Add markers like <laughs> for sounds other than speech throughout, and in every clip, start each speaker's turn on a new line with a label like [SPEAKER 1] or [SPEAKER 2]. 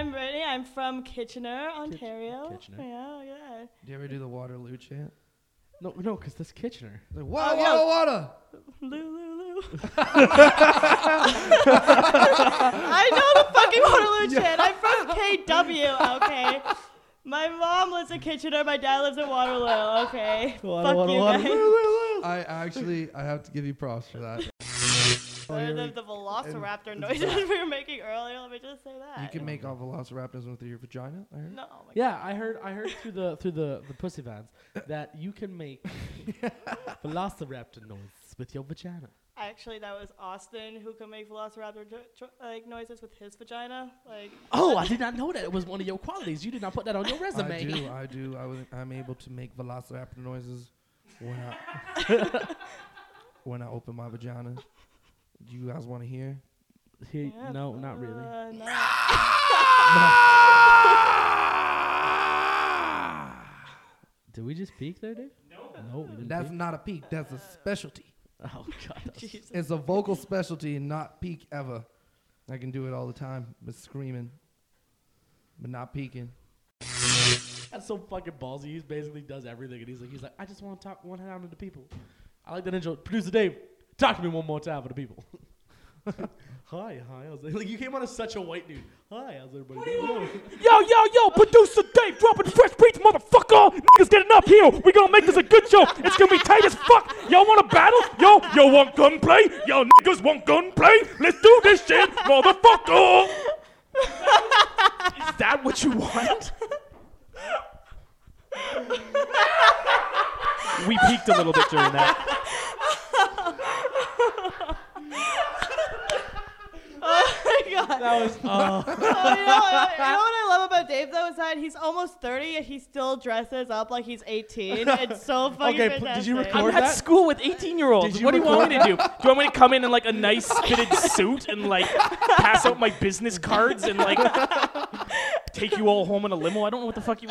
[SPEAKER 1] I'm from Kitchener, Ontario.
[SPEAKER 2] Kitchener.
[SPEAKER 1] Yeah, yeah.
[SPEAKER 3] Do you ever do the Waterloo chant? No, no, because that's Kitchener. Like, wada,
[SPEAKER 1] Oh, yeah.
[SPEAKER 3] wada, <laughs>
[SPEAKER 2] <laughs>
[SPEAKER 3] wada.
[SPEAKER 1] Lulu. I know the fucking Waterloo chant. I'm from KW, okay? My mom lives in Kitchener, my dad lives in Waterloo, okay?
[SPEAKER 2] Water,
[SPEAKER 1] Fuck
[SPEAKER 2] water,
[SPEAKER 1] you
[SPEAKER 2] <laughs> water.
[SPEAKER 1] guys.
[SPEAKER 3] I actually, I have to give you props for <laughs> that.
[SPEAKER 1] Or
[SPEAKER 3] here
[SPEAKER 1] the,
[SPEAKER 3] we-
[SPEAKER 1] the velociraptor noises <laughs> we were making earlier, let me just say that.
[SPEAKER 3] You can make all velociraptors with your vagina. I heard.
[SPEAKER 1] No, oh my
[SPEAKER 2] Yeah, I heard I heard through the through the the pussy vans that you can <laughs> make velociraptor noise with your vagina.
[SPEAKER 1] Actually, that was Austin who could make velociraptor jo- jo- like noises with his vagina. Like,
[SPEAKER 2] Oh, I did not know that it was one of your qualities. You did not put that on your resume.
[SPEAKER 3] I <laughs> do. I do. I was, I'm able to make velociraptor noises when I <laughs> when I open my vagina. Do you guys want to hear?
[SPEAKER 2] He-
[SPEAKER 1] yeah,
[SPEAKER 2] no, not really.
[SPEAKER 1] uh, no.
[SPEAKER 2] <laughs> Did we just peek there, dude? No. No, we didn't.
[SPEAKER 3] That's
[SPEAKER 2] peek.
[SPEAKER 3] not a peak. That's a specialty.
[SPEAKER 2] oh god.
[SPEAKER 1] <laughs>
[SPEAKER 2] that was-
[SPEAKER 1] Jesus.
[SPEAKER 3] It's a vocal specialty, and not peak ever. I can do it all the time, but screaming, but not peaking.
[SPEAKER 2] That's so fucking ballsy. He basically does everything, and he's like, he's like, I just want to talk one time to the people. I like that intro. Producer Dave, talk to me one more time for the people. <laughs> hi, hi. I was like, like, you came on as such a white dude. Hi, how's everybody? doing? <laughs>
[SPEAKER 4] Yo, yo, yo, producer Dave dropping fresh beats, motherfucker. Niggas getting up here. We gonna make this a good show. It's gonna be tight as fuck. Y'all wanna battle? Yo, yo want gunplay? Yo, niggas want gunplay? Let's do this shit, motherfucker. Is that what you want? we peaked a little bit during that.
[SPEAKER 1] Oh my god.
[SPEAKER 2] That was
[SPEAKER 1] Oh,
[SPEAKER 2] oh,
[SPEAKER 1] you, know, you know what I love about Dave though is that he's almost 30 and he still dresses up like he's 18. It's so fucking
[SPEAKER 2] <laughs> Okay, pl- did you
[SPEAKER 1] fantastic.
[SPEAKER 4] <laughs>
[SPEAKER 2] record-
[SPEAKER 4] I'm at
[SPEAKER 2] that?
[SPEAKER 4] school with 18 year olds.
[SPEAKER 2] Did you
[SPEAKER 4] What do you want me to do? Do I want me to come in in like a nice fitted suit and like pass out my business cards and like take you all home in a limo? I don't know what the fuck you.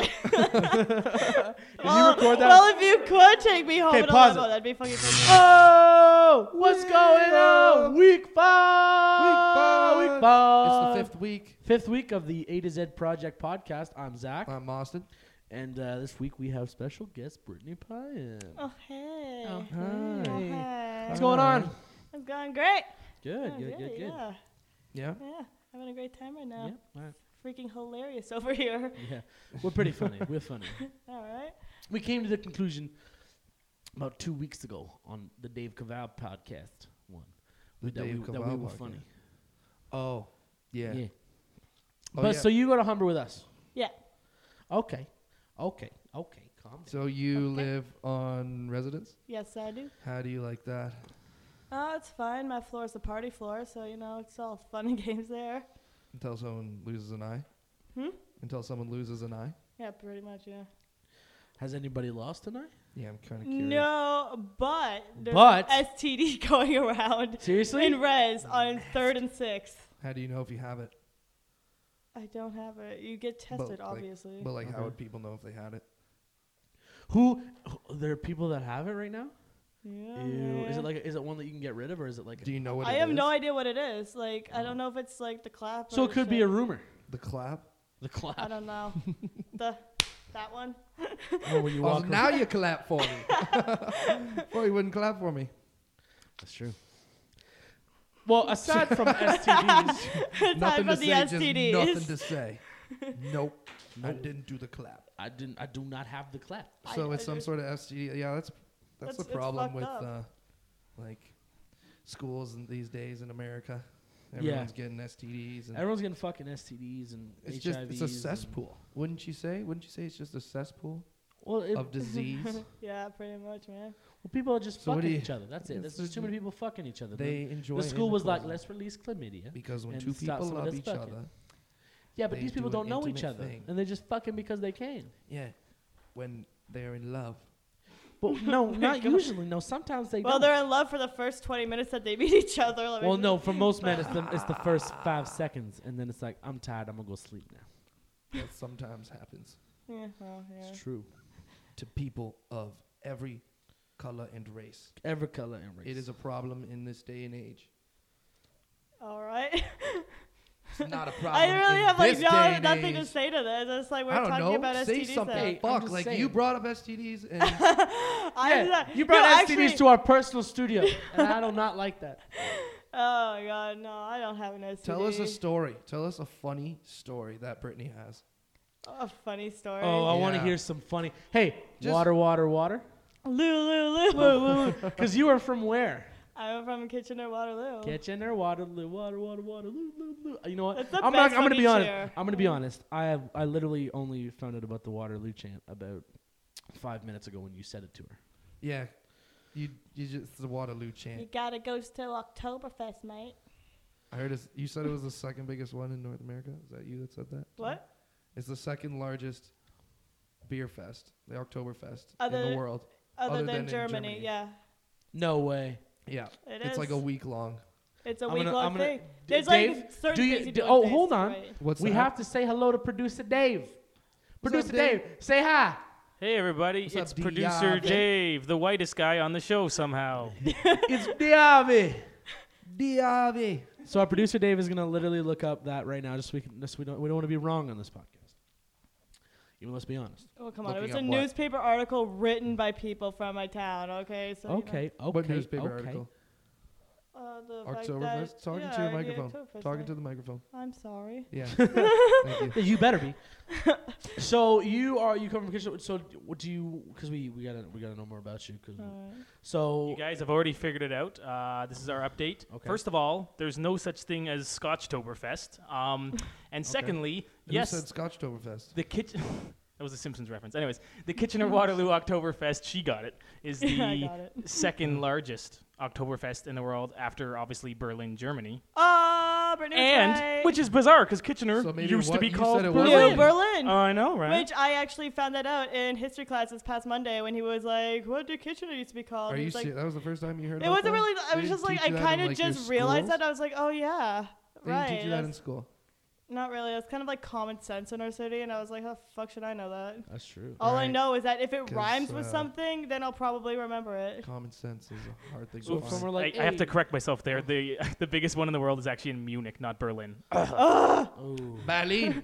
[SPEAKER 2] Did you record that?
[SPEAKER 1] Well, if you could take me home
[SPEAKER 2] Okay,
[SPEAKER 1] in a
[SPEAKER 2] pause
[SPEAKER 1] limo,
[SPEAKER 2] it.
[SPEAKER 1] that'd be fucking fantastic.
[SPEAKER 2] oh, what's going on? Week five.
[SPEAKER 3] Week
[SPEAKER 2] Week
[SPEAKER 3] It's the
[SPEAKER 2] five.
[SPEAKER 3] fifth week.
[SPEAKER 2] Fifth week of the A to Z Project podcast. I'm Zach,
[SPEAKER 3] I'm Austin.
[SPEAKER 2] and uh, this week we have special guest Brittany Pyan.
[SPEAKER 1] Oh, hey.
[SPEAKER 2] hi.
[SPEAKER 1] Oh, hey.
[SPEAKER 2] What's going on?
[SPEAKER 1] It's going great.
[SPEAKER 2] Good,
[SPEAKER 1] Yeah,
[SPEAKER 2] good,
[SPEAKER 1] really,
[SPEAKER 2] good, good.
[SPEAKER 1] Yeah.
[SPEAKER 3] Yeah.
[SPEAKER 1] yeah. Having a great time right now.
[SPEAKER 2] Yeah, alright,
[SPEAKER 1] Freaking hilarious <laughs> over here.
[SPEAKER 2] yeah. We're pretty
[SPEAKER 1] <laughs>
[SPEAKER 2] funny. We're funny.
[SPEAKER 1] All right.
[SPEAKER 2] We came to the conclusion about two weeks ago on the Dave Cavall podcast one
[SPEAKER 3] The
[SPEAKER 2] that,
[SPEAKER 3] Dave
[SPEAKER 2] we, that we
[SPEAKER 3] Cavall
[SPEAKER 2] were
[SPEAKER 3] podcast.
[SPEAKER 2] funny.
[SPEAKER 3] Oh, yeah. Oh,
[SPEAKER 2] but
[SPEAKER 3] yeah.
[SPEAKER 2] so you go to Humber with us?
[SPEAKER 1] Yeah.
[SPEAKER 2] Okay, okay, okay. Calm down.
[SPEAKER 3] So you
[SPEAKER 1] Okay.
[SPEAKER 3] live on residence?
[SPEAKER 1] Yes, I do.
[SPEAKER 3] How do you like that?
[SPEAKER 1] Oh, it's fine. My floor is the party floor, so, you know, it's all fun and <laughs> games there.
[SPEAKER 3] Until someone loses an eye.
[SPEAKER 1] Hmm?
[SPEAKER 3] Until someone loses an eye.
[SPEAKER 1] Yeah, pretty much, yeah.
[SPEAKER 2] Has anybody lost tonight?
[SPEAKER 3] Yeah, I'm kind of curious.
[SPEAKER 1] No, but there's
[SPEAKER 2] But-
[SPEAKER 1] an STD <laughs> going around
[SPEAKER 2] Seriously?
[SPEAKER 1] in res on third and sixth.
[SPEAKER 3] How do you know if you have it?
[SPEAKER 1] I don't have it. You get
[SPEAKER 3] But,
[SPEAKER 1] tested,
[SPEAKER 3] like-
[SPEAKER 1] obviously.
[SPEAKER 3] But like,
[SPEAKER 2] Okay.
[SPEAKER 3] how would people know if they had it?
[SPEAKER 2] Who? who- There are people that have it right now.
[SPEAKER 1] Oh, yeah,
[SPEAKER 2] Ew. Is
[SPEAKER 1] man.
[SPEAKER 2] it like? Is it one that you can get rid of, or is it like?
[SPEAKER 3] Do you know what
[SPEAKER 1] I
[SPEAKER 3] it
[SPEAKER 1] have
[SPEAKER 3] is?
[SPEAKER 1] no idea what it is. Like, I don't know if it's like the clap.
[SPEAKER 2] so
[SPEAKER 1] or
[SPEAKER 2] it could
[SPEAKER 1] the
[SPEAKER 2] be
[SPEAKER 1] shit.
[SPEAKER 2] a rumor.
[SPEAKER 3] The clap.
[SPEAKER 2] The
[SPEAKER 1] I
[SPEAKER 2] <laughs> clap.
[SPEAKER 1] don't know. the that
[SPEAKER 2] <laughs>
[SPEAKER 1] one.
[SPEAKER 2] Or when you
[SPEAKER 3] Oh,
[SPEAKER 2] walk.
[SPEAKER 3] so
[SPEAKER 2] around-
[SPEAKER 3] now you clap for me.
[SPEAKER 1] <laughs>
[SPEAKER 3] <laughs> well, you wouldn't clap for me.
[SPEAKER 2] That's true. Well, aside
[SPEAKER 4] <laughs>
[SPEAKER 2] from STDs,
[SPEAKER 1] <laughs> Time
[SPEAKER 3] nothing
[SPEAKER 1] for
[SPEAKER 3] to
[SPEAKER 1] the
[SPEAKER 3] say.
[SPEAKER 1] STDs.
[SPEAKER 3] Just nothing to say. nope. I
[SPEAKER 2] Nope.
[SPEAKER 3] didn't do the clap.
[SPEAKER 2] I didn't. I do not have the clap.
[SPEAKER 1] I-
[SPEAKER 3] So
[SPEAKER 1] I
[SPEAKER 3] it's some
[SPEAKER 1] just-
[SPEAKER 3] sort of STD. Yeah, that's that's
[SPEAKER 1] That's-
[SPEAKER 3] the
[SPEAKER 1] it's
[SPEAKER 3] problem
[SPEAKER 1] fucked
[SPEAKER 3] with
[SPEAKER 1] up.
[SPEAKER 3] uh, like schools in these days in America.
[SPEAKER 2] Yeah.
[SPEAKER 3] Everyone's getting STDs, and
[SPEAKER 2] Everyone's getting fucking STDs and
[SPEAKER 3] it's just
[SPEAKER 2] HIVs.
[SPEAKER 3] it's a
[SPEAKER 2] and-
[SPEAKER 3] cesspool, wouldn't you say? Wouldn't you say it's just a cesspool
[SPEAKER 2] Well, it, <laughs>
[SPEAKER 3] of disease?
[SPEAKER 1] <laughs> <laughs> yeah, pretty much, man.
[SPEAKER 2] well, people are just
[SPEAKER 3] So what do
[SPEAKER 2] fucking
[SPEAKER 3] you-
[SPEAKER 2] each other. That's it.
[SPEAKER 3] Yes,
[SPEAKER 2] There's just too many people fucking each other.
[SPEAKER 3] they
[SPEAKER 2] the,
[SPEAKER 3] enjoy.
[SPEAKER 2] the
[SPEAKER 3] it in
[SPEAKER 2] school was like,
[SPEAKER 3] closet.
[SPEAKER 2] let's release chlamydia.
[SPEAKER 3] because when
[SPEAKER 2] and
[SPEAKER 3] two
[SPEAKER 2] stop
[SPEAKER 3] people
[SPEAKER 2] someone
[SPEAKER 3] love
[SPEAKER 2] else
[SPEAKER 3] each
[SPEAKER 2] fucking.
[SPEAKER 3] other,
[SPEAKER 2] Yeah, but
[SPEAKER 3] They
[SPEAKER 2] these people
[SPEAKER 3] do
[SPEAKER 2] don't
[SPEAKER 3] an
[SPEAKER 2] know each
[SPEAKER 3] intimate
[SPEAKER 2] other,
[SPEAKER 3] thing.
[SPEAKER 2] and they're just fucking because they can.
[SPEAKER 3] yeah, when they're in love,
[SPEAKER 2] But <laughs> no, not usually. No, sometimes they
[SPEAKER 1] Well,
[SPEAKER 2] don't.
[SPEAKER 1] they're in love for the first 20 minutes that they <laughs> meet each other. Let me
[SPEAKER 2] Well,
[SPEAKER 1] just-
[SPEAKER 2] no, for most men, it's the, it's the
[SPEAKER 1] <laughs>
[SPEAKER 2] first five seconds, and then it's like, I'm tired, I'm gonna go sleep now. <laughs>
[SPEAKER 3] that sometimes happens
[SPEAKER 1] Yeah, well, yeah.
[SPEAKER 2] It's true.
[SPEAKER 3] to people of every color and race.
[SPEAKER 2] Every color and race.
[SPEAKER 1] <laughs>
[SPEAKER 3] It is a problem in this day and age.
[SPEAKER 1] All right.
[SPEAKER 3] It's not a
[SPEAKER 1] <laughs>
[SPEAKER 3] problem.
[SPEAKER 1] I really
[SPEAKER 3] in
[SPEAKER 1] have like
[SPEAKER 3] this day
[SPEAKER 1] no,
[SPEAKER 3] and
[SPEAKER 1] nothing to
[SPEAKER 3] age.
[SPEAKER 1] say to this. It's like we're
[SPEAKER 3] I don't
[SPEAKER 1] talking
[SPEAKER 3] know.
[SPEAKER 1] about
[SPEAKER 3] say
[SPEAKER 1] STD
[SPEAKER 3] something.
[SPEAKER 1] <laughs>
[SPEAKER 2] Hey, I'm
[SPEAKER 3] Fuck,
[SPEAKER 2] just
[SPEAKER 3] like
[SPEAKER 2] saying.
[SPEAKER 3] you brought up STDs and
[SPEAKER 1] stuff. I'm
[SPEAKER 2] Yeah,
[SPEAKER 1] not-
[SPEAKER 2] you
[SPEAKER 1] <laughs>
[SPEAKER 2] brought
[SPEAKER 1] no,
[SPEAKER 2] STDs
[SPEAKER 1] actually,
[SPEAKER 2] to our personal studio, and
[SPEAKER 1] <laughs>
[SPEAKER 2] I do not like that.
[SPEAKER 1] Oh my god, no, I don't have an STD.
[SPEAKER 3] tell us a story. Tell us a funny story that Brittany has.
[SPEAKER 1] a funny story.
[SPEAKER 2] Oh, I want to
[SPEAKER 3] Yeah.
[SPEAKER 2] hear some funny. Hey,
[SPEAKER 3] Just-
[SPEAKER 2] water, water,
[SPEAKER 1] <laughs>
[SPEAKER 2] water.
[SPEAKER 1] Lulu, Lulu. <laughs>
[SPEAKER 2] Because you are from where?
[SPEAKER 1] I'm from Kitchener Waterloo.
[SPEAKER 2] Kitchen or Waterloo, water, water, Waterloo, loo, loo. You know what?
[SPEAKER 1] That's the
[SPEAKER 2] I'm
[SPEAKER 1] best
[SPEAKER 2] I'm gonna
[SPEAKER 1] funny
[SPEAKER 2] be honest.
[SPEAKER 1] chair.
[SPEAKER 2] I'm gonna be honest. I have, I literally only found out about the Waterloo chant about five minutes ago when you said it to her.
[SPEAKER 3] Yeah, you you just it's the Waterloo chant.
[SPEAKER 1] you gotta go till Oktoberfest, mate.
[SPEAKER 3] I heard it's, you said it was the second biggest one in North America. Is that you that said that?
[SPEAKER 1] What?
[SPEAKER 3] It's the second largest beer fest, the Oktoberfest in
[SPEAKER 1] Other-
[SPEAKER 3] the world.
[SPEAKER 1] Other, than,
[SPEAKER 3] Other than in
[SPEAKER 1] Germany,
[SPEAKER 3] Germany.
[SPEAKER 1] yeah.
[SPEAKER 2] No way.
[SPEAKER 3] Yeah,
[SPEAKER 1] It
[SPEAKER 3] it's
[SPEAKER 1] is.
[SPEAKER 3] like a week long.
[SPEAKER 1] It's a
[SPEAKER 2] I'm
[SPEAKER 1] week
[SPEAKER 2] gonna-
[SPEAKER 1] long
[SPEAKER 2] I'm gonna-
[SPEAKER 1] thing.
[SPEAKER 2] D-
[SPEAKER 1] There's
[SPEAKER 2] Dave,
[SPEAKER 1] like certain
[SPEAKER 2] do you-
[SPEAKER 1] things you
[SPEAKER 2] d-
[SPEAKER 1] do. on
[SPEAKER 2] oh,
[SPEAKER 1] days,
[SPEAKER 2] hold on.
[SPEAKER 1] right.
[SPEAKER 3] What's
[SPEAKER 2] we
[SPEAKER 3] that?
[SPEAKER 2] have to say hello to producer Dave.
[SPEAKER 3] What's
[SPEAKER 2] producer
[SPEAKER 3] up, Dave?
[SPEAKER 2] Dave? say hi.
[SPEAKER 5] Hey everybody,
[SPEAKER 3] What's
[SPEAKER 5] it's
[SPEAKER 3] up,
[SPEAKER 5] producer
[SPEAKER 3] Diaby?
[SPEAKER 5] Dave, the whitest guy on the show somehow.
[SPEAKER 2] It's Diaby.
[SPEAKER 3] Diaby.
[SPEAKER 2] So our producer Dave is gonna literally look up that right now, just so we can, just we don't we don't want to be wrong on this podcast. Even let's be honest.
[SPEAKER 1] Oh, come on. It
[SPEAKER 3] Looking
[SPEAKER 1] was a
[SPEAKER 3] up what?
[SPEAKER 1] newspaper article written by people from my town, okay? So, you know.
[SPEAKER 2] okay. Okay.
[SPEAKER 3] What newspaper
[SPEAKER 2] okay.
[SPEAKER 3] article?
[SPEAKER 1] Uh, the fact that-
[SPEAKER 3] Oktoberfest. Talking
[SPEAKER 1] yeah,
[SPEAKER 3] to your
[SPEAKER 1] the
[SPEAKER 3] microphone.
[SPEAKER 1] Oktoberfest
[SPEAKER 3] Talking
[SPEAKER 1] thing.
[SPEAKER 3] to the microphone.
[SPEAKER 1] I'm sorry. <laughs>
[SPEAKER 3] Yeah. Thank you.
[SPEAKER 2] You better be. so you are you come from Kitchener. So do you? Because we we gotta we gotta know more about you. Cause
[SPEAKER 3] Hmm.
[SPEAKER 5] <laughs>
[SPEAKER 1] Alright.
[SPEAKER 2] so
[SPEAKER 5] You guys have already figured it out. Uh, this is our update.
[SPEAKER 2] Okay.
[SPEAKER 5] First of all, there's no such thing as Scotchtoberfest. Um, and secondly, yes,
[SPEAKER 3] Who said Scotchtoberfest?
[SPEAKER 5] the kitchen. <laughs> that was a Simpsons reference. Anyways, the Kitchener Waterloo Oktoberfest. She got it. Is the
[SPEAKER 1] Yeah, <laughs> I got it. <laughs>
[SPEAKER 5] second largest Oktoberfest in the world after obviously Berlin, Germany,
[SPEAKER 1] Oh, Brittany was
[SPEAKER 5] and
[SPEAKER 1] right.
[SPEAKER 5] which is bizarre because Kitchener
[SPEAKER 3] So maybe
[SPEAKER 5] used to
[SPEAKER 3] what
[SPEAKER 5] be
[SPEAKER 3] you
[SPEAKER 5] called
[SPEAKER 3] said it was
[SPEAKER 1] New
[SPEAKER 5] Berlin.
[SPEAKER 1] Berlin.
[SPEAKER 5] I know, right?
[SPEAKER 1] Which I actually found that out in history class this past Monday when he was like, "What did Kitchener used to be called?"
[SPEAKER 3] Are
[SPEAKER 1] He
[SPEAKER 3] you
[SPEAKER 1] was like,
[SPEAKER 3] serious? That was the first time you heard
[SPEAKER 1] It
[SPEAKER 3] about that?
[SPEAKER 1] wasn't really. I
[SPEAKER 3] They
[SPEAKER 1] was
[SPEAKER 3] didn't
[SPEAKER 1] just like, I
[SPEAKER 3] teach you that in,
[SPEAKER 1] kind of
[SPEAKER 3] like, your
[SPEAKER 1] just realized
[SPEAKER 3] schools?
[SPEAKER 1] that. I was like, "Oh yeah,
[SPEAKER 3] They
[SPEAKER 1] right."
[SPEAKER 3] didn't teach you that in
[SPEAKER 1] that's
[SPEAKER 3] school.
[SPEAKER 1] not really. It's kind of like common sense in our city, and I was like, "How the fuck should I know that?"
[SPEAKER 2] that's true.
[SPEAKER 1] All I
[SPEAKER 3] Right.
[SPEAKER 1] know is that if it
[SPEAKER 3] 'Cause,
[SPEAKER 1] rhymes with
[SPEAKER 3] uh,
[SPEAKER 1] something, then I'll probably remember it.
[SPEAKER 3] Common sense is a hard thing
[SPEAKER 2] So
[SPEAKER 3] to
[SPEAKER 2] if
[SPEAKER 3] find.
[SPEAKER 2] someone like
[SPEAKER 5] I, I have to
[SPEAKER 2] hey,
[SPEAKER 5] correct myself there. The <laughs> the biggest one in the world is actually in Munich, not Berlin.
[SPEAKER 2] oh,
[SPEAKER 1] <laughs>
[SPEAKER 3] Berlin.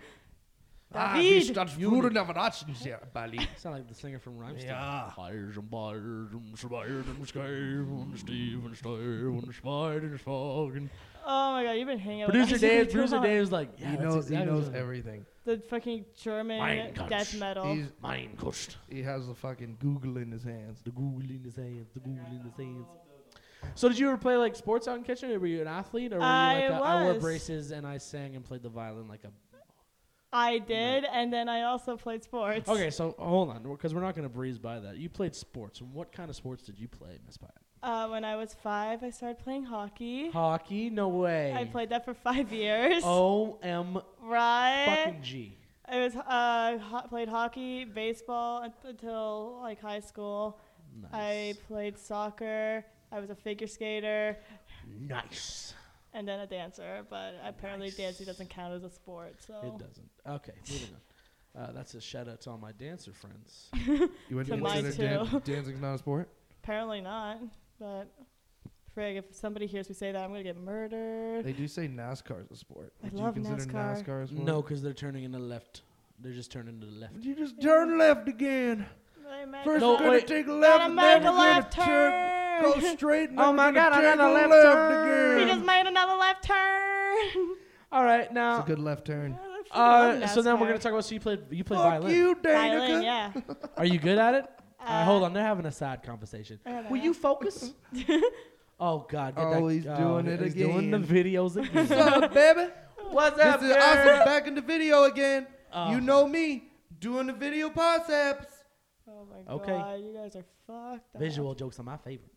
[SPEAKER 1] Ah, die David.
[SPEAKER 3] Stadt
[SPEAKER 2] Juden.
[SPEAKER 3] <laughs> Berlin.
[SPEAKER 2] sound like the singer from Rhymestone.
[SPEAKER 3] Yeah.
[SPEAKER 2] Fires and fires and spiders and sky and Steve and Steve and spiders fucking.
[SPEAKER 1] Oh my god, you've been hanging out.
[SPEAKER 2] Producer
[SPEAKER 1] with <laughs> that shit
[SPEAKER 2] Dave, producer
[SPEAKER 1] too
[SPEAKER 2] Dave's like, yeah,
[SPEAKER 3] he
[SPEAKER 2] that's
[SPEAKER 3] knows,
[SPEAKER 2] exactly
[SPEAKER 3] he knows
[SPEAKER 2] what-
[SPEAKER 3] everything.
[SPEAKER 1] long. The fucking German
[SPEAKER 2] Mein Gott.
[SPEAKER 1] death metal.
[SPEAKER 3] He's,
[SPEAKER 2] Mein Gott.
[SPEAKER 3] he has the fucking Google in his hands.
[SPEAKER 2] The Google in his hands. The Google in his hands. So did you ever play like sports out in Kitchener? Were you an athlete, or were
[SPEAKER 1] I
[SPEAKER 2] you like a- I wore
[SPEAKER 1] was.
[SPEAKER 2] braces and I sang and played the violin like a?
[SPEAKER 1] I did, and then I also played sports.
[SPEAKER 2] Okay, so hold on, because we're not gonna breeze by that. You played sports. And what kind of sports did you play, Miss Pyatt?
[SPEAKER 1] Uh, when I was five, I started playing hockey.
[SPEAKER 2] Hockey? No way.
[SPEAKER 1] I played that for five years.
[SPEAKER 2] O M
[SPEAKER 1] right.
[SPEAKER 2] Oh, fucking G.
[SPEAKER 1] I was uh, ho- played hockey, baseball un- until like high school. I
[SPEAKER 2] Nice.
[SPEAKER 1] played soccer. I was a figure skater
[SPEAKER 2] Nice.
[SPEAKER 1] and then a dancer, but apparently
[SPEAKER 2] Nice.
[SPEAKER 1] dancing doesn't count as a sport. So
[SPEAKER 2] It doesn't. Okay, moving on. Uh, that's a shout out to all my dancer friends.
[SPEAKER 3] You wouldn't
[SPEAKER 1] To mine
[SPEAKER 3] consider
[SPEAKER 1] too. <laughs>
[SPEAKER 3] dan- dancing's not a sport?
[SPEAKER 1] apparently not. But frig, if somebody hears me say that, I'm gonna get murdered.
[SPEAKER 3] They do say NASCAR is a sport.
[SPEAKER 1] I
[SPEAKER 3] Would
[SPEAKER 1] love
[SPEAKER 3] you consider
[SPEAKER 1] NASCAR.
[SPEAKER 3] NASCAR, a sport?
[SPEAKER 2] no, because they're turning into left. They're just turning to the left.
[SPEAKER 3] You just turn left again.
[SPEAKER 1] They make
[SPEAKER 3] First
[SPEAKER 1] a
[SPEAKER 2] No,
[SPEAKER 3] we're
[SPEAKER 1] left-
[SPEAKER 3] gonna
[SPEAKER 2] wait.
[SPEAKER 3] take a
[SPEAKER 1] gotta
[SPEAKER 3] left, and
[SPEAKER 1] make
[SPEAKER 3] then
[SPEAKER 1] a
[SPEAKER 3] we're gonna
[SPEAKER 1] left turn.
[SPEAKER 3] turn, go
[SPEAKER 1] <laughs>
[SPEAKER 3] straight. And then
[SPEAKER 2] Oh
[SPEAKER 3] we're
[SPEAKER 2] my
[SPEAKER 3] gonna
[SPEAKER 2] God, I
[SPEAKER 3] take
[SPEAKER 2] done a left turn.
[SPEAKER 1] he
[SPEAKER 3] again.
[SPEAKER 1] just made another left turn. <laughs>
[SPEAKER 2] All right,
[SPEAKER 3] It's a
[SPEAKER 2] now.
[SPEAKER 3] good left turn.
[SPEAKER 2] Uh, so then we're gonna
[SPEAKER 1] talk
[SPEAKER 2] talk about. So you played. You played
[SPEAKER 3] Fuck
[SPEAKER 2] violin.
[SPEAKER 3] you, Danica.
[SPEAKER 1] violin.
[SPEAKER 2] <laughs>
[SPEAKER 1] Yeah.
[SPEAKER 2] Are you good at it? Uh,
[SPEAKER 1] Uh,
[SPEAKER 2] hold on, they're having a side conversation.
[SPEAKER 1] I don't
[SPEAKER 2] Will
[SPEAKER 1] know.
[SPEAKER 2] you focus? oh God! Get
[SPEAKER 3] Oh,
[SPEAKER 2] that,
[SPEAKER 3] he's doing it
[SPEAKER 2] he's Doing the
[SPEAKER 3] again.
[SPEAKER 2] videos
[SPEAKER 3] What's
[SPEAKER 2] again.
[SPEAKER 3] up, baby?
[SPEAKER 1] Uh,
[SPEAKER 2] What's
[SPEAKER 3] This is
[SPEAKER 2] <laughs>
[SPEAKER 3] awesome. Back in the video again.
[SPEAKER 2] Oh.
[SPEAKER 3] You know me doing the video biceps.
[SPEAKER 1] Oh my
[SPEAKER 2] Okay.
[SPEAKER 1] god, you guys are fucked. up.
[SPEAKER 2] Visual jokes are my favorite.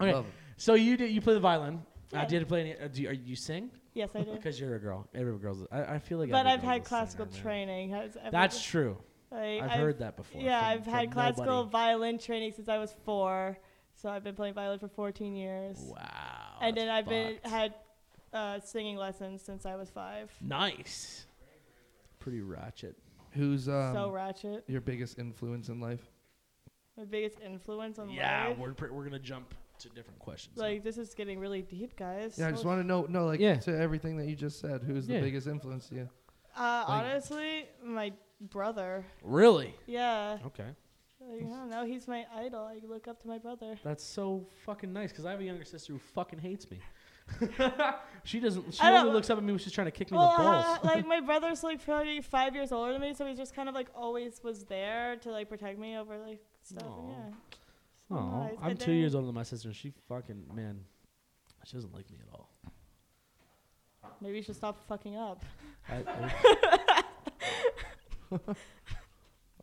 [SPEAKER 2] Okay. So you did. You play the violin. I
[SPEAKER 1] Yeah.
[SPEAKER 2] did play. Any, uh, do you, are you sing?
[SPEAKER 1] Yes, I do.
[SPEAKER 2] Because you're a girl. Every girl's. I, I feel like.
[SPEAKER 1] But
[SPEAKER 2] every
[SPEAKER 1] I've
[SPEAKER 2] girl's
[SPEAKER 1] had
[SPEAKER 2] a
[SPEAKER 1] classical
[SPEAKER 2] singer, man.
[SPEAKER 1] training. Has every-
[SPEAKER 2] That's true.
[SPEAKER 1] like,
[SPEAKER 2] I've, heard that before.
[SPEAKER 1] Yeah,
[SPEAKER 2] from-
[SPEAKER 1] I've
[SPEAKER 2] from
[SPEAKER 1] had classical
[SPEAKER 2] nobody.
[SPEAKER 1] violin training since I was four, so I've been playing violin for 14 years.
[SPEAKER 2] Wow.
[SPEAKER 1] and
[SPEAKER 2] that's
[SPEAKER 1] then I've been
[SPEAKER 2] fucked.
[SPEAKER 1] had uh, singing lessons since I was five.
[SPEAKER 2] Nice. Pretty ratchet.
[SPEAKER 3] Who's um,
[SPEAKER 1] so ratchet.
[SPEAKER 3] your biggest influence in life?
[SPEAKER 1] My biggest influence on
[SPEAKER 2] yeah,
[SPEAKER 1] life.
[SPEAKER 2] we're pre- we're gonna jump to different questions.
[SPEAKER 1] Like this is getting really deep, guys.
[SPEAKER 3] Yeah, I just
[SPEAKER 1] So-
[SPEAKER 3] want to know, no, like
[SPEAKER 2] Yeah.
[SPEAKER 3] to everything that you just said, who's the
[SPEAKER 2] Yeah.
[SPEAKER 3] biggest influence to you?
[SPEAKER 1] Uh, honestly, my brother.
[SPEAKER 2] really?
[SPEAKER 1] Yeah.
[SPEAKER 2] Okay.
[SPEAKER 1] Like, I don't know. He's my idol. I look up to my brother.
[SPEAKER 2] That's so fucking nice because I have a younger sister who fucking hates
[SPEAKER 1] <laughs>
[SPEAKER 2] me. she doesn't. She
[SPEAKER 1] I don't-
[SPEAKER 2] only looks up at me when she's trying to kick me
[SPEAKER 1] Well,
[SPEAKER 2] in the
[SPEAKER 1] uh,
[SPEAKER 2] balls.
[SPEAKER 1] <laughs> like
[SPEAKER 3] <laughs>
[SPEAKER 1] my brother's like probably five years older than me, so he's just kind of like always was there to like protect me over like stuff. And,
[SPEAKER 2] Aw.
[SPEAKER 1] yeah. So
[SPEAKER 2] Oh,
[SPEAKER 1] uh, nice.
[SPEAKER 2] I'm
[SPEAKER 1] And
[SPEAKER 2] two
[SPEAKER 1] then-
[SPEAKER 2] years older than my sister, and she fucking man, she doesn't like me at all.
[SPEAKER 1] Maybe you should stop fucking up.
[SPEAKER 2] I,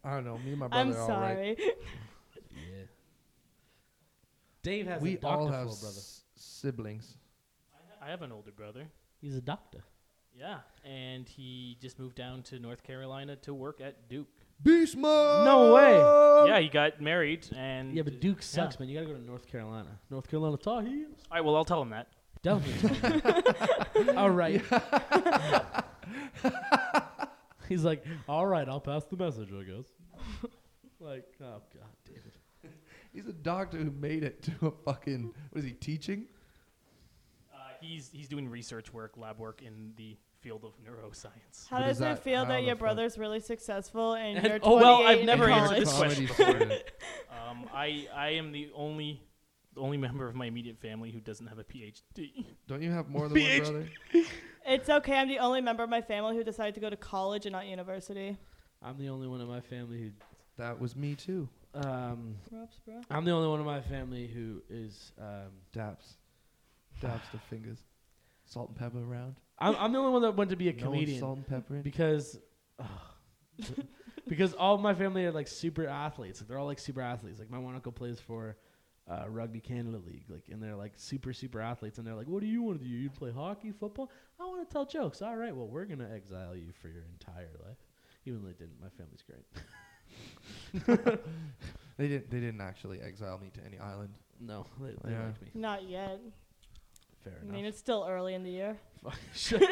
[SPEAKER 3] I don't know. Me and my brother
[SPEAKER 1] I'm
[SPEAKER 3] are all
[SPEAKER 1] sorry.
[SPEAKER 3] right.
[SPEAKER 2] yeah. Dave has a
[SPEAKER 3] We
[SPEAKER 2] doctor
[SPEAKER 3] all
[SPEAKER 2] for
[SPEAKER 3] have
[SPEAKER 2] a brother.
[SPEAKER 3] s- siblings.
[SPEAKER 5] I have an older brother.
[SPEAKER 2] He's a doctor.
[SPEAKER 5] Yeah, and he just moved down to North Carolina to work at Duke.
[SPEAKER 3] Beast mode.
[SPEAKER 2] No way.
[SPEAKER 1] Oh.
[SPEAKER 5] yeah, he got married, and
[SPEAKER 2] Mm, Yeah, but Duke sucks, man. You gotta go to North Carolina. North Carolina Tar Heels.
[SPEAKER 5] All right, well, I'll tell him that.
[SPEAKER 2] Definitely. <laughs>
[SPEAKER 3] <laughs>
[SPEAKER 2] all right. He's like, all right, I'll pass the message, I guess. <laughs> like, oh god, David.
[SPEAKER 3] He's a doctor who made it to a fucking. What is he teaching?
[SPEAKER 5] Uh, he's he's doing research work, lab work in the field of
[SPEAKER 1] <laughs>
[SPEAKER 5] neuroscience.
[SPEAKER 1] How
[SPEAKER 3] What
[SPEAKER 1] does
[SPEAKER 3] is
[SPEAKER 1] it
[SPEAKER 3] that?
[SPEAKER 1] feel
[SPEAKER 3] How
[SPEAKER 1] that
[SPEAKER 3] the
[SPEAKER 1] your
[SPEAKER 3] fuck?
[SPEAKER 1] brother's really successful and
[SPEAKER 3] <laughs>
[SPEAKER 2] And-
[SPEAKER 1] you're 28
[SPEAKER 2] oh, well, I've
[SPEAKER 1] in
[SPEAKER 5] never answered
[SPEAKER 1] college?
[SPEAKER 5] this question
[SPEAKER 3] before.
[SPEAKER 5] Um, I I am the only the only member of my immediate family who doesn't have a <laughs> PhD.
[SPEAKER 3] Don't you have more than one brother?
[SPEAKER 1] It's okay. I'm the only member of my family who decided to go to college and not university.
[SPEAKER 2] I'm the only one in my family
[SPEAKER 3] That was me too.
[SPEAKER 2] who um
[SPEAKER 1] Props, bro.
[SPEAKER 2] I'm the only one in my family who is. Um,
[SPEAKER 3] Daps. Daps the fingers. Salt and pepper around.
[SPEAKER 2] I'm, I'm the only one that went to be a
[SPEAKER 3] No one's
[SPEAKER 2] comedian
[SPEAKER 3] salt and pepper.
[SPEAKER 2] because, ugh, <laughs> because all my family are like super athletes. Like, they're all like super athletes. Like my one uncle plays for uh, rugby Canada League. Like and they're like super super athletes. And they're like, what do you want to do? You play hockey, football? I want to tell jokes. All right, well we're gonna exile you for your entire life. Even though they didn't, my family's great.
[SPEAKER 3] They didn't. They didn't actually exile me to any island.
[SPEAKER 2] No, <laughs> they, they
[SPEAKER 3] Yeah.
[SPEAKER 2] liked me.
[SPEAKER 1] Not yet.
[SPEAKER 2] Fair
[SPEAKER 1] I mean,
[SPEAKER 2] enough.
[SPEAKER 1] it's still early in the year.
[SPEAKER 2] Fuck, <laughs> shut-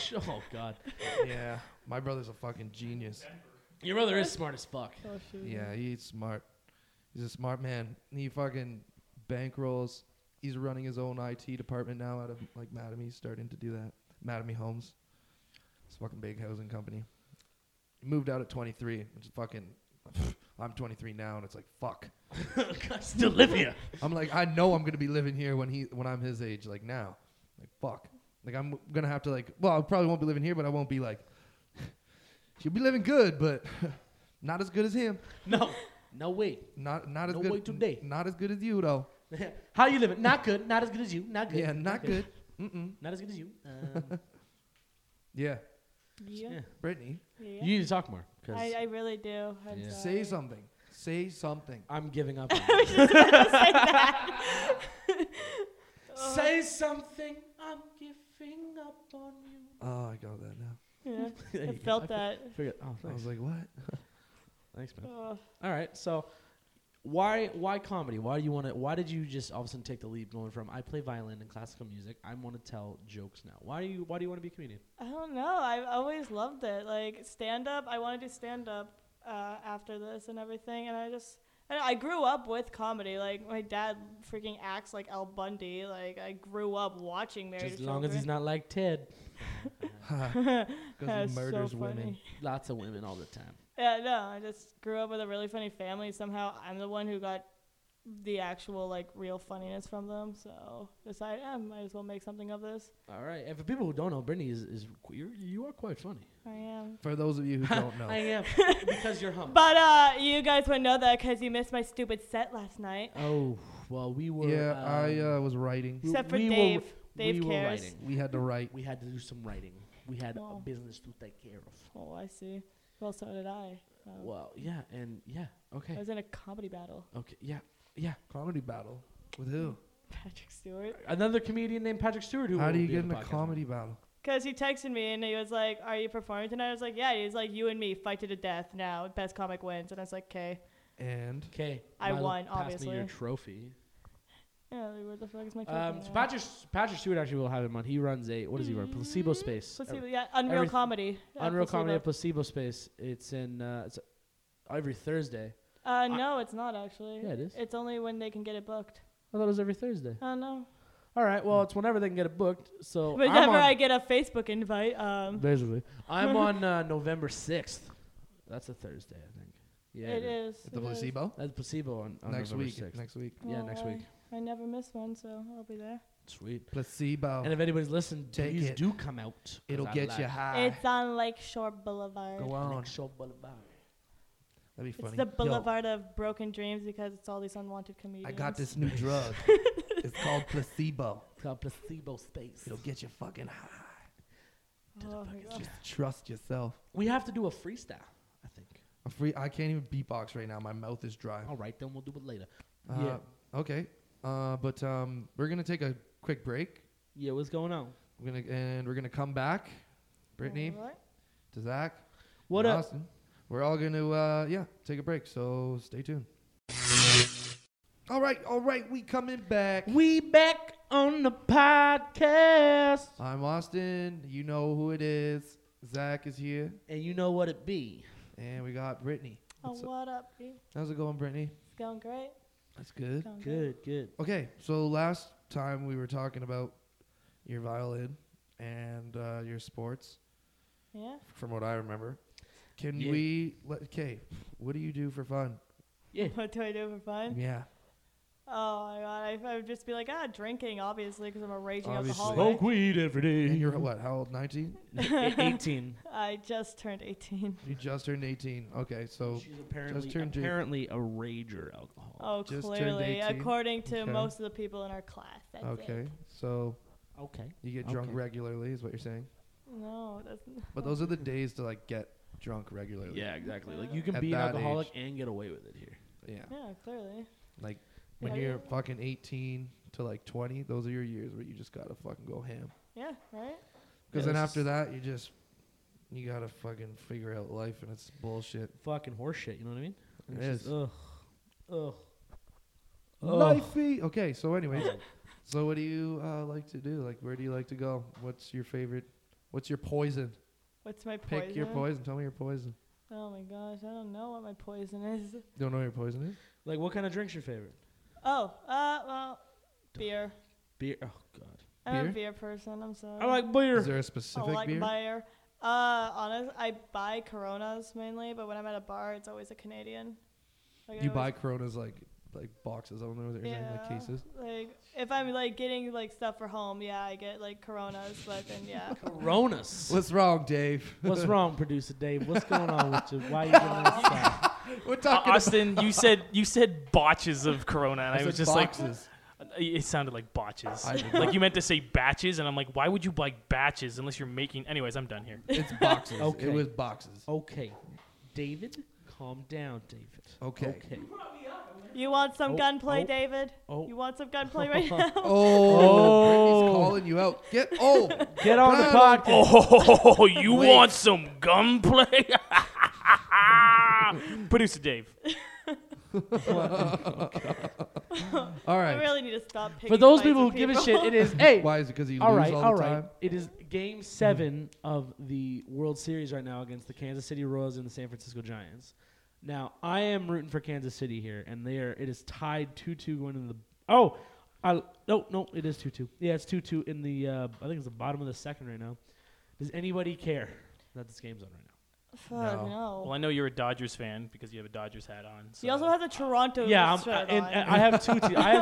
[SPEAKER 2] sh- oh God,
[SPEAKER 3] yeah, <laughs> my brother's a fucking genius.
[SPEAKER 2] your brother is smart as fuck.
[SPEAKER 1] Oh, shoot.
[SPEAKER 3] Yeah, he's smart. He's a smart man. He fucking bankrolls. He's running his own IT department now out of like Madame. He's starting to do that. Madame Homes. It's a fucking big housing company. He moved out at 23, which is fucking. I'm 23 now, and it's like fuck.
[SPEAKER 2] I still live
[SPEAKER 3] <laughs>
[SPEAKER 2] here.
[SPEAKER 3] I'm like, I know I'm gonna be living here when he when I'm his age, like now, like fuck, like I'm gonna have to like, well, I probably won't be living here, but I won't be like, <laughs> she'll be living good, but <laughs> not as good as him,
[SPEAKER 2] No, no way.
[SPEAKER 3] not not as
[SPEAKER 2] No
[SPEAKER 3] good,
[SPEAKER 2] way today.
[SPEAKER 3] not as good as you though.
[SPEAKER 2] <laughs> How you living? Not good. Not as good as you. Not good.
[SPEAKER 3] Yeah, not good. Mm-mm.
[SPEAKER 2] Not as good as
[SPEAKER 3] <laughs>
[SPEAKER 2] you. Um,
[SPEAKER 3] Yeah,
[SPEAKER 1] Yeah.
[SPEAKER 2] yeah.
[SPEAKER 3] Brittany,
[SPEAKER 1] Yeah.
[SPEAKER 2] You need to talk more because
[SPEAKER 1] I, I really do. I'm
[SPEAKER 2] Yeah.
[SPEAKER 3] say
[SPEAKER 1] sorry. <laughs>
[SPEAKER 3] something, say something.
[SPEAKER 2] I'm giving up. on
[SPEAKER 1] I
[SPEAKER 2] you.
[SPEAKER 1] was just about to say that.
[SPEAKER 2] <laughs>
[SPEAKER 1] Oh.
[SPEAKER 2] Say something. I'm giving up on you.
[SPEAKER 3] Oh, I got that
[SPEAKER 1] <laughs>
[SPEAKER 3] now.
[SPEAKER 1] Yeah,
[SPEAKER 2] <laughs> There
[SPEAKER 1] I
[SPEAKER 2] you go.
[SPEAKER 1] felt
[SPEAKER 2] I
[SPEAKER 1] that.
[SPEAKER 2] fi- Figured, oh,
[SPEAKER 3] I was
[SPEAKER 2] thanks.
[SPEAKER 3] like, what? <laughs>
[SPEAKER 2] Thanks, man.
[SPEAKER 1] Oh.
[SPEAKER 2] All right. So, why why comedy? Why do you want to? Why did you just all of a sudden take the leap going from I play violin and classical music? I want to tell jokes now. Why do you Why do you want to be a comedian?
[SPEAKER 1] I don't know. I've always loved it. Like stand up, I want to do stand up uh, after this and everything. And I just, I, don't know, I grew up with comedy. Like my dad freaking acts like Al Bundy. Like I grew up watching Married
[SPEAKER 2] Just
[SPEAKER 1] to
[SPEAKER 2] as long as he's not like Ted. <laughs>
[SPEAKER 1] <laughs>
[SPEAKER 3] Because he murders women.
[SPEAKER 2] Lots of women all the time.
[SPEAKER 1] Yeah, no, I just grew up with a really funny family. Somehow I'm the one who got the actual like real funniness from them. So decided, I might as well make something of this.
[SPEAKER 2] All right. And for people who don't know, Brittany is is you you are quite funny.
[SPEAKER 1] I am.
[SPEAKER 3] For those of
[SPEAKER 2] <laughs>
[SPEAKER 3] you who don't know,
[SPEAKER 1] <laughs>
[SPEAKER 2] I am because you're humble.
[SPEAKER 1] But uh, you guys would know that because you missed my stupid set last night.
[SPEAKER 2] Oh well, we were.
[SPEAKER 3] yeah,
[SPEAKER 2] um,
[SPEAKER 3] I uh, was writing.
[SPEAKER 2] we-
[SPEAKER 1] Except for
[SPEAKER 2] we were-
[SPEAKER 1] Dave. Dave
[SPEAKER 2] we were
[SPEAKER 1] cares.
[SPEAKER 2] writing.
[SPEAKER 3] We had to write.
[SPEAKER 2] We had to do some writing. We had
[SPEAKER 1] Oh.
[SPEAKER 2] a business to take care of.
[SPEAKER 1] Oh, I see. Well, so did I. Um,
[SPEAKER 2] Well, yeah, and yeah,
[SPEAKER 1] I
[SPEAKER 2] okay,
[SPEAKER 1] was in a comedy battle. <laughs>
[SPEAKER 2] okay, yeah, yeah.
[SPEAKER 3] Comedy battle with who?
[SPEAKER 1] Patrick Stewart.
[SPEAKER 2] Another comedian named Patrick Stewart. Who
[SPEAKER 3] How
[SPEAKER 2] will
[SPEAKER 3] do you
[SPEAKER 2] be on
[SPEAKER 3] get in
[SPEAKER 2] the
[SPEAKER 3] a
[SPEAKER 2] podcast.
[SPEAKER 3] comedy battle?
[SPEAKER 1] Because he texted me and he was like, Are you performing tonight? I was like, Yeah. He's like, You and me fight to the death now. Best comic wins. And I was like, Okay.
[SPEAKER 3] And
[SPEAKER 2] Okay,
[SPEAKER 1] I
[SPEAKER 2] Milo,
[SPEAKER 1] won,
[SPEAKER 2] pass me your
[SPEAKER 1] obviously.
[SPEAKER 2] trophy.
[SPEAKER 1] Yeah, like, where the fuck is my trophy?
[SPEAKER 2] Um, so
[SPEAKER 1] now?
[SPEAKER 2] Patrick Patrick Stewart actually will have him on. He runs a what does he run? Placebo Space.
[SPEAKER 1] Mm, Placebo, yeah, Unreal
[SPEAKER 2] everyth-
[SPEAKER 1] Comedy. at
[SPEAKER 2] Unreal Comedy at
[SPEAKER 1] Placebo.
[SPEAKER 2] Placebo Space. It's in uh, it's every Thursday.
[SPEAKER 1] Uh, no, it's not actually.
[SPEAKER 2] Yeah, it is.
[SPEAKER 1] It's only when they can get it booked.
[SPEAKER 2] I thought it was every Thursday.
[SPEAKER 1] I don't know.
[SPEAKER 2] All right. Well, it's whenever they can get it booked. So I'm
[SPEAKER 1] Whenever
[SPEAKER 2] on,
[SPEAKER 1] I get a Facebook invite, um,
[SPEAKER 2] basically, I'm on uh, November sixth. That's a Thursday, I think. Yeah.
[SPEAKER 1] it
[SPEAKER 2] it is.
[SPEAKER 1] is.
[SPEAKER 3] At the
[SPEAKER 1] it is.
[SPEAKER 3] placebo?
[SPEAKER 2] That's placebo on, on
[SPEAKER 3] Next
[SPEAKER 2] November
[SPEAKER 3] week.
[SPEAKER 2] 6th.
[SPEAKER 3] Next week.
[SPEAKER 2] yeah,
[SPEAKER 1] Well,
[SPEAKER 2] next
[SPEAKER 1] I-
[SPEAKER 2] week.
[SPEAKER 1] I never miss one, so I'll be there.
[SPEAKER 2] Sweet.
[SPEAKER 3] Placebo.
[SPEAKER 2] And if anybody's listened,
[SPEAKER 3] Oh. Take
[SPEAKER 2] please
[SPEAKER 3] it.
[SPEAKER 2] do come out. 'cause
[SPEAKER 3] It'll
[SPEAKER 2] I
[SPEAKER 3] get
[SPEAKER 2] like
[SPEAKER 3] you
[SPEAKER 2] it.
[SPEAKER 3] high.
[SPEAKER 1] It's on Lakeshore Boulevard.
[SPEAKER 3] Ah. Go on.
[SPEAKER 2] Lakeshore Boulevard.
[SPEAKER 3] That'd be
[SPEAKER 1] It's
[SPEAKER 3] funny.
[SPEAKER 1] the
[SPEAKER 3] Yo,
[SPEAKER 1] boulevard of broken dreams because it's all these unwanted comedians.
[SPEAKER 3] I got this new
[SPEAKER 1] <laughs>
[SPEAKER 3] drug. it's called placebo.
[SPEAKER 2] It's called placebo space.
[SPEAKER 3] It'll get you fucking high.
[SPEAKER 1] Oh, my God.
[SPEAKER 3] Just trust yourself.
[SPEAKER 2] We have to do a freestyle, I think.
[SPEAKER 3] I'm free. I can't even beatbox right now. My mouth is dry.
[SPEAKER 2] All right, then we'll do it later.
[SPEAKER 3] Uh,
[SPEAKER 2] Oh, yeah.
[SPEAKER 3] Okay. Uh, but um, we're gonna take a quick break.
[SPEAKER 2] Yeah, what's going on?
[SPEAKER 3] We're gonna and we're gonna come back. Brittany,
[SPEAKER 1] Alright.
[SPEAKER 3] to Zach,
[SPEAKER 2] What
[SPEAKER 3] and
[SPEAKER 2] up?
[SPEAKER 3] Austin. We're all gonna uh, yeah take a break. So stay tuned. All right, all right, we coming back.
[SPEAKER 2] We back on the podcast.
[SPEAKER 3] I'm Austin. You know who it is. Zach is here,
[SPEAKER 2] And you know what it be.
[SPEAKER 3] and we got Brittany.
[SPEAKER 1] Oh,
[SPEAKER 3] What's up?
[SPEAKER 1] what up? B?
[SPEAKER 3] How's it going, Brittany?
[SPEAKER 1] It's going great.
[SPEAKER 3] That's good.
[SPEAKER 1] It's going
[SPEAKER 2] Good, good.
[SPEAKER 3] Okay, so last time we were talking about your violin and uh, your sports,
[SPEAKER 1] Yeah.
[SPEAKER 3] from what I remember. Can
[SPEAKER 2] Yeah.
[SPEAKER 3] we? Okay, what do you do for fun?
[SPEAKER 2] Yeah.
[SPEAKER 1] What do I do for fun?
[SPEAKER 3] Yeah,
[SPEAKER 1] Oh my god, I, I would just be like, ah, drinking, obviously, because I'm a raging
[SPEAKER 3] Obviously. Oh,
[SPEAKER 1] alcoholic.
[SPEAKER 4] Smoke weed every day.
[SPEAKER 3] and <laughs> you're what? How old? Nineteen?
[SPEAKER 2] E- 18.
[SPEAKER 1] I just turned 18.
[SPEAKER 3] You just turned eighteen. Okay, so
[SPEAKER 2] She's apparently,
[SPEAKER 3] turned eight.
[SPEAKER 2] apparently a rager alcohol.
[SPEAKER 1] Oh,
[SPEAKER 3] Just turned
[SPEAKER 1] clearly,
[SPEAKER 3] 18?
[SPEAKER 1] according to
[SPEAKER 3] Okay.
[SPEAKER 1] most of the people in our class. That's
[SPEAKER 3] okay,
[SPEAKER 1] It.
[SPEAKER 3] so
[SPEAKER 2] Oh, Okay.
[SPEAKER 3] you get drunk
[SPEAKER 2] Okay.
[SPEAKER 3] regularly, is what you're saying?
[SPEAKER 1] No, that's n-
[SPEAKER 3] But those are
[SPEAKER 1] Mm-hmm.
[SPEAKER 3] the days to like get drunk regularly.
[SPEAKER 2] Yeah, exactly. Like you can
[SPEAKER 3] At
[SPEAKER 2] be an
[SPEAKER 3] that
[SPEAKER 2] alcoholic
[SPEAKER 3] age.
[SPEAKER 2] and get away with it here.
[SPEAKER 3] yeah.
[SPEAKER 1] yeah, clearly.
[SPEAKER 3] Like when
[SPEAKER 1] Yeah.
[SPEAKER 3] you're fucking eighteen to like twenty, those are your years where you just gotta fucking go ham.
[SPEAKER 1] Yeah, right.
[SPEAKER 3] Because
[SPEAKER 2] Yeah,
[SPEAKER 3] then
[SPEAKER 2] it's
[SPEAKER 3] after that, you just you gotta fucking figure out life, and it's bullshit.
[SPEAKER 2] Fucking horseshit, you know what I mean?
[SPEAKER 3] It
[SPEAKER 2] It's just,
[SPEAKER 3] is.
[SPEAKER 2] Ugh. Ugh. Ugh.
[SPEAKER 3] Lifey. Okay, so anyways, <laughs> so what do you uh, like to do? Like, where do you like to go? What's your favorite? What's your poison?
[SPEAKER 1] What's my
[SPEAKER 3] Pick
[SPEAKER 1] poison?
[SPEAKER 3] your poison. Tell me your poison.
[SPEAKER 1] Oh my gosh, I don't know what my poison is.
[SPEAKER 3] Don't know what your poison is?
[SPEAKER 2] Like, what kind of drink's your favorite?
[SPEAKER 1] Oh, uh, well, beer.
[SPEAKER 2] Beer. Oh God.
[SPEAKER 1] I'm
[SPEAKER 3] Beer?
[SPEAKER 1] a beer person. I'm sorry.
[SPEAKER 2] I like beer.
[SPEAKER 3] Is there a
[SPEAKER 1] I
[SPEAKER 3] specific
[SPEAKER 1] like
[SPEAKER 3] beer?
[SPEAKER 1] beer. Uh, honest, I buy Coronas mainly, but when I'm at a bar, it's always a Canadian. Like, I
[SPEAKER 3] You
[SPEAKER 1] always-
[SPEAKER 3] buy Coronas like like boxes. I don't know what they're saying, like cases.
[SPEAKER 1] Like if I'm like getting like stuff for home, yeah, I get like Coronas, but then yeah.
[SPEAKER 3] <laughs>
[SPEAKER 2] Coronas.
[SPEAKER 3] What's wrong, Dave? <laughs>
[SPEAKER 2] What's wrong, producer Dave? What's going on with you? Why are you getting all excited?
[SPEAKER 3] We're
[SPEAKER 5] Uh,
[SPEAKER 3] talking.
[SPEAKER 5] Austin,
[SPEAKER 3] <laughs>
[SPEAKER 5] you said you said botches of Corona, and I,
[SPEAKER 3] said
[SPEAKER 5] was
[SPEAKER 2] <laughs>
[SPEAKER 5] just
[SPEAKER 3] boxes.
[SPEAKER 5] like, uh, it sounded like botches.
[SPEAKER 3] I did
[SPEAKER 5] <laughs> like you meant to say batches, and I'm like, why would you buy batches unless you're making? Anyways, I'm done here.
[SPEAKER 3] it's boxes.
[SPEAKER 2] Okay.
[SPEAKER 3] It was boxes.
[SPEAKER 2] Okay, David, calm down, David.
[SPEAKER 3] Okay.
[SPEAKER 2] Okay.
[SPEAKER 1] You want some
[SPEAKER 2] Oh,
[SPEAKER 1] gunplay,
[SPEAKER 2] oh,
[SPEAKER 1] David?
[SPEAKER 2] oh.
[SPEAKER 1] You want some
[SPEAKER 2] <laughs>
[SPEAKER 1] gunplay right now?
[SPEAKER 3] Oh,
[SPEAKER 2] Oh.
[SPEAKER 3] Brittany's calling you out. Get
[SPEAKER 2] <laughs>
[SPEAKER 3] oh,
[SPEAKER 2] Get on the podcast.
[SPEAKER 5] Oh, you
[SPEAKER 3] Wait.
[SPEAKER 5] want some gunplay? <laughs> Producer Dave.
[SPEAKER 3] <laughs> All
[SPEAKER 1] I
[SPEAKER 3] right.
[SPEAKER 1] really need to stop. picking
[SPEAKER 2] For those
[SPEAKER 1] fights
[SPEAKER 2] people
[SPEAKER 1] with
[SPEAKER 2] who give a
[SPEAKER 1] people.
[SPEAKER 2] shit, it is hey.
[SPEAKER 3] Why is it because you
[SPEAKER 2] All
[SPEAKER 3] lose
[SPEAKER 2] right,
[SPEAKER 3] all the
[SPEAKER 2] all
[SPEAKER 3] time? Mm-hmm.
[SPEAKER 2] right. It is Game Seven of the World Series right now against the Kansas City Royals and the San Francisco Giants. Now I am rooting for Kansas City here, and they are. It is tied two-two going into the. Oh, I, no, no, it is two-two. Yeah, it's two-two in the. Uh, I think it's the bottom of the second right now. Does anybody care that this game's on right now?
[SPEAKER 1] <laughs> Fuck
[SPEAKER 3] No.
[SPEAKER 1] no.
[SPEAKER 5] Well, I know you're a Dodgers fan because you have a Dodgers hat on. So.
[SPEAKER 1] He also has a Toronto
[SPEAKER 2] uh, yeah, I'm,
[SPEAKER 1] shirt
[SPEAKER 2] I, and,
[SPEAKER 1] on.
[SPEAKER 2] and I have two. Te- I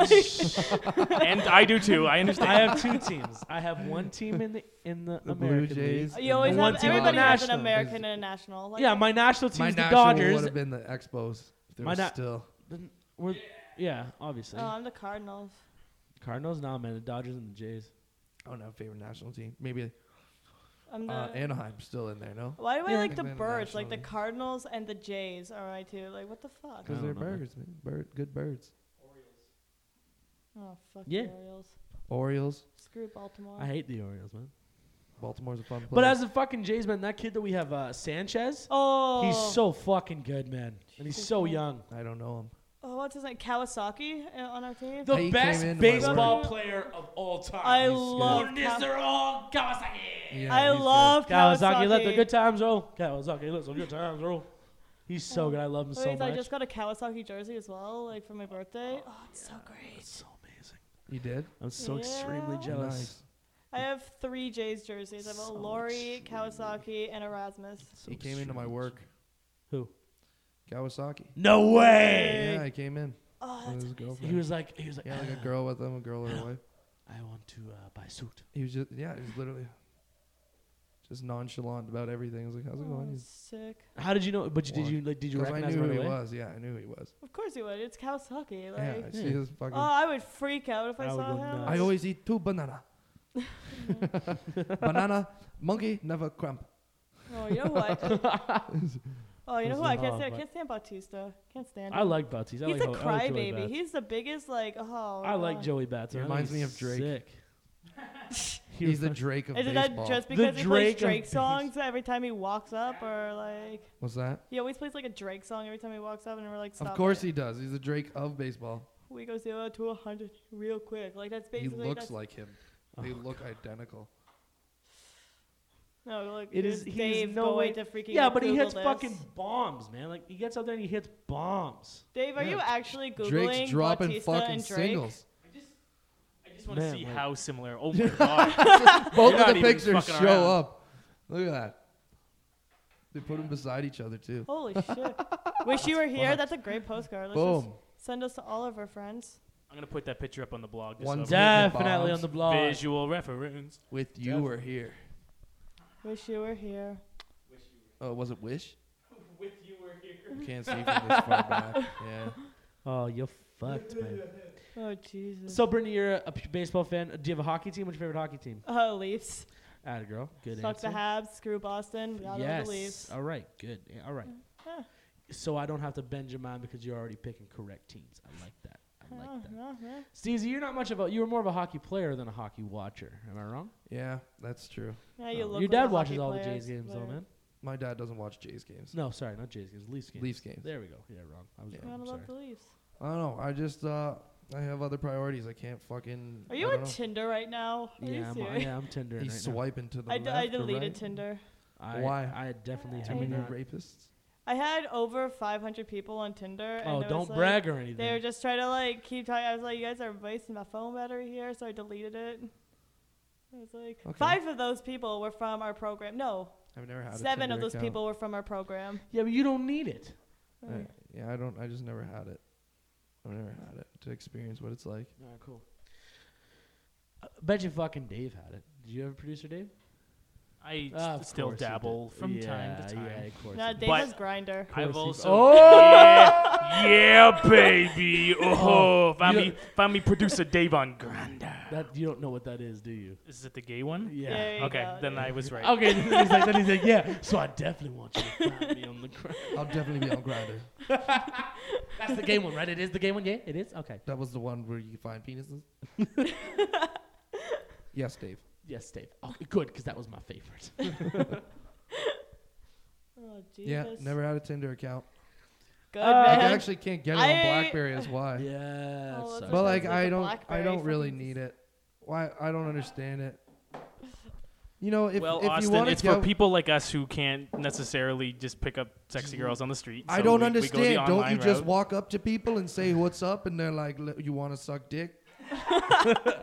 [SPEAKER 2] have.
[SPEAKER 5] and I do too. I understand.
[SPEAKER 2] I have two teams. I have one team in the in the,
[SPEAKER 3] The Blue
[SPEAKER 2] American
[SPEAKER 3] Jays.
[SPEAKER 2] League.
[SPEAKER 1] Oh, you always
[SPEAKER 2] one
[SPEAKER 1] have
[SPEAKER 2] team on
[SPEAKER 1] everybody
[SPEAKER 2] the
[SPEAKER 1] has an
[SPEAKER 3] national.
[SPEAKER 1] American and a national. Like,
[SPEAKER 2] Yeah, my national team
[SPEAKER 3] My
[SPEAKER 2] is the
[SPEAKER 3] national
[SPEAKER 2] Dodgers.
[SPEAKER 3] would have been the Expos. if They
[SPEAKER 2] My
[SPEAKER 3] were
[SPEAKER 2] na-
[SPEAKER 3] still.
[SPEAKER 2] Then we're yeah, obviously.
[SPEAKER 1] Oh, I'm the Cardinals.
[SPEAKER 2] Cardinals, nah, man. The Dodgers and the Jays.
[SPEAKER 3] I don't have a favorite national team. Maybe
[SPEAKER 1] I'm the.
[SPEAKER 3] uh, Anaheim's still in there, no?
[SPEAKER 1] why do I
[SPEAKER 2] Yeah.
[SPEAKER 1] like the
[SPEAKER 3] Atlanta
[SPEAKER 1] birds? Like the
[SPEAKER 3] Nationally.
[SPEAKER 1] Cardinals and the Jays are my two. Like what the fuck?
[SPEAKER 2] I
[SPEAKER 3] Because they're
[SPEAKER 2] don't know, man.
[SPEAKER 3] birds, man. Bird, good birds.
[SPEAKER 1] Oh fuck
[SPEAKER 2] Yeah.
[SPEAKER 1] the Orioles.
[SPEAKER 3] Orioles.
[SPEAKER 1] Screw Baltimore.
[SPEAKER 2] I hate the Orioles, man.
[SPEAKER 3] Baltimore's a fun place.
[SPEAKER 2] But as a fucking Jays, man, that kid that we have, uh, Sanchez,
[SPEAKER 1] oh.
[SPEAKER 2] he's so fucking good, man, and he's so young.
[SPEAKER 3] I don't know him.
[SPEAKER 1] Oh, what's his name? Kawasaki uh, on our team.
[SPEAKER 2] The
[SPEAKER 3] He came
[SPEAKER 2] best
[SPEAKER 3] into my
[SPEAKER 2] baseball
[SPEAKER 1] work.
[SPEAKER 2] player of all time.
[SPEAKER 1] I
[SPEAKER 2] He's
[SPEAKER 1] love
[SPEAKER 2] good. This
[SPEAKER 1] Ka-
[SPEAKER 2] are all Kawasaki.
[SPEAKER 3] Yeah,
[SPEAKER 1] I
[SPEAKER 3] he's good.
[SPEAKER 1] love Kawasaki.
[SPEAKER 2] Kawasaki, let the good times roll. Kawasaki, let the good times roll. He's so good. I love him so
[SPEAKER 1] Wait, I
[SPEAKER 2] much.
[SPEAKER 1] just got a Kawasaki jersey as well, like for my birthday. Oh, it's so great.
[SPEAKER 2] so amazing.
[SPEAKER 3] You did?
[SPEAKER 2] I'm so extremely
[SPEAKER 1] Yeah.
[SPEAKER 2] jealous.
[SPEAKER 3] Nice.
[SPEAKER 1] I have three Jays jerseys. I have a
[SPEAKER 2] So
[SPEAKER 1] Lori,
[SPEAKER 2] extreme.
[SPEAKER 1] Kawasaki, and Erasmus.
[SPEAKER 2] So
[SPEAKER 3] he came into my
[SPEAKER 2] extremely-
[SPEAKER 3] work.
[SPEAKER 2] Who?
[SPEAKER 3] Kawasaki.
[SPEAKER 2] No way.
[SPEAKER 3] Yeah, I came in.
[SPEAKER 1] Oh, that's
[SPEAKER 3] with his
[SPEAKER 1] amazing.
[SPEAKER 2] He
[SPEAKER 3] girlfriend.
[SPEAKER 2] was like, he was like, <sighs>
[SPEAKER 3] He had like
[SPEAKER 1] "Ah."
[SPEAKER 3] a girl with him, a girl
[SPEAKER 1] <gasps>
[SPEAKER 3] or a wife.
[SPEAKER 2] I want to uh, buy a suit.
[SPEAKER 3] He was just yeah, he was literally just nonchalant about everything. I was like, how's it
[SPEAKER 1] Oh,
[SPEAKER 3] going?
[SPEAKER 1] that's sick.
[SPEAKER 2] How did you know? But you, did
[SPEAKER 3] Why?
[SPEAKER 2] you like? Did you
[SPEAKER 3] Because I
[SPEAKER 2] recognize him
[SPEAKER 3] knew
[SPEAKER 2] right
[SPEAKER 3] who he
[SPEAKER 2] away?
[SPEAKER 3] was. Yeah, I knew who he was.
[SPEAKER 1] Of course he would. It's Kawasaki.
[SPEAKER 3] yeah,
[SPEAKER 1] Like,
[SPEAKER 3] I see
[SPEAKER 2] Yeah.
[SPEAKER 3] his fucking.
[SPEAKER 1] oh, I would freak out if I,
[SPEAKER 2] I would
[SPEAKER 1] saw
[SPEAKER 2] go
[SPEAKER 1] him.
[SPEAKER 2] nuts.
[SPEAKER 3] I always eat
[SPEAKER 1] <laughs>
[SPEAKER 3] two banana. <laughs> banana, monkey, never crump.
[SPEAKER 1] Oh, you know
[SPEAKER 2] <laughs>
[SPEAKER 1] what? oh, you know who I can't
[SPEAKER 2] Oh,
[SPEAKER 1] stand? I
[SPEAKER 2] but-
[SPEAKER 1] can't stand Bautista. Can't stand him.
[SPEAKER 2] I like Bautista. I
[SPEAKER 1] He's
[SPEAKER 2] like
[SPEAKER 1] a
[SPEAKER 2] Ho- I like Joey
[SPEAKER 1] crybaby.
[SPEAKER 2] Bats.
[SPEAKER 1] He's the biggest, like, oh.
[SPEAKER 2] I like
[SPEAKER 1] God.
[SPEAKER 2] Joey Bats.
[SPEAKER 3] He
[SPEAKER 2] I think
[SPEAKER 3] reminds me
[SPEAKER 2] he's
[SPEAKER 3] of Drake.
[SPEAKER 2] Sick.
[SPEAKER 3] <laughs>
[SPEAKER 2] He
[SPEAKER 3] He's
[SPEAKER 2] was
[SPEAKER 3] the
[SPEAKER 2] fun-
[SPEAKER 3] Drake of
[SPEAKER 1] Isn't
[SPEAKER 3] baseball.
[SPEAKER 1] that just because he
[SPEAKER 2] Drake
[SPEAKER 1] plays
[SPEAKER 2] of
[SPEAKER 1] Drake
[SPEAKER 2] baseball.
[SPEAKER 1] songs every time he walks up, or like
[SPEAKER 3] What's that?
[SPEAKER 1] he always plays like a Drake song every time he walks up, and we're like, Stop
[SPEAKER 3] of course
[SPEAKER 1] it.
[SPEAKER 3] he does. He's the Drake of baseball.
[SPEAKER 1] we go zero to a hundred real quick. Like that's
[SPEAKER 3] He
[SPEAKER 1] basically
[SPEAKER 3] looks
[SPEAKER 1] that's,
[SPEAKER 3] like him.
[SPEAKER 2] Oh,
[SPEAKER 3] They look identical.
[SPEAKER 1] no. Like
[SPEAKER 2] It is. He
[SPEAKER 1] Dave
[SPEAKER 2] is no
[SPEAKER 1] going
[SPEAKER 2] way
[SPEAKER 1] to freaking
[SPEAKER 2] Yeah, but he
[SPEAKER 1] Google
[SPEAKER 2] hits
[SPEAKER 1] this.
[SPEAKER 2] fucking bombs, man. Like he gets out there and he hits bombs.
[SPEAKER 1] Dave, are
[SPEAKER 3] Yeah,
[SPEAKER 1] you actually googling
[SPEAKER 3] Drake's dropping
[SPEAKER 1] Bautista
[SPEAKER 3] fucking
[SPEAKER 1] and Drake? <laughs>
[SPEAKER 3] singles.
[SPEAKER 5] I just want to
[SPEAKER 2] Man,
[SPEAKER 5] see
[SPEAKER 2] like-
[SPEAKER 5] how similar. Oh my <laughs> god.
[SPEAKER 3] Both
[SPEAKER 5] not
[SPEAKER 3] of the
[SPEAKER 5] even
[SPEAKER 3] pictures
[SPEAKER 5] fucking
[SPEAKER 3] show
[SPEAKER 5] around.
[SPEAKER 3] up. Look at that. They put them beside each other too.
[SPEAKER 1] Holy shit! Wish you were here. That's a great postcard. Let's
[SPEAKER 3] Boom.
[SPEAKER 1] just send us to all of our friends.
[SPEAKER 5] I'm gonna put that picture up on the blog. Just
[SPEAKER 3] One
[SPEAKER 5] so
[SPEAKER 3] day.
[SPEAKER 5] everyone-
[SPEAKER 2] Definitely
[SPEAKER 3] bombs.
[SPEAKER 2] on the blog.
[SPEAKER 5] visual reference.
[SPEAKER 3] With you were here.
[SPEAKER 1] Wish you were here.
[SPEAKER 3] Oh, was it
[SPEAKER 1] <laughs>
[SPEAKER 3] Wish? With you were here. Can't see from this far back. Yeah.
[SPEAKER 2] Oh, you're fucked, man.
[SPEAKER 1] Oh Jesus.
[SPEAKER 2] So, Brittany, you're a, a baseball fan. Do you have a hockey team? What's your favorite hockey team?
[SPEAKER 1] Oh, Leafs.
[SPEAKER 2] Atta girl. Good
[SPEAKER 1] Suck
[SPEAKER 2] answer.
[SPEAKER 1] the Habs. Screw Boston. We gotta love the Leafs.
[SPEAKER 2] All right. Good. Yeah, All right.
[SPEAKER 1] Yeah.
[SPEAKER 2] So I don't have to bend your mind because you're already picking correct teams. I like that. I
[SPEAKER 1] Oh,
[SPEAKER 2] like that.
[SPEAKER 1] yeah, yeah.
[SPEAKER 2] Steezy, you're not much of a. You were more of a hockey player than a hockey watcher. Am I wrong?
[SPEAKER 3] Yeah, that's true.
[SPEAKER 1] Yeah, you
[SPEAKER 2] No.
[SPEAKER 1] look
[SPEAKER 2] Oh.
[SPEAKER 1] like
[SPEAKER 2] Your
[SPEAKER 1] a
[SPEAKER 2] dad
[SPEAKER 1] hockey
[SPEAKER 2] watches all the
[SPEAKER 1] player,
[SPEAKER 2] Jays games, though,
[SPEAKER 1] player.
[SPEAKER 2] man.
[SPEAKER 3] My dad doesn't watch Jays games.
[SPEAKER 2] No, sorry, not Jays games. Leafs games.
[SPEAKER 3] Leafs games.
[SPEAKER 2] There we go. Yeah, wrong. I was
[SPEAKER 3] Yeah.
[SPEAKER 1] You
[SPEAKER 2] wrong.
[SPEAKER 1] wanna
[SPEAKER 2] I'm
[SPEAKER 1] love
[SPEAKER 2] sorry.
[SPEAKER 1] the Leafs.
[SPEAKER 3] I don't know. I just uh I have other priorities. I can't fucking
[SPEAKER 1] Are you
[SPEAKER 3] I
[SPEAKER 1] on
[SPEAKER 3] don't know.
[SPEAKER 1] Tinder right now? Are you
[SPEAKER 2] Yeah, I'm,
[SPEAKER 1] serious?
[SPEAKER 2] yeah, I'm Tinder.
[SPEAKER 3] He's
[SPEAKER 2] right now.
[SPEAKER 3] swiping to the
[SPEAKER 1] I,
[SPEAKER 3] left
[SPEAKER 1] d- I
[SPEAKER 3] or
[SPEAKER 1] deleted
[SPEAKER 3] right.
[SPEAKER 1] Tinder.
[SPEAKER 2] I,
[SPEAKER 3] Why?
[SPEAKER 2] I definitely.
[SPEAKER 1] Too
[SPEAKER 2] I
[SPEAKER 3] Too
[SPEAKER 2] mean,
[SPEAKER 3] many
[SPEAKER 1] Tinder.
[SPEAKER 2] not-
[SPEAKER 3] rapists.
[SPEAKER 1] I had over 500 people on Tinder. And
[SPEAKER 2] oh,
[SPEAKER 1] it was
[SPEAKER 2] don't
[SPEAKER 1] like-
[SPEAKER 2] brag
[SPEAKER 1] They
[SPEAKER 2] or
[SPEAKER 1] were
[SPEAKER 2] anything.
[SPEAKER 1] just trying to like keep talking. I was like, you guys are wasting my phone battery here, so I deleted it. I was like,
[SPEAKER 3] Okay.
[SPEAKER 1] five of those people were from our program. No,
[SPEAKER 3] I've never had a
[SPEAKER 1] seven of
[SPEAKER 3] Tinder
[SPEAKER 1] those
[SPEAKER 3] account.
[SPEAKER 1] people were from our program.
[SPEAKER 2] Yeah, but you don't need it.
[SPEAKER 1] Oh,
[SPEAKER 3] I- yeah, I don't. I just never had it. I've never had it to experience what it's like.
[SPEAKER 2] All right, cool. I bet you fucking Dave had it. Did you have a producer, Dave?
[SPEAKER 5] I
[SPEAKER 2] Ah,
[SPEAKER 5] st-
[SPEAKER 2] of
[SPEAKER 5] still
[SPEAKER 2] course you
[SPEAKER 5] dabble
[SPEAKER 2] did.
[SPEAKER 5] from time
[SPEAKER 2] Yeah,
[SPEAKER 5] to time.
[SPEAKER 2] Yeah, of course.
[SPEAKER 1] No,
[SPEAKER 2] you did.
[SPEAKER 1] Dave
[SPEAKER 5] But-
[SPEAKER 1] was grinder.
[SPEAKER 5] I've
[SPEAKER 2] course
[SPEAKER 5] also
[SPEAKER 2] you- Oh!
[SPEAKER 5] yeah,
[SPEAKER 2] <laughs>
[SPEAKER 5] yeah, baby. Oh, found
[SPEAKER 2] you
[SPEAKER 5] me, found me producer Dave on Granda.
[SPEAKER 2] That you don't know what that is, do you?
[SPEAKER 5] Is it the gay one?
[SPEAKER 1] There you
[SPEAKER 5] Okay,
[SPEAKER 1] go,
[SPEAKER 5] then
[SPEAKER 1] Hmm? yeah.
[SPEAKER 5] I was right.
[SPEAKER 2] Okay. then he's like, then he's like, yeah. So I definitely want you to find me on the ground.
[SPEAKER 3] I'll definitely be on Grinder.
[SPEAKER 2] That's the game one, right? It is the game one. Yeah, it is. Okay.
[SPEAKER 3] That was the one where you find penises.
[SPEAKER 1] <laughs>
[SPEAKER 3] yes, Dave.
[SPEAKER 2] Yes, Dave. Oh, good, because that was my
[SPEAKER 5] <laughs>
[SPEAKER 2] favorite.
[SPEAKER 1] Oh, Jesus.
[SPEAKER 3] Yeah, never had a Tinder account.
[SPEAKER 1] Good
[SPEAKER 2] Uh,
[SPEAKER 3] Like, I
[SPEAKER 1] man.
[SPEAKER 3] actually can't get it
[SPEAKER 1] I-
[SPEAKER 3] on BlackBerry. Is why.
[SPEAKER 1] Oh,
[SPEAKER 2] yeah. it
[SPEAKER 1] that's
[SPEAKER 2] sucks.
[SPEAKER 3] But
[SPEAKER 1] Sometimes
[SPEAKER 3] like,
[SPEAKER 1] it's
[SPEAKER 3] I
[SPEAKER 1] a
[SPEAKER 3] don't, I
[SPEAKER 1] Blackberry
[SPEAKER 3] don't really
[SPEAKER 1] fucking-
[SPEAKER 3] need it. Why? I don't understand it. You know, if
[SPEAKER 5] well,
[SPEAKER 3] if you
[SPEAKER 5] Austin,
[SPEAKER 3] want
[SPEAKER 5] it's
[SPEAKER 3] to go,
[SPEAKER 5] for people like us who can't necessarily just pick up sexy girls on the street.
[SPEAKER 3] I
[SPEAKER 5] so
[SPEAKER 3] don't
[SPEAKER 5] we- we go the
[SPEAKER 3] understand. don't you
[SPEAKER 5] online
[SPEAKER 3] just
[SPEAKER 5] route.
[SPEAKER 3] walk up to people and say what's up, and they're like, "Li- you want to
[SPEAKER 1] <laughs>
[SPEAKER 3] suck dick?
[SPEAKER 1] That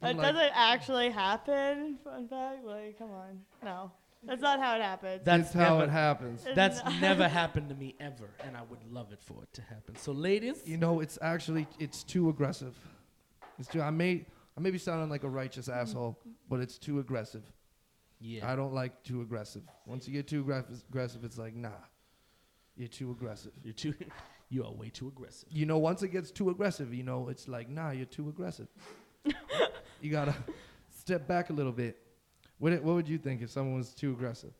[SPEAKER 3] I'm like-
[SPEAKER 1] doesn't actually happen. Fun fact, like, come on, no, that's not how it happens.
[SPEAKER 3] That's how
[SPEAKER 2] never,
[SPEAKER 3] it happens.
[SPEAKER 2] That's
[SPEAKER 1] <laughs>
[SPEAKER 2] never happened to me ever, and I would love it for it to happen. So, ladies,
[SPEAKER 3] You know, it's actually it's too aggressive. It's too. I may I may be sounding like a righteous asshole, but it's too aggressive.
[SPEAKER 2] yeah,
[SPEAKER 3] I don't like too aggressive. Once you get too aggra- aggressive, it's like nah, you're too aggressive.
[SPEAKER 2] you're too, <laughs> you are way too aggressive.
[SPEAKER 3] You know, once it gets too aggressive, you know, it's like nah, you're
[SPEAKER 1] <laughs>
[SPEAKER 3] too aggressive. you gotta step back a little bit. What it- what would you think if someone was too aggressive?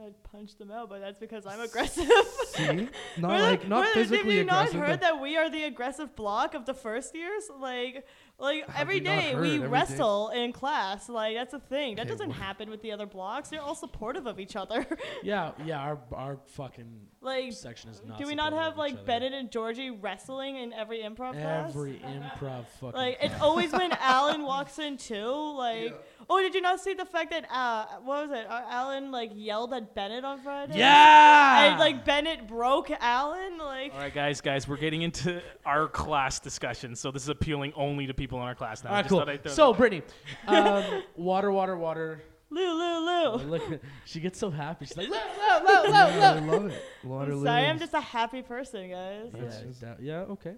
[SPEAKER 1] I'd punch them out, but that's because
[SPEAKER 3] <laughs>
[SPEAKER 1] I'm aggressive.
[SPEAKER 3] See,
[SPEAKER 1] <laughs>
[SPEAKER 3] not
[SPEAKER 1] We're
[SPEAKER 3] like not
[SPEAKER 1] we're
[SPEAKER 3] physically
[SPEAKER 1] Have you not
[SPEAKER 3] aggressive.
[SPEAKER 1] heard
[SPEAKER 3] but
[SPEAKER 1] that we are the aggressive block of the first years? Like, like
[SPEAKER 3] Have
[SPEAKER 1] every
[SPEAKER 3] we not
[SPEAKER 1] day
[SPEAKER 3] heard?
[SPEAKER 1] we
[SPEAKER 3] Every day.
[SPEAKER 1] wrestle in class. Like that's a thing. That
[SPEAKER 3] Okay,
[SPEAKER 1] doesn't
[SPEAKER 3] wha-
[SPEAKER 1] happen with the other blocks. They're all supportive of each other.
[SPEAKER 2] <laughs>
[SPEAKER 1] <laughs>
[SPEAKER 2] Yeah, yeah. Our our fucking
[SPEAKER 1] like,
[SPEAKER 2] section is not.
[SPEAKER 1] do we not
[SPEAKER 2] supportive
[SPEAKER 1] have
[SPEAKER 2] of each
[SPEAKER 1] like
[SPEAKER 2] other.
[SPEAKER 1] Bennett and Georgie wrestling in every improv class?
[SPEAKER 2] Every improv fucking.
[SPEAKER 3] <laughs>
[SPEAKER 1] Like
[SPEAKER 2] class.
[SPEAKER 1] it's always when Alan walks in too. Like Oh, did you not see the fact that uh, what was it? Uh, Alan like yelled at Bennett on Friday.
[SPEAKER 2] Yeah.
[SPEAKER 1] And like Bennett broke Alan. Like
[SPEAKER 5] All right, guys, guys, we're getting into our class discussion, so this is appealing only to people in our class now.
[SPEAKER 2] All
[SPEAKER 5] I
[SPEAKER 2] right,
[SPEAKER 5] just
[SPEAKER 2] cool.
[SPEAKER 5] thought I'd throw
[SPEAKER 2] So, <laughs> Brittany, um, water, water, water.
[SPEAKER 1] Lou, Lou, Lou.
[SPEAKER 2] Look, she gets so happy. She's like, "Look."
[SPEAKER 3] I love it. Water
[SPEAKER 1] I'm <laughs> sorry, I'm just a happy person, guys.
[SPEAKER 2] yeah,
[SPEAKER 1] Like,
[SPEAKER 2] that- yeah, okay.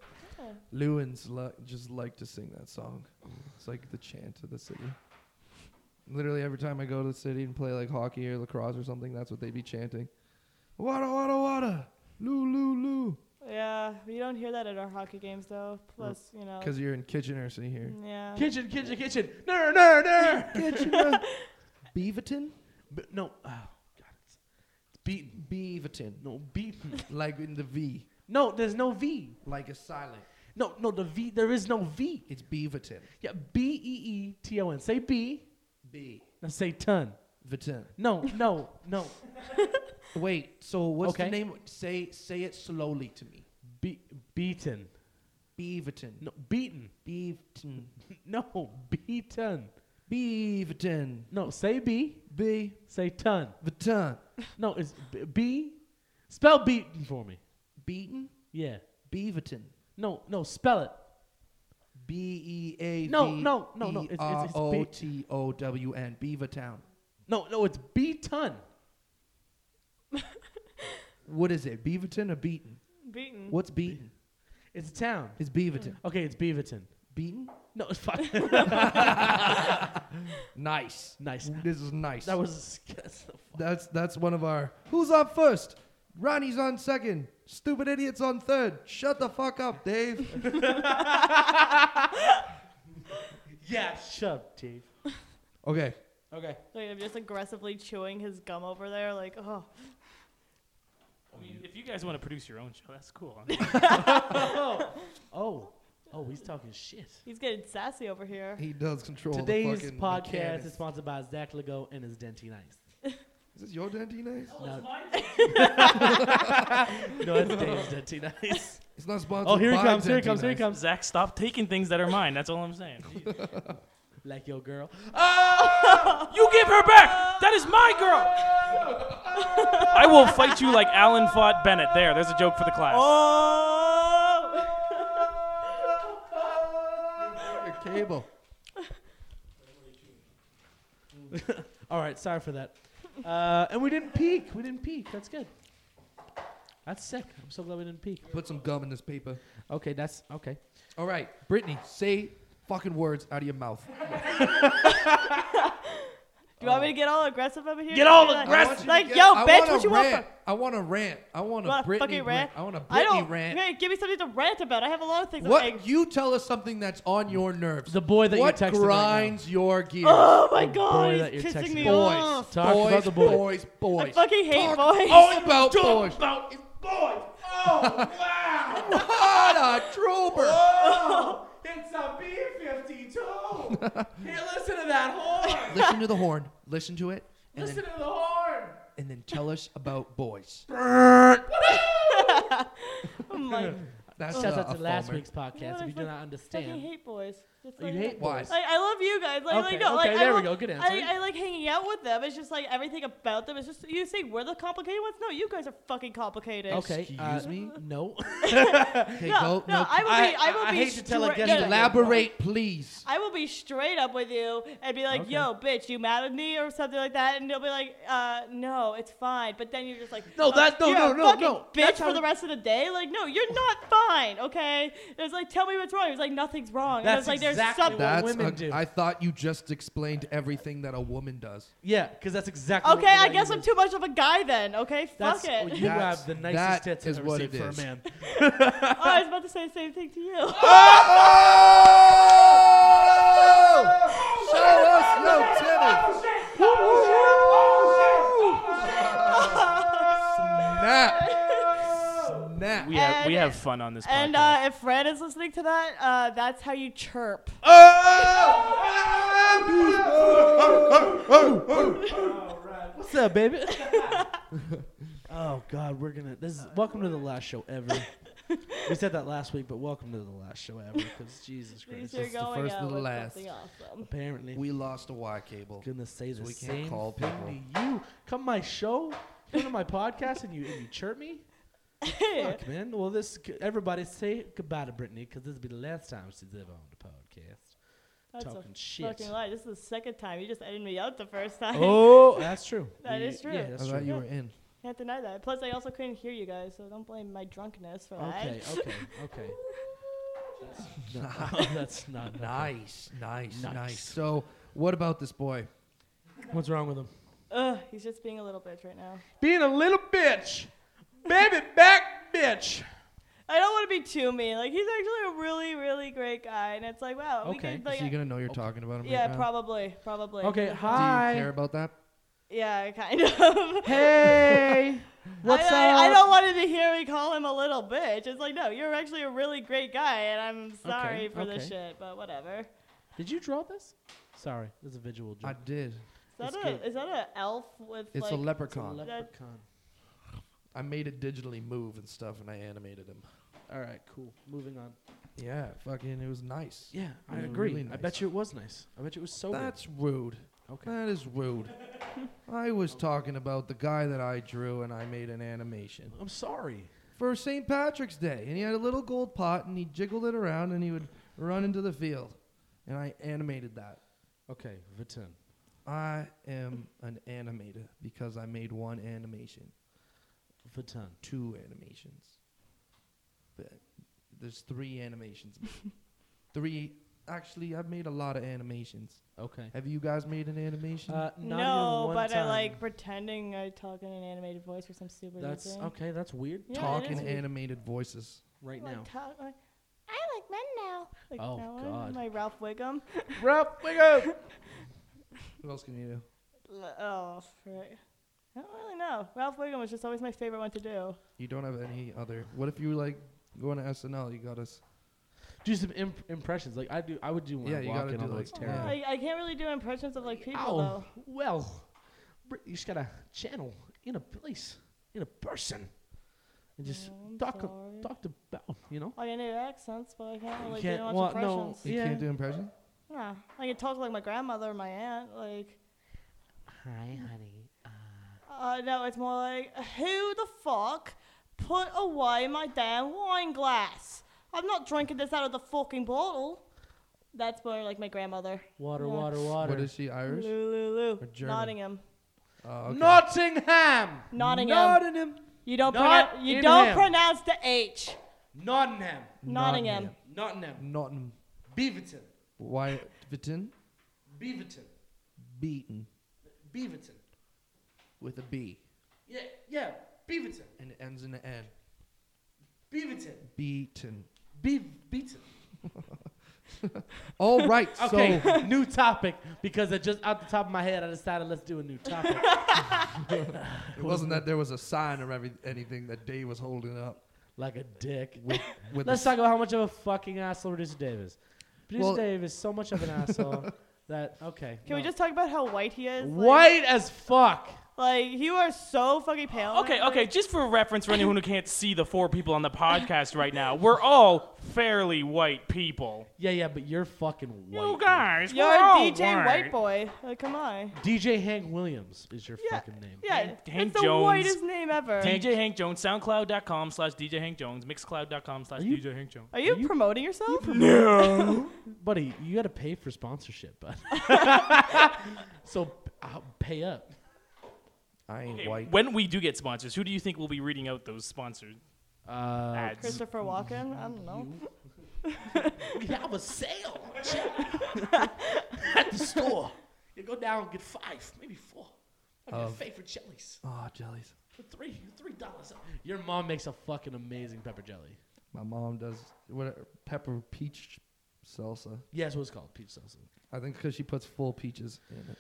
[SPEAKER 3] Lewins li- just like to sing that song. It's like the chant of the city. Literally every time I go to the city and play like hockey or lacrosse or something, that's what they'd be chanting. Wada wada wada, loo loo loo.
[SPEAKER 1] Yeah, we don't hear that at our hockey games though. Plus, you know.
[SPEAKER 3] Because you're in Kitchener, so you hear
[SPEAKER 1] Yeah.
[SPEAKER 2] Kitchen, kitchen, kitchen. Ner, ner, ner. <laughs>
[SPEAKER 3] Kitchener, Beaverton,
[SPEAKER 2] B- no, oh, God, it's, it's beaten.
[SPEAKER 3] Beaverton,
[SPEAKER 2] No, beaten.
[SPEAKER 3] like in the V,
[SPEAKER 2] no, there's no V.
[SPEAKER 3] like it's silent.
[SPEAKER 2] No, no, the V. There is no V.
[SPEAKER 3] It's Beaverton,
[SPEAKER 2] Yeah, B E E T O N. Say B.
[SPEAKER 3] B,
[SPEAKER 2] Now say ton.
[SPEAKER 3] Verton.
[SPEAKER 2] No, no, no.
[SPEAKER 3] Wait, so what's
[SPEAKER 2] Okay.
[SPEAKER 3] the name? Say say it slowly to me.
[SPEAKER 2] Be- beaten.
[SPEAKER 3] Beaverton,
[SPEAKER 2] No, beaten. <laughs>
[SPEAKER 3] Beaverton,
[SPEAKER 2] No, beaten.
[SPEAKER 3] Beaverton,
[SPEAKER 2] No, say B.
[SPEAKER 3] B.
[SPEAKER 2] Say ton.
[SPEAKER 3] Vatan.
[SPEAKER 2] No, it's b- B. Spell beaten for me.
[SPEAKER 3] Beaton?
[SPEAKER 2] Yeah.
[SPEAKER 3] Beaverton.
[SPEAKER 2] No, no, spell it.
[SPEAKER 3] B E A.
[SPEAKER 2] No, no, no, no, it's- it's- it's
[SPEAKER 3] O
[SPEAKER 2] Be-
[SPEAKER 3] T O W N. Beavertown.
[SPEAKER 2] No, no, it's beaten.
[SPEAKER 3] What is it? Beaverton or Beaton?
[SPEAKER 2] Mm.
[SPEAKER 1] Beaten.
[SPEAKER 3] What's Beaton?
[SPEAKER 2] It's a town.
[SPEAKER 3] It's Beaverton.
[SPEAKER 2] Okay, it's Beaverton. <laughs>
[SPEAKER 3] Beaton?
[SPEAKER 2] No, it's fine.
[SPEAKER 3] Nice.
[SPEAKER 2] nice.
[SPEAKER 3] This is nice.
[SPEAKER 2] That was a sk- that's so fu-
[SPEAKER 3] that's that's one of our. Who's up first? Ronnie's on second. Stupid idiot's on third. Shut the fuck
[SPEAKER 2] <laughs>
[SPEAKER 3] up, Dave.
[SPEAKER 2] <laughs> Yeah, shut up, Dave.
[SPEAKER 3] okay.
[SPEAKER 2] Okay. <laughs>
[SPEAKER 1] Like, I'm just aggressively chewing his gum over there. Like, oh,
[SPEAKER 5] I mean, if you guys want to produce your own show, that's cool.
[SPEAKER 2] Oh, oh, he's talking shit.
[SPEAKER 1] he's getting sassy over here.
[SPEAKER 3] He does control the
[SPEAKER 2] Today's
[SPEAKER 3] fucking
[SPEAKER 2] podcast
[SPEAKER 3] mechanics.
[SPEAKER 2] is sponsored by Zach Lego and his Dentine Ice.
[SPEAKER 3] Is this your Dentine?
[SPEAKER 1] Oh,
[SPEAKER 2] No, no, it's Dave's Dentine
[SPEAKER 1] <laughs>
[SPEAKER 2] Ice.
[SPEAKER 3] It's not sponsored.
[SPEAKER 2] Oh, here he
[SPEAKER 3] by
[SPEAKER 2] comes! Here he comes!
[SPEAKER 3] Dentine
[SPEAKER 2] Here he <laughs>
[SPEAKER 3] Ice.
[SPEAKER 2] comes!
[SPEAKER 5] Zach, stop taking things that are mine. That's all I'm saying.
[SPEAKER 2] Like your girl.
[SPEAKER 5] you give her back. That is my girl. I will fight you like Alan fought Bennett. There, there's a joke for the class.
[SPEAKER 2] Oh,
[SPEAKER 3] Your cable.
[SPEAKER 2] All right, sorry for that. Uh, and we didn't peek. We didn't peek. That's good. That's sick. I'm so glad we didn't peek.
[SPEAKER 3] Put some gum in this paper.
[SPEAKER 2] Okay, that's okay.
[SPEAKER 3] All right, Brittany, say fucking words out of your mouth.
[SPEAKER 1] Do you want
[SPEAKER 3] oh.
[SPEAKER 1] me to get all aggressive over here?
[SPEAKER 5] Get all
[SPEAKER 1] Be like-
[SPEAKER 5] aggressive.
[SPEAKER 3] I want you to
[SPEAKER 1] Like,
[SPEAKER 3] get-
[SPEAKER 1] yo, bitch,
[SPEAKER 3] I want a
[SPEAKER 1] what you want
[SPEAKER 3] rant. I want a rant. I want a
[SPEAKER 1] Want a
[SPEAKER 3] Britney
[SPEAKER 1] fucking
[SPEAKER 3] rant.
[SPEAKER 1] rant?
[SPEAKER 3] I want a Britney
[SPEAKER 1] I don't.
[SPEAKER 3] rant.
[SPEAKER 1] Hey, give me something to rant about. I have a lot of things.
[SPEAKER 3] What?
[SPEAKER 1] I'm like,
[SPEAKER 3] you tell us something that's on your nerves.
[SPEAKER 2] The boy that
[SPEAKER 3] what
[SPEAKER 2] you're texting
[SPEAKER 3] grinds your gears?
[SPEAKER 1] oh my
[SPEAKER 2] boy
[SPEAKER 1] god,
[SPEAKER 2] that
[SPEAKER 1] he's
[SPEAKER 2] you're
[SPEAKER 1] pissing
[SPEAKER 2] texting.
[SPEAKER 1] me
[SPEAKER 3] boys,
[SPEAKER 1] off.
[SPEAKER 2] Talk
[SPEAKER 3] boys,
[SPEAKER 2] about the boy.
[SPEAKER 3] boys, boys.
[SPEAKER 1] I fucking Oh, hate
[SPEAKER 3] Talk
[SPEAKER 1] boys.
[SPEAKER 3] all about boys.
[SPEAKER 5] About his boys. Oh wow!
[SPEAKER 3] What a trooper!
[SPEAKER 5] Oh, it's a B52. Here, listen to that horn.
[SPEAKER 3] Listen to the horn. Listen to it, and then,
[SPEAKER 5] to the horn.
[SPEAKER 3] and then tell us about boys.
[SPEAKER 1] I'm like,
[SPEAKER 3] That's
[SPEAKER 2] Shout
[SPEAKER 3] a-
[SPEAKER 2] out
[SPEAKER 3] a
[SPEAKER 2] to last
[SPEAKER 3] foamer.
[SPEAKER 2] week's podcast.
[SPEAKER 1] I
[SPEAKER 2] If you
[SPEAKER 1] fuck-
[SPEAKER 2] do not
[SPEAKER 1] fucking
[SPEAKER 2] understand,
[SPEAKER 1] hate boys. Just
[SPEAKER 2] you
[SPEAKER 1] like
[SPEAKER 2] hate
[SPEAKER 3] Why?
[SPEAKER 2] boys.
[SPEAKER 1] Like, I love you guys. Like,
[SPEAKER 2] Okay,
[SPEAKER 1] like no,
[SPEAKER 2] okay,
[SPEAKER 1] like,
[SPEAKER 2] there
[SPEAKER 1] I
[SPEAKER 2] we
[SPEAKER 1] love-
[SPEAKER 2] go. Good answer.
[SPEAKER 1] I, I like hanging out with them. It's just like everything about them. It's just you say we're the complicated ones. No, you guys are fucking complicated.
[SPEAKER 2] Okay.
[SPEAKER 3] Excuse
[SPEAKER 2] uh,
[SPEAKER 3] me?
[SPEAKER 2] No. <laughs>
[SPEAKER 3] Hey,
[SPEAKER 1] No,
[SPEAKER 3] go-
[SPEAKER 1] no, I will
[SPEAKER 2] I-
[SPEAKER 1] be. I, will
[SPEAKER 2] I- I
[SPEAKER 1] be
[SPEAKER 2] hate to tell a
[SPEAKER 1] straight-
[SPEAKER 2] guest
[SPEAKER 1] no,
[SPEAKER 2] that
[SPEAKER 1] no,
[SPEAKER 2] laugh-
[SPEAKER 3] Elaborate, please.
[SPEAKER 1] I will be straight up with you and be like,
[SPEAKER 2] Okay.
[SPEAKER 1] "Yo, bitch, you mad at me or something like that?" And they'll be like, "Uh, no, it's fine." But then you're just like,
[SPEAKER 2] No,
[SPEAKER 1] "Oh,
[SPEAKER 2] that- no,
[SPEAKER 1] you're
[SPEAKER 2] no,
[SPEAKER 1] a
[SPEAKER 2] no,
[SPEAKER 1] fucking
[SPEAKER 2] no.
[SPEAKER 1] bitch
[SPEAKER 2] That's
[SPEAKER 1] for
[SPEAKER 2] what-
[SPEAKER 1] the rest of the day." Like, no, you're not fine, okay? And it's like, tell me what's wrong. It's like nothing's wrong. And
[SPEAKER 2] That's
[SPEAKER 1] it's like
[SPEAKER 2] exactly
[SPEAKER 1] there's something.
[SPEAKER 2] what-
[SPEAKER 3] That's
[SPEAKER 2] women
[SPEAKER 3] a-
[SPEAKER 2] do.
[SPEAKER 3] I thought you just explained everything that a
[SPEAKER 2] <laughs>
[SPEAKER 3] woman does.
[SPEAKER 2] Yeah, because that's exactly. what
[SPEAKER 1] Okay, I
[SPEAKER 2] Ryan
[SPEAKER 1] guess
[SPEAKER 2] was-
[SPEAKER 1] I'm too much of a guy then. Okay,
[SPEAKER 2] That's,
[SPEAKER 1] fuck it.
[SPEAKER 2] oh, you
[SPEAKER 3] That's-
[SPEAKER 2] have the
[SPEAKER 3] that
[SPEAKER 2] nicest tits
[SPEAKER 3] is
[SPEAKER 2] I've ever
[SPEAKER 3] what
[SPEAKER 2] seen
[SPEAKER 3] it
[SPEAKER 2] for
[SPEAKER 3] is.
[SPEAKER 2] a
[SPEAKER 3] <laughs>
[SPEAKER 2] man.
[SPEAKER 1] oh, I was about to say the same thing to you. <laughs>
[SPEAKER 2] Oh!
[SPEAKER 3] Show us your titties. Snap. Snap.
[SPEAKER 5] We have we
[SPEAKER 1] And-
[SPEAKER 5] have fun on this podcast.
[SPEAKER 1] and uh, if Fran is listening to that, uh, that's how you chirp.
[SPEAKER 2] What's up, <laughs> baby? oh God, we're gonna. This is welcome to the last show ever. we said that last week, but welcome to the last show ever <laughs> because
[SPEAKER 1] These
[SPEAKER 2] Jesus Christ.
[SPEAKER 1] are
[SPEAKER 3] This is the
[SPEAKER 1] going
[SPEAKER 3] first
[SPEAKER 1] out
[SPEAKER 3] and the
[SPEAKER 1] with
[SPEAKER 3] last.
[SPEAKER 1] something awesome. <laughs>
[SPEAKER 2] Apparently, we
[SPEAKER 3] We lost a Y cable.
[SPEAKER 2] <laughs> gonna say
[SPEAKER 3] So
[SPEAKER 2] the
[SPEAKER 3] we can't
[SPEAKER 2] same
[SPEAKER 3] call
[SPEAKER 2] thing to you. Come my show, come to my podcast, and you and you chirp <laughs> me. Fuck, man. Well, this c- everybody say goodbye to Brittany because this will be the last time she's ever on the podcast.
[SPEAKER 1] That's a
[SPEAKER 2] Talking shit.
[SPEAKER 1] fucking lie. This is the second time. You just edited me out the first time.
[SPEAKER 2] Oh, that's true.
[SPEAKER 1] That
[SPEAKER 2] <laughs> That is
[SPEAKER 1] is true.
[SPEAKER 2] Yeah,
[SPEAKER 3] I
[SPEAKER 2] that's
[SPEAKER 3] thought
[SPEAKER 2] true.
[SPEAKER 3] you were in.
[SPEAKER 1] Can't deny that. Plus, I also couldn't hear you guys, so don't blame my drunkenness for that.
[SPEAKER 2] Okay, oh. okay, okay. <laughs> That's, no, <laughs> that's not
[SPEAKER 3] Nice, nice, nice,
[SPEAKER 2] Nice.
[SPEAKER 3] So, what about this boy?
[SPEAKER 2] What's wrong with him?
[SPEAKER 1] <laughs> Ugh, he's just being a little bitch right now.
[SPEAKER 2] Being a little bitch, baby back bitch.
[SPEAKER 1] I don't want to be too mean. Like he's actually a really, really great guy, and it's like wow, we
[SPEAKER 2] Okay,
[SPEAKER 1] could
[SPEAKER 2] so
[SPEAKER 1] like
[SPEAKER 3] so you gonna know you're talking about him?
[SPEAKER 1] yeah,
[SPEAKER 3] right now?
[SPEAKER 1] probably, probably.
[SPEAKER 2] Okay,
[SPEAKER 1] Yeah.
[SPEAKER 3] Do
[SPEAKER 2] hi.
[SPEAKER 3] you care about that?
[SPEAKER 1] Yeah, kind of. <laughs>
[SPEAKER 2] <laughs> Hey, what's
[SPEAKER 1] I, I, I
[SPEAKER 2] up?
[SPEAKER 1] don't want him to hear me call him a little bitch. It's like no, you're actually a really great guy, and I'm sorry for this
[SPEAKER 2] okay.
[SPEAKER 1] shit, but whatever. Is
[SPEAKER 2] Did you draw this? Sorry, this is a visual
[SPEAKER 3] I
[SPEAKER 2] joke.
[SPEAKER 3] did.
[SPEAKER 1] that
[SPEAKER 2] It's
[SPEAKER 1] a
[SPEAKER 2] good.
[SPEAKER 1] is that an elf with
[SPEAKER 3] It's
[SPEAKER 1] like?
[SPEAKER 3] a
[SPEAKER 2] It's a
[SPEAKER 3] leprechaun.
[SPEAKER 2] leprechaun.
[SPEAKER 3] I made it digitally move and stuff, and I animated him.
[SPEAKER 2] All right, cool. Moving on.
[SPEAKER 3] Yeah, fucking, it was nice.
[SPEAKER 2] Yeah, I
[SPEAKER 3] It was
[SPEAKER 2] agree.
[SPEAKER 3] really
[SPEAKER 2] I
[SPEAKER 3] nice.
[SPEAKER 2] bet you it was nice. I bet you it was so good.
[SPEAKER 3] That's rude.
[SPEAKER 2] Okay.
[SPEAKER 3] That is <laughs> rude. I was talking about the guy that I drew, and I made an animation
[SPEAKER 2] I'm sorry.
[SPEAKER 3] for St. Patrick's Day, and he had a little gold pot, and he jiggled it around, and he would run into the field, and I animated that.
[SPEAKER 2] Okay, Vitin.
[SPEAKER 3] I am an animator because I made one animation.
[SPEAKER 2] Vitin.
[SPEAKER 3] two animations. But there's three animations.
[SPEAKER 1] <laughs>
[SPEAKER 3] made. three. Actually, I've made a lot of animations.
[SPEAKER 2] Okay.
[SPEAKER 3] Have you guys made an animation?
[SPEAKER 2] Uh, not even
[SPEAKER 1] no,
[SPEAKER 2] one
[SPEAKER 1] but I
[SPEAKER 2] time.
[SPEAKER 1] like pretending I talk in an animated voice or some stupid
[SPEAKER 2] That's
[SPEAKER 1] thing.
[SPEAKER 2] okay. That's weird.
[SPEAKER 1] Yeah, it
[SPEAKER 3] Talking
[SPEAKER 1] is weird.
[SPEAKER 3] animated
[SPEAKER 1] <laughs>
[SPEAKER 3] voices.
[SPEAKER 2] Right
[SPEAKER 1] Like,
[SPEAKER 2] now.
[SPEAKER 1] talk- like, I like men now. Like
[SPEAKER 2] Oh,
[SPEAKER 1] that one,
[SPEAKER 2] God.
[SPEAKER 1] My Ralph Wiggum.
[SPEAKER 2] Rob, wake up.
[SPEAKER 3] What else can you do?
[SPEAKER 1] L- Oh, frick. I don't really know. Ralph Wiggum was just always my favorite one to do.
[SPEAKER 3] You don't have any other. What if you like going to SNL? You got us.
[SPEAKER 2] Do some imp- impressions. Like I do. I would do when
[SPEAKER 3] Yeah,
[SPEAKER 2] I
[SPEAKER 3] you
[SPEAKER 2] walk
[SPEAKER 3] gotta
[SPEAKER 2] in,
[SPEAKER 3] do,
[SPEAKER 2] although
[SPEAKER 3] like,
[SPEAKER 2] it's
[SPEAKER 3] oh,
[SPEAKER 2] terrible.
[SPEAKER 1] I, I can't really do impressions of like people
[SPEAKER 2] Ow.
[SPEAKER 1] though.
[SPEAKER 2] "Oh, Well, Brit- you just gotta channel in a place, in a person, and just
[SPEAKER 1] I'm
[SPEAKER 2] talk a-
[SPEAKER 1] sorry.
[SPEAKER 2] talk about you know.
[SPEAKER 1] I can do accents, but I can't
[SPEAKER 2] You
[SPEAKER 1] really
[SPEAKER 2] can't-
[SPEAKER 1] do much
[SPEAKER 2] well, no.
[SPEAKER 1] impressions.
[SPEAKER 3] You
[SPEAKER 2] Yeah.
[SPEAKER 3] can't do impression.
[SPEAKER 1] Nah, I can talk like my grandmother or my aunt. Like,
[SPEAKER 2] Hi, honey.
[SPEAKER 1] uh, no, it's more like, who the fuck put away my damn wine glass? I'm not drinking this out of the fucking bottle. That's more like my grandmother.
[SPEAKER 2] Water,
[SPEAKER 1] Yeah.
[SPEAKER 2] water, water.
[SPEAKER 3] What is she Irish?
[SPEAKER 1] Lulu,
[SPEAKER 3] Or German?
[SPEAKER 1] Nottingham.
[SPEAKER 3] Oh, okay.
[SPEAKER 2] Nottingham.
[SPEAKER 1] Nottingham.
[SPEAKER 2] Nottingham.
[SPEAKER 1] You don't
[SPEAKER 2] Not
[SPEAKER 1] pronounce. You
[SPEAKER 2] in
[SPEAKER 1] don't
[SPEAKER 2] him.
[SPEAKER 1] pronounce the H.
[SPEAKER 2] Nottingham.
[SPEAKER 1] Nottingham.
[SPEAKER 2] Nottingham.
[SPEAKER 3] Nottingham.
[SPEAKER 2] Beaverton.
[SPEAKER 3] Why? Vitin?
[SPEAKER 2] Beaverton.
[SPEAKER 3] Beaten
[SPEAKER 2] Beaverton.
[SPEAKER 3] with a B,
[SPEAKER 2] Yeah, yeah. Beaverton.
[SPEAKER 3] and it ends in an N.
[SPEAKER 2] Beaverton.
[SPEAKER 3] Beaten.
[SPEAKER 2] Be- beaten.
[SPEAKER 3] All
[SPEAKER 1] <laughs>
[SPEAKER 3] right.
[SPEAKER 2] Okay, <laughs>
[SPEAKER 3] So
[SPEAKER 2] new topic because I just out the top of my head I decided let's do a new
[SPEAKER 3] <laughs>
[SPEAKER 2] topic.
[SPEAKER 3] It wasn't that there was a sign or every, anything that Dave was holding up.
[SPEAKER 2] like a dick.
[SPEAKER 3] With, with
[SPEAKER 2] Let's
[SPEAKER 3] a s-
[SPEAKER 2] talk about how much of a fucking asshole producer Dave is. Producer
[SPEAKER 3] Well-
[SPEAKER 2] Dave is so much of an
[SPEAKER 3] <laughs>
[SPEAKER 2] asshole that okay.
[SPEAKER 1] Can we
[SPEAKER 2] no.
[SPEAKER 1] just talk about how white he is? Like-
[SPEAKER 2] white as fuck?
[SPEAKER 1] Like you are so fucking pale.
[SPEAKER 5] Okay, okay, just for reference for anyone who can't see the four people on the podcast right now, we're all fairly white people.
[SPEAKER 2] Yeah, yeah, but you're fucking white.
[SPEAKER 5] You guys,
[SPEAKER 1] You're
[SPEAKER 5] we're all
[SPEAKER 1] DJ White
[SPEAKER 5] white.
[SPEAKER 1] Boy. Like come on.
[SPEAKER 2] DJ Hank Williams is your
[SPEAKER 1] Yeah,
[SPEAKER 2] fucking name.
[SPEAKER 1] Yeah,
[SPEAKER 5] Hank- Hank
[SPEAKER 1] it's the
[SPEAKER 5] Jones.
[SPEAKER 1] whitest name ever.
[SPEAKER 5] DJ Hank Jones, SoundCloud.com slash DJ Hank Jones, Mixcloud.com slash
[SPEAKER 2] Are you-
[SPEAKER 5] DJ Hank Jones.
[SPEAKER 1] are you,
[SPEAKER 2] Are you-
[SPEAKER 1] promoting yourself?
[SPEAKER 2] No, <laughs> buddy, you got to pay for sponsorship,
[SPEAKER 1] <laughs>
[SPEAKER 2] bud. so I'll pay up.
[SPEAKER 3] I ain't
[SPEAKER 5] Okay,
[SPEAKER 3] white.
[SPEAKER 5] When we do get sponsors, who do you think will be reading out those sponsored
[SPEAKER 2] Uh,
[SPEAKER 5] ads?
[SPEAKER 1] Christopher Walken. I don't know.
[SPEAKER 2] we have a sale
[SPEAKER 1] <laughs>
[SPEAKER 2] at the store. You go down, get five, maybe four. of your
[SPEAKER 3] Of-
[SPEAKER 2] favorite jellies.
[SPEAKER 3] Oh, jellies.
[SPEAKER 2] For three, three dollars. Your mom makes a fucking amazing pepper jelly.
[SPEAKER 3] My mom does what pepper peach salsa.
[SPEAKER 2] Yeah, that's what it's called, peach salsa.
[SPEAKER 3] I think because she puts full peaches in it.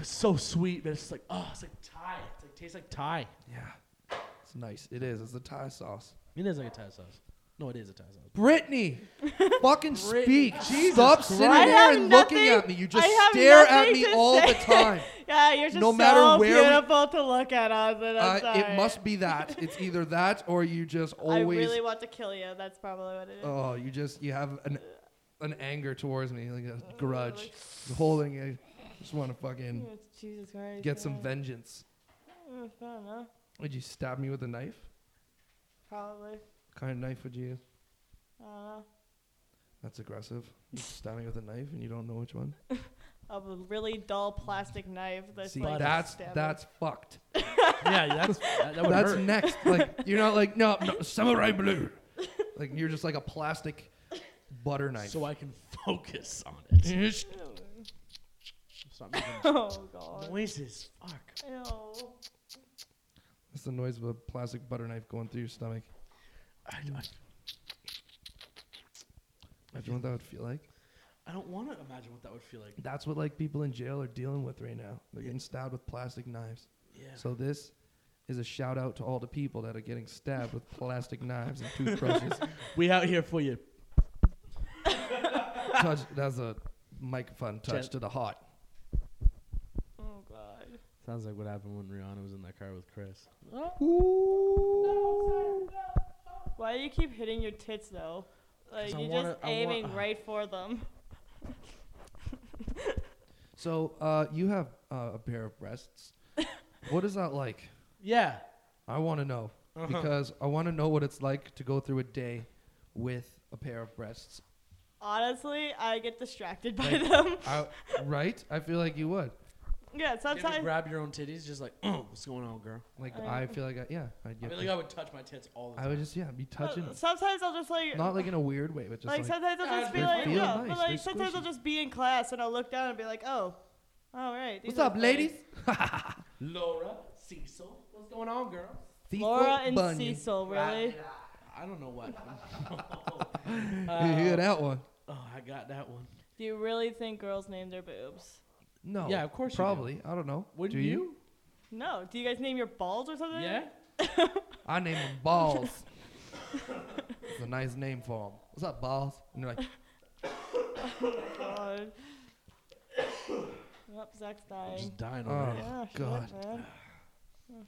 [SPEAKER 2] It's <laughs> so sweet, but it's like, oh, it's like Thai. It's like tastes like Thai.
[SPEAKER 3] Yeah, it's nice. It is. It's a Thai sauce.
[SPEAKER 2] It is like a Thai sauce. No, it is a Tyson's.
[SPEAKER 1] <laughs>
[SPEAKER 3] Brittany, fucking speak. Stop sitting
[SPEAKER 1] I
[SPEAKER 3] there
[SPEAKER 1] have
[SPEAKER 3] and looking
[SPEAKER 1] nothing-
[SPEAKER 3] at me. You
[SPEAKER 1] I
[SPEAKER 3] just
[SPEAKER 1] have
[SPEAKER 3] stare at
[SPEAKER 1] nothing
[SPEAKER 3] me
[SPEAKER 1] to
[SPEAKER 3] all the
[SPEAKER 1] say. <laughs>
[SPEAKER 3] time.
[SPEAKER 1] Yeah, you're just
[SPEAKER 3] No
[SPEAKER 1] so
[SPEAKER 3] matter where we-
[SPEAKER 1] beautiful to look at, Austin. I'm
[SPEAKER 3] Uh,
[SPEAKER 1] sorry.
[SPEAKER 3] it must be that. It's either that or you just always.
[SPEAKER 1] I really want to kill you. That's probably what it is.
[SPEAKER 3] oh, you just you have an an anger towards me, like a grudge, holding it. Just want to fucking
[SPEAKER 1] Oh, Jesus Christ.
[SPEAKER 3] get some
[SPEAKER 1] yeah.
[SPEAKER 3] vengeance.
[SPEAKER 1] Mm, I don't know.
[SPEAKER 3] Would you stab me with a knife?
[SPEAKER 1] Probably.
[SPEAKER 3] What kind of knife would you use?
[SPEAKER 1] I don't know.
[SPEAKER 3] That's aggressive. You stab me with a knife and you don't know which one.
[SPEAKER 1] A really dull plastic knife that's
[SPEAKER 3] See,
[SPEAKER 1] like
[SPEAKER 3] that's
[SPEAKER 1] stabbing.
[SPEAKER 3] that's fucked.
[SPEAKER 2] <laughs> yeah, that's that, that would
[SPEAKER 3] That's
[SPEAKER 2] hurt.
[SPEAKER 3] next. Like you're not like no, no samurai blue. Like you're just like a plastic butter knife.
[SPEAKER 2] so I can focus on <laughs> it. Stop making
[SPEAKER 1] <laughs> Oh god.
[SPEAKER 2] noises. Fuck.
[SPEAKER 1] Ew. Oh,
[SPEAKER 3] That's the noise of a plastic butter knife going through your stomach.
[SPEAKER 2] I, I,
[SPEAKER 3] Do you know what that would feel like?
[SPEAKER 2] I don't want to imagine what that would feel like.
[SPEAKER 3] That's what like people in jail are dealing with right now. They're getting stabbed with plastic knives.
[SPEAKER 2] Yeah.
[SPEAKER 3] So this is a shout out to all the people that are getting stabbed with plastic knives and
[SPEAKER 2] <laughs>
[SPEAKER 3] toothbrushes.
[SPEAKER 2] we out here for you.
[SPEAKER 3] touch, that's a microphone touch
[SPEAKER 2] Gen-
[SPEAKER 3] to the heart.
[SPEAKER 1] Oh god.
[SPEAKER 2] Sounds like what happened when Rihanna was in that car with Chris. Oh.
[SPEAKER 1] Why do you keep hitting your tits though? Like
[SPEAKER 2] 'Cause I
[SPEAKER 1] you're
[SPEAKER 2] wanna-
[SPEAKER 1] just
[SPEAKER 2] I want-
[SPEAKER 3] <sighs>
[SPEAKER 1] aiming right for them.
[SPEAKER 3] So uh, you have uh, a pair
[SPEAKER 2] <laughs>
[SPEAKER 3] of breasts. what is that like?
[SPEAKER 2] Yeah. Uh-huh.
[SPEAKER 3] I want to know because I want to know what it's like to go through a day with a pair of breasts.
[SPEAKER 1] Honestly, I get distracted by them. <laughs>
[SPEAKER 3] I, right? I feel like you would.
[SPEAKER 1] Yeah,
[SPEAKER 2] Did you
[SPEAKER 1] sometimes.
[SPEAKER 2] grab your own titties, just like, oh, what's going on, girl?
[SPEAKER 3] Like
[SPEAKER 1] Uh,
[SPEAKER 3] I feel like I, yeah, I'd
[SPEAKER 2] I feel
[SPEAKER 3] get. this-
[SPEAKER 2] like I would touch my tits all the
[SPEAKER 3] I
[SPEAKER 2] time.
[SPEAKER 3] would just yeah be
[SPEAKER 2] <laughs>
[SPEAKER 3] touching,
[SPEAKER 1] uh, Sometimes I'll just like
[SPEAKER 3] not like in a weird way, but just
[SPEAKER 1] like,
[SPEAKER 3] like,
[SPEAKER 1] sometimes I'll just be
[SPEAKER 3] they
[SPEAKER 1] like,
[SPEAKER 3] feel
[SPEAKER 1] yeah,
[SPEAKER 3] nice,
[SPEAKER 1] but
[SPEAKER 3] they're
[SPEAKER 1] like sometimes I'll
[SPEAKER 3] squishy.
[SPEAKER 1] just be in class and I'll look down and be like, oh, all right. these
[SPEAKER 3] what's
[SPEAKER 1] are
[SPEAKER 3] up,
[SPEAKER 1] nice."
[SPEAKER 3] ladies?
[SPEAKER 2] Laura, Cecil, what's going on, girl?
[SPEAKER 3] Thief
[SPEAKER 1] Laura
[SPEAKER 3] Oak
[SPEAKER 1] and
[SPEAKER 3] Bunyan.
[SPEAKER 1] Cecil, Oh, really?
[SPEAKER 2] I don't know what.
[SPEAKER 3] <laughs> You hear that one?
[SPEAKER 2] <laughs> oh, I got that one.
[SPEAKER 1] Do you really think girls name their boobs?
[SPEAKER 3] No.
[SPEAKER 2] Yeah, of course you do.
[SPEAKER 3] Oh, Probably. I don't know.
[SPEAKER 2] Wouldn't
[SPEAKER 3] do you?
[SPEAKER 1] No. Do you guys name your balls or something?
[SPEAKER 2] Yeah.
[SPEAKER 3] I name them balls.
[SPEAKER 2] <laughs>
[SPEAKER 3] it's a nice name for them. What's up, balls? And they're like,
[SPEAKER 1] God. Yep, Zach's dying.
[SPEAKER 2] Just dying already.
[SPEAKER 3] already.
[SPEAKER 1] Yeah, shit,
[SPEAKER 3] God.
[SPEAKER 1] man.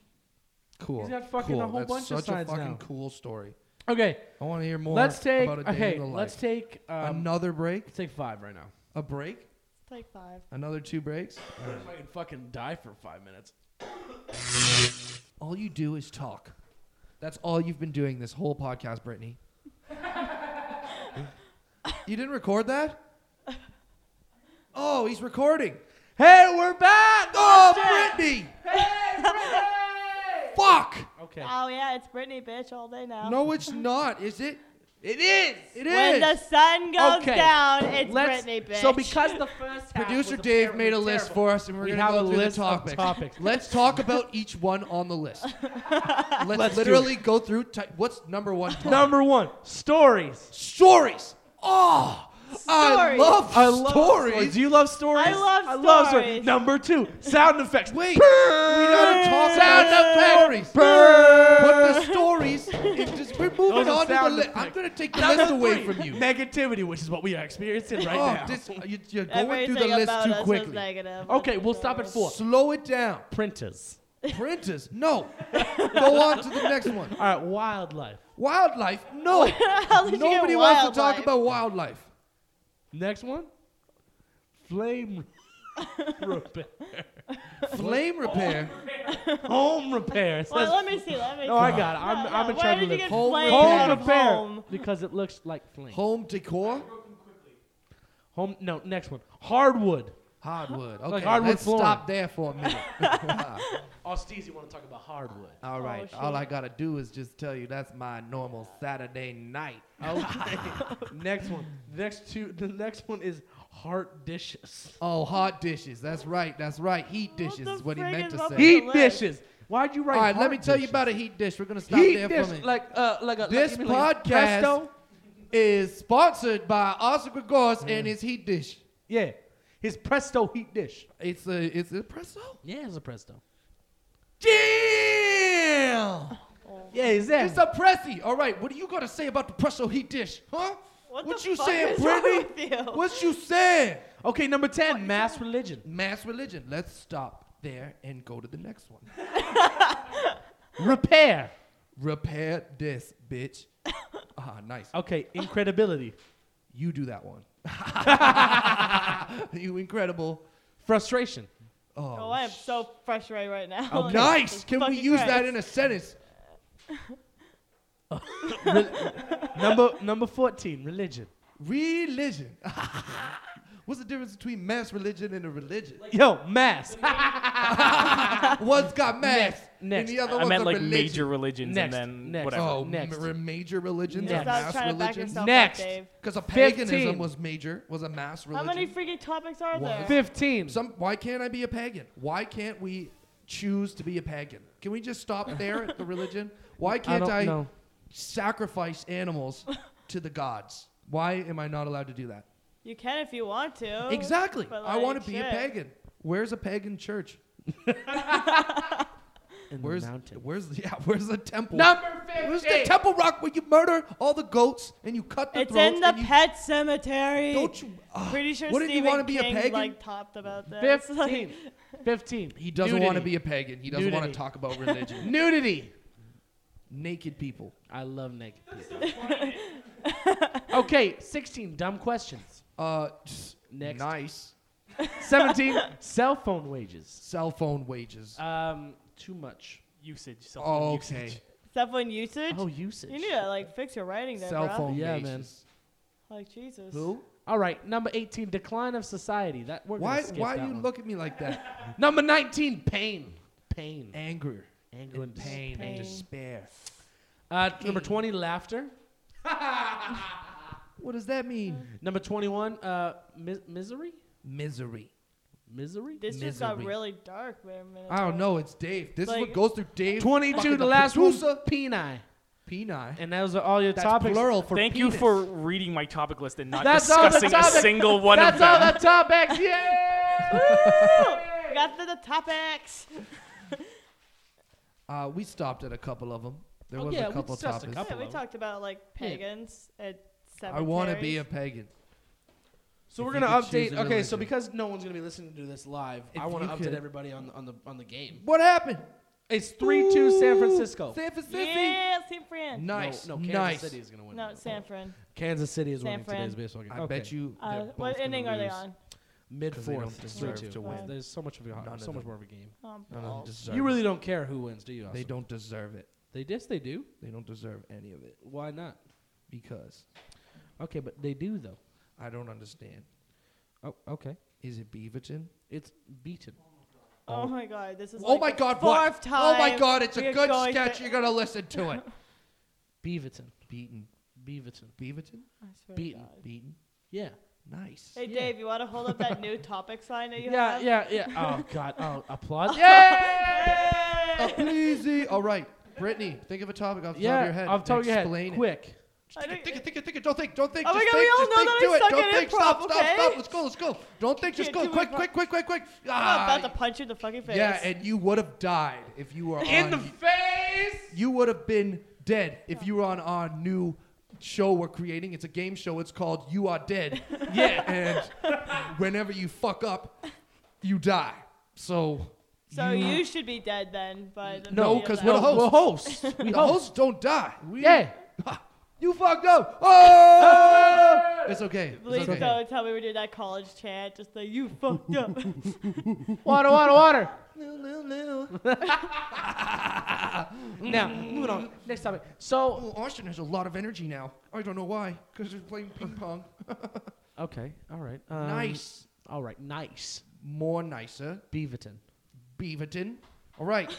[SPEAKER 3] cool.
[SPEAKER 2] He's got fucking a
[SPEAKER 3] cool.
[SPEAKER 2] whole
[SPEAKER 3] That's
[SPEAKER 2] bunch of
[SPEAKER 3] such
[SPEAKER 2] sides
[SPEAKER 3] a fucking
[SPEAKER 2] now.
[SPEAKER 3] cool story.
[SPEAKER 2] Okay,
[SPEAKER 3] I want to hear more.
[SPEAKER 2] let's take.
[SPEAKER 3] About a day
[SPEAKER 2] Okay,
[SPEAKER 3] in the life.
[SPEAKER 2] let's take. Um,
[SPEAKER 3] another break.
[SPEAKER 2] let's take five right now.
[SPEAKER 3] A break.
[SPEAKER 1] Take five.
[SPEAKER 3] Another two breaks.
[SPEAKER 2] If I can fucking die for five minutes.
[SPEAKER 3] All you do is talk. That's all you've been doing this whole podcast, Brittany. you didn't record that? Oh, he's recording.
[SPEAKER 2] Hey, we're back.
[SPEAKER 3] Oh, Brittany! Fuck!
[SPEAKER 2] Okay.
[SPEAKER 1] Oh yeah, it's Britney, bitch, all day now.
[SPEAKER 3] No, it's not, is it? It is! It
[SPEAKER 1] When
[SPEAKER 3] is!
[SPEAKER 1] the sun goes
[SPEAKER 2] Okay.
[SPEAKER 1] down, it's
[SPEAKER 2] Let's-
[SPEAKER 1] Britney, bitch.
[SPEAKER 2] So because the first half
[SPEAKER 3] Producer
[SPEAKER 2] was
[SPEAKER 3] Dave
[SPEAKER 2] apparently
[SPEAKER 3] made a list
[SPEAKER 2] terrible.
[SPEAKER 3] for us, and we're
[SPEAKER 2] We
[SPEAKER 3] going to
[SPEAKER 2] have
[SPEAKER 3] go
[SPEAKER 2] a
[SPEAKER 3] through
[SPEAKER 2] list
[SPEAKER 3] the
[SPEAKER 2] of
[SPEAKER 3] topics.
[SPEAKER 2] topics.
[SPEAKER 3] Let's talk about each one on
[SPEAKER 2] <laughs>
[SPEAKER 3] the list. Let's,
[SPEAKER 2] Let's do
[SPEAKER 3] literally go through. T- what's
[SPEAKER 2] <laughs>
[SPEAKER 3] number one? Topic?
[SPEAKER 2] number one stories.
[SPEAKER 3] stories. Oh, I
[SPEAKER 1] Stories.
[SPEAKER 3] love
[SPEAKER 2] I love
[SPEAKER 3] stories.
[SPEAKER 2] Do you love stories?
[SPEAKER 1] I love stories.
[SPEAKER 2] Number two, sound effects.
[SPEAKER 3] Wait, we gotta talk about
[SPEAKER 2] Sound
[SPEAKER 3] stories. But the stories, it's just, we're moving
[SPEAKER 2] Those are
[SPEAKER 3] on to the
[SPEAKER 2] sound
[SPEAKER 3] list. I'm
[SPEAKER 2] effects.
[SPEAKER 3] gonna take the
[SPEAKER 2] Number
[SPEAKER 3] list away
[SPEAKER 2] three,
[SPEAKER 3] from you.
[SPEAKER 2] Negativity, which is what we are experiencing right
[SPEAKER 3] oh,
[SPEAKER 2] now.
[SPEAKER 3] this, you, you're going
[SPEAKER 1] Everything
[SPEAKER 3] through the list
[SPEAKER 1] about
[SPEAKER 3] too
[SPEAKER 1] us is
[SPEAKER 3] quickly.
[SPEAKER 1] negative.
[SPEAKER 2] okay,
[SPEAKER 1] That's
[SPEAKER 2] we'll stop
[SPEAKER 1] true.
[SPEAKER 2] at four.
[SPEAKER 3] Slow it down.
[SPEAKER 2] Printers.
[SPEAKER 3] Printers, no. go on to the next one.
[SPEAKER 2] All right, wildlife.
[SPEAKER 3] Wildlife, no.
[SPEAKER 1] <laughs> How did you get
[SPEAKER 3] Nobody wants to talk
[SPEAKER 1] wildlife?
[SPEAKER 3] about wildlife.
[SPEAKER 2] Next one, flame <laughs> repair,
[SPEAKER 3] Flame repair.
[SPEAKER 2] home repair. It
[SPEAKER 1] Well,
[SPEAKER 2] says-
[SPEAKER 1] let me see. Let me.
[SPEAKER 2] no, I got it. I'm,
[SPEAKER 1] No,
[SPEAKER 2] I'm
[SPEAKER 1] no,
[SPEAKER 2] in
[SPEAKER 1] Where
[SPEAKER 2] charge
[SPEAKER 1] did
[SPEAKER 2] of
[SPEAKER 1] you
[SPEAKER 2] this.
[SPEAKER 1] get
[SPEAKER 3] Home
[SPEAKER 1] flamed
[SPEAKER 3] repair.
[SPEAKER 1] out
[SPEAKER 2] Home
[SPEAKER 1] of
[SPEAKER 2] repair
[SPEAKER 1] home?
[SPEAKER 2] because it looks like flame. Home,
[SPEAKER 3] Home decor.
[SPEAKER 2] no, next one. Hardwood.
[SPEAKER 3] Hardwood. Okay,
[SPEAKER 2] Like hardwood
[SPEAKER 3] let's
[SPEAKER 2] flooring.
[SPEAKER 3] stop there for a minute.
[SPEAKER 2] <laughs>
[SPEAKER 3] Wow.
[SPEAKER 2] Austies, you want to talk about
[SPEAKER 3] <laughs>
[SPEAKER 2] hardwood?
[SPEAKER 3] All right,
[SPEAKER 1] Oh, shit.
[SPEAKER 3] all I gotta do is just tell you that's my normal Saturday night.
[SPEAKER 2] Okay. next one. Next two. The next one is heart dishes.
[SPEAKER 3] Oh, hot dishes. That's right. That's right. Heat dishes
[SPEAKER 1] the
[SPEAKER 3] is what he
[SPEAKER 1] frig
[SPEAKER 3] meant
[SPEAKER 1] is
[SPEAKER 3] to
[SPEAKER 1] up
[SPEAKER 3] say.
[SPEAKER 1] with-
[SPEAKER 2] Heat
[SPEAKER 1] Heat
[SPEAKER 2] dishes. Why'd you write?
[SPEAKER 3] all right, let
[SPEAKER 2] heart
[SPEAKER 3] me tell you
[SPEAKER 2] dishes?
[SPEAKER 3] about a heat dish. We're gonna stop
[SPEAKER 2] heat
[SPEAKER 3] there
[SPEAKER 2] dish.
[SPEAKER 3] for a minute.
[SPEAKER 2] Like uh, like a
[SPEAKER 3] this
[SPEAKER 2] like, you mean like
[SPEAKER 3] podcast
[SPEAKER 2] Presto?
[SPEAKER 3] is sponsored by Oscar Gregoris and his heat dish.
[SPEAKER 2] Mm. Yeah, his presto heat dish.
[SPEAKER 3] It's a it's a presto.
[SPEAKER 2] Yeah, it's a presto.
[SPEAKER 3] Damn.
[SPEAKER 2] Yeah,
[SPEAKER 6] is that?
[SPEAKER 3] It's a pressy. All right, what do you got to say about the presso heat dish, huh?
[SPEAKER 1] What the
[SPEAKER 3] you
[SPEAKER 1] fuck
[SPEAKER 3] saying,
[SPEAKER 1] is wrong
[SPEAKER 3] Brittany?
[SPEAKER 1] with you?
[SPEAKER 3] <laughs> What you saying?
[SPEAKER 6] Okay, number 10, mass religion.
[SPEAKER 3] Mass religion. Let's stop there and go to the next one.
[SPEAKER 6] <laughs> Repair.
[SPEAKER 3] Repair this,
[SPEAKER 6] <laughs>
[SPEAKER 3] bitch. Ah, nice.
[SPEAKER 6] Okay, incredibility.
[SPEAKER 3] <laughs> You do that
[SPEAKER 6] <laughs>
[SPEAKER 3] one. <laughs> you incredible.
[SPEAKER 6] Frustration.
[SPEAKER 3] Oh,
[SPEAKER 1] Oh, I am so frustrated right now. <laughs> Like,
[SPEAKER 3] nice.
[SPEAKER 1] Jesus
[SPEAKER 3] Can we
[SPEAKER 1] fucking
[SPEAKER 3] use
[SPEAKER 1] Christ.
[SPEAKER 3] that in a
[SPEAKER 6] <laughs>
[SPEAKER 3] sentence?
[SPEAKER 6] number number 14, religion.
[SPEAKER 3] Religion. <laughs> What's the difference between mass religion and a religion?
[SPEAKER 6] Yo, mass. <laughs>
[SPEAKER 3] One's got mass,
[SPEAKER 6] Next, next.
[SPEAKER 3] and the other
[SPEAKER 5] I
[SPEAKER 3] one's
[SPEAKER 5] meant
[SPEAKER 3] a
[SPEAKER 5] like
[SPEAKER 3] religion.
[SPEAKER 5] major religions
[SPEAKER 6] Next,
[SPEAKER 5] and then
[SPEAKER 6] next.
[SPEAKER 5] whatever.
[SPEAKER 3] Oh,
[SPEAKER 6] Next.
[SPEAKER 3] ma- major religions
[SPEAKER 1] Just
[SPEAKER 3] are
[SPEAKER 1] stop
[SPEAKER 3] mass
[SPEAKER 1] trying to back
[SPEAKER 3] religions.
[SPEAKER 1] yourself
[SPEAKER 6] Next.
[SPEAKER 1] up, Dave.
[SPEAKER 3] Because a paganism
[SPEAKER 6] 15.
[SPEAKER 3] was major, was a mass
[SPEAKER 1] How
[SPEAKER 3] religion.
[SPEAKER 1] many freaking topics are
[SPEAKER 3] What?
[SPEAKER 1] there?
[SPEAKER 6] 15.
[SPEAKER 3] Some. Why can't I be a pagan? Why can't we choose to be a pagan? Can we just stop there at
[SPEAKER 6] <laughs>
[SPEAKER 3] the religion? Why
[SPEAKER 6] I
[SPEAKER 3] can't
[SPEAKER 6] don't
[SPEAKER 3] I,
[SPEAKER 6] know.
[SPEAKER 3] sacrifice animals to the gods? Why am I not allowed to
[SPEAKER 1] <laughs>
[SPEAKER 3] do that?
[SPEAKER 1] You can if you want to.
[SPEAKER 3] exactly.
[SPEAKER 1] Oh, but,
[SPEAKER 3] I want
[SPEAKER 1] like,
[SPEAKER 3] to be a
[SPEAKER 1] shit.
[SPEAKER 3] pagan. Where's a pagan church?
[SPEAKER 6] In the
[SPEAKER 3] Where's
[SPEAKER 6] mountain.
[SPEAKER 3] where's the, <laughs> yeah? Where's the temple?
[SPEAKER 6] Number
[SPEAKER 3] Where's the temple rock where you murder all the goats and you cut the
[SPEAKER 1] It's
[SPEAKER 3] throats
[SPEAKER 1] in the
[SPEAKER 3] and you
[SPEAKER 1] pet cemetery.
[SPEAKER 3] Don't you? ah,
[SPEAKER 1] Pretty sure
[SPEAKER 3] wouldn't you
[SPEAKER 1] Stephen
[SPEAKER 3] wanna be a
[SPEAKER 1] King
[SPEAKER 3] pagan?
[SPEAKER 1] like topped about this. <laughs> Like,
[SPEAKER 6] 15. 15.
[SPEAKER 3] he doesn't want to be
[SPEAKER 6] Nudity.
[SPEAKER 3] a pagan. He doesn't want to
[SPEAKER 6] Nudity.
[SPEAKER 3] talk
[SPEAKER 1] <laughs>
[SPEAKER 3] about religion.
[SPEAKER 6] Nudity.
[SPEAKER 3] Naked people.
[SPEAKER 6] I love naked people. okay, 16, dumb questions.
[SPEAKER 3] Uh, just
[SPEAKER 6] Next.
[SPEAKER 3] Nice. <laughs>
[SPEAKER 6] 17, cell phone wages.
[SPEAKER 3] Cell phone wages.
[SPEAKER 6] Um, too much.
[SPEAKER 5] Usage.
[SPEAKER 3] Oh,
[SPEAKER 5] self-usage.
[SPEAKER 3] okay.
[SPEAKER 1] cell phone usage.
[SPEAKER 6] Oh, usage.
[SPEAKER 1] you need to like fix your writing there,
[SPEAKER 3] Cell
[SPEAKER 1] bro.
[SPEAKER 3] phone
[SPEAKER 6] Yeah, man.
[SPEAKER 3] wages.
[SPEAKER 1] Like Jesus.
[SPEAKER 3] Who?
[SPEAKER 6] All right, number 18, decline of society. That we're
[SPEAKER 3] Why?
[SPEAKER 6] Gonna skip
[SPEAKER 3] Why
[SPEAKER 6] that
[SPEAKER 3] you
[SPEAKER 6] one.
[SPEAKER 3] look at me like that?
[SPEAKER 6] Number 19, pain. Pain.
[SPEAKER 3] Anger
[SPEAKER 6] <laughs> Anger
[SPEAKER 3] and
[SPEAKER 6] and
[SPEAKER 3] pain,
[SPEAKER 1] Pain.
[SPEAKER 3] and despair.
[SPEAKER 6] Uh, number 20, laughter.
[SPEAKER 3] What does that mean?
[SPEAKER 6] Number 21, uh, mis- misery?
[SPEAKER 3] Misery.
[SPEAKER 6] Misery?
[SPEAKER 1] This just got
[SPEAKER 3] Misery.
[SPEAKER 1] really dark, man. man.
[SPEAKER 3] I don't know. It's Dave. This is what
[SPEAKER 1] Like-
[SPEAKER 3] goes through Dave.
[SPEAKER 6] 22,
[SPEAKER 3] fucking
[SPEAKER 6] the last one,
[SPEAKER 3] producer.
[SPEAKER 6] peni.
[SPEAKER 3] Peni.
[SPEAKER 6] And those are all your
[SPEAKER 3] That's
[SPEAKER 6] topics.
[SPEAKER 3] plural for
[SPEAKER 5] Thank you
[SPEAKER 3] penis.
[SPEAKER 5] for reading my topic list and not
[SPEAKER 6] That's all the
[SPEAKER 5] discussing a
[SPEAKER 6] topic-
[SPEAKER 5] single one
[SPEAKER 6] That's
[SPEAKER 5] of them.
[SPEAKER 6] all the topics, yeah!
[SPEAKER 1] Woo! got to the topics.
[SPEAKER 3] Uh, we stopped at a couple of them. There
[SPEAKER 6] Oh,
[SPEAKER 3] was
[SPEAKER 6] yeah,
[SPEAKER 3] a
[SPEAKER 6] we
[SPEAKER 3] couple
[SPEAKER 6] discussed a
[SPEAKER 3] topics.
[SPEAKER 6] couple.
[SPEAKER 1] Yeah, we
[SPEAKER 6] Hello.
[SPEAKER 1] talked about like
[SPEAKER 6] Yeah.
[SPEAKER 1] pagans and
[SPEAKER 3] I want to be a
[SPEAKER 1] cemeteries.
[SPEAKER 3] pagan.
[SPEAKER 6] So
[SPEAKER 3] If
[SPEAKER 6] we're
[SPEAKER 3] you
[SPEAKER 6] gonna
[SPEAKER 3] could choose
[SPEAKER 6] update.
[SPEAKER 3] a
[SPEAKER 6] Okay, so
[SPEAKER 3] religion.
[SPEAKER 6] because no one's gonna be listening to this live,
[SPEAKER 3] If
[SPEAKER 6] I want
[SPEAKER 3] you
[SPEAKER 6] to update
[SPEAKER 3] could-
[SPEAKER 6] everybody on the, on the on the game.
[SPEAKER 3] What happened?
[SPEAKER 6] It's three two San
[SPEAKER 3] Ooh,
[SPEAKER 6] Francisco.
[SPEAKER 3] San Francisco.
[SPEAKER 1] Yeah, San Fran.
[SPEAKER 3] Nice.
[SPEAKER 6] No, no Kansas
[SPEAKER 3] nice.
[SPEAKER 6] City is gonna win.
[SPEAKER 1] No, San Fran.
[SPEAKER 6] Kansas City is
[SPEAKER 1] San
[SPEAKER 6] winning
[SPEAKER 1] Fran.
[SPEAKER 6] today's baseball game.
[SPEAKER 3] I bet you.
[SPEAKER 1] Uh,
[SPEAKER 3] they're both
[SPEAKER 1] what
[SPEAKER 3] gonna
[SPEAKER 1] inning are they
[SPEAKER 3] lose.
[SPEAKER 1] on?
[SPEAKER 6] mid
[SPEAKER 3] 'Cause they don't
[SPEAKER 6] fourth. It's three
[SPEAKER 3] deserve
[SPEAKER 6] two.
[SPEAKER 3] to
[SPEAKER 1] win.
[SPEAKER 6] There's so much of
[SPEAKER 3] None of
[SPEAKER 6] a, so much
[SPEAKER 3] them.
[SPEAKER 6] more of a game.
[SPEAKER 1] Oh,
[SPEAKER 3] None of them
[SPEAKER 1] balls.
[SPEAKER 3] deserve
[SPEAKER 6] You really
[SPEAKER 3] it.
[SPEAKER 6] don't care who wins, do you?
[SPEAKER 3] They
[SPEAKER 6] Austin?
[SPEAKER 3] don't deserve it.
[SPEAKER 6] They yes, they do.
[SPEAKER 3] They don't deserve any of it
[SPEAKER 6] Why not?
[SPEAKER 3] because
[SPEAKER 6] Okay, but they do though.
[SPEAKER 3] I don't understand.
[SPEAKER 6] Oh, okay.
[SPEAKER 3] Is it Beaverton?
[SPEAKER 6] It's beaten.
[SPEAKER 1] Oh, my god, this is.
[SPEAKER 3] Oh
[SPEAKER 1] like
[SPEAKER 3] my
[SPEAKER 1] the
[SPEAKER 3] God!
[SPEAKER 1] Fourth
[SPEAKER 3] What?
[SPEAKER 1] time.
[SPEAKER 3] Oh my God! It's
[SPEAKER 1] we
[SPEAKER 3] a
[SPEAKER 1] are
[SPEAKER 3] good
[SPEAKER 1] going
[SPEAKER 3] sketch.
[SPEAKER 1] to-
[SPEAKER 3] You're gonna listen to
[SPEAKER 1] <laughs>
[SPEAKER 3] it.
[SPEAKER 6] Beaverton.
[SPEAKER 3] Beaten.
[SPEAKER 6] Beaverton.
[SPEAKER 3] Beaverton.
[SPEAKER 1] I swear to
[SPEAKER 6] beaten.
[SPEAKER 1] God.
[SPEAKER 3] Beaten.
[SPEAKER 6] Yeah.
[SPEAKER 3] Nice.
[SPEAKER 1] Hey
[SPEAKER 6] Yeah.
[SPEAKER 1] Dave, you want to hold up that new topic sign that you
[SPEAKER 6] Yeah,
[SPEAKER 1] have?
[SPEAKER 6] yeah, yeah. Oh God! Oh,
[SPEAKER 1] <laughs>
[SPEAKER 6] applause! <laughs> Yeah!
[SPEAKER 3] Uh, please, eh, All right, Brittany, think of a topic off the top
[SPEAKER 6] yeah,
[SPEAKER 3] of your head.
[SPEAKER 6] off the top of your
[SPEAKER 3] Explain
[SPEAKER 6] head,
[SPEAKER 3] it.
[SPEAKER 6] quick.
[SPEAKER 1] I
[SPEAKER 3] Think it,
[SPEAKER 1] don't-
[SPEAKER 3] think it, think it, think it. Don't think, don't think.
[SPEAKER 1] Oh my
[SPEAKER 3] just
[SPEAKER 1] God, we
[SPEAKER 3] think,
[SPEAKER 1] all
[SPEAKER 3] just
[SPEAKER 1] know
[SPEAKER 3] think,
[SPEAKER 1] that
[SPEAKER 3] do
[SPEAKER 1] I
[SPEAKER 3] it.
[SPEAKER 1] suck
[SPEAKER 3] Don't
[SPEAKER 1] at
[SPEAKER 3] think.
[SPEAKER 1] improv,
[SPEAKER 3] stop, stop,
[SPEAKER 1] okay?
[SPEAKER 3] stop. Let's go, let's go. Don't think, just
[SPEAKER 1] can't
[SPEAKER 3] go.
[SPEAKER 1] do
[SPEAKER 3] Quick,
[SPEAKER 1] improv.
[SPEAKER 3] quick, quick, quick, quick.
[SPEAKER 1] I'm
[SPEAKER 3] Ah,
[SPEAKER 1] about to punch you in the fucking face.
[SPEAKER 3] yeah, and you would have died if you were on.
[SPEAKER 6] face.
[SPEAKER 3] you would have been dead if you were on our new show we're creating. It's a game show. It's called You Are Dead. yeah. And whenever you fuck up, you die. So.
[SPEAKER 1] so you should be dead then. By the
[SPEAKER 3] No,
[SPEAKER 1] video
[SPEAKER 3] 'cause
[SPEAKER 1] then.
[SPEAKER 3] we're
[SPEAKER 6] No,
[SPEAKER 3] the host. <laughs>
[SPEAKER 6] we're hosts. We
[SPEAKER 3] The
[SPEAKER 6] host.
[SPEAKER 3] hosts don't die. We-
[SPEAKER 6] Yeah.
[SPEAKER 3] You fucked up. Oh! it's okay. It's
[SPEAKER 1] Please
[SPEAKER 3] okay.
[SPEAKER 1] don't tell me we did that college chant. Just like you fucked
[SPEAKER 3] <laughs>
[SPEAKER 1] up.
[SPEAKER 6] Water, water, water.
[SPEAKER 3] Lil, lil, lil.
[SPEAKER 6] <laughs> now, moving on. Next topic. So,
[SPEAKER 3] Oh, Austin has a lot of energy now. I don't know why, because he's playing ping pong.
[SPEAKER 6] okay, all right. Um,
[SPEAKER 3] nice.
[SPEAKER 6] All right, nice.
[SPEAKER 3] More nicer.
[SPEAKER 6] Beaverton.
[SPEAKER 3] Beaverton. All right.
[SPEAKER 1] <laughs>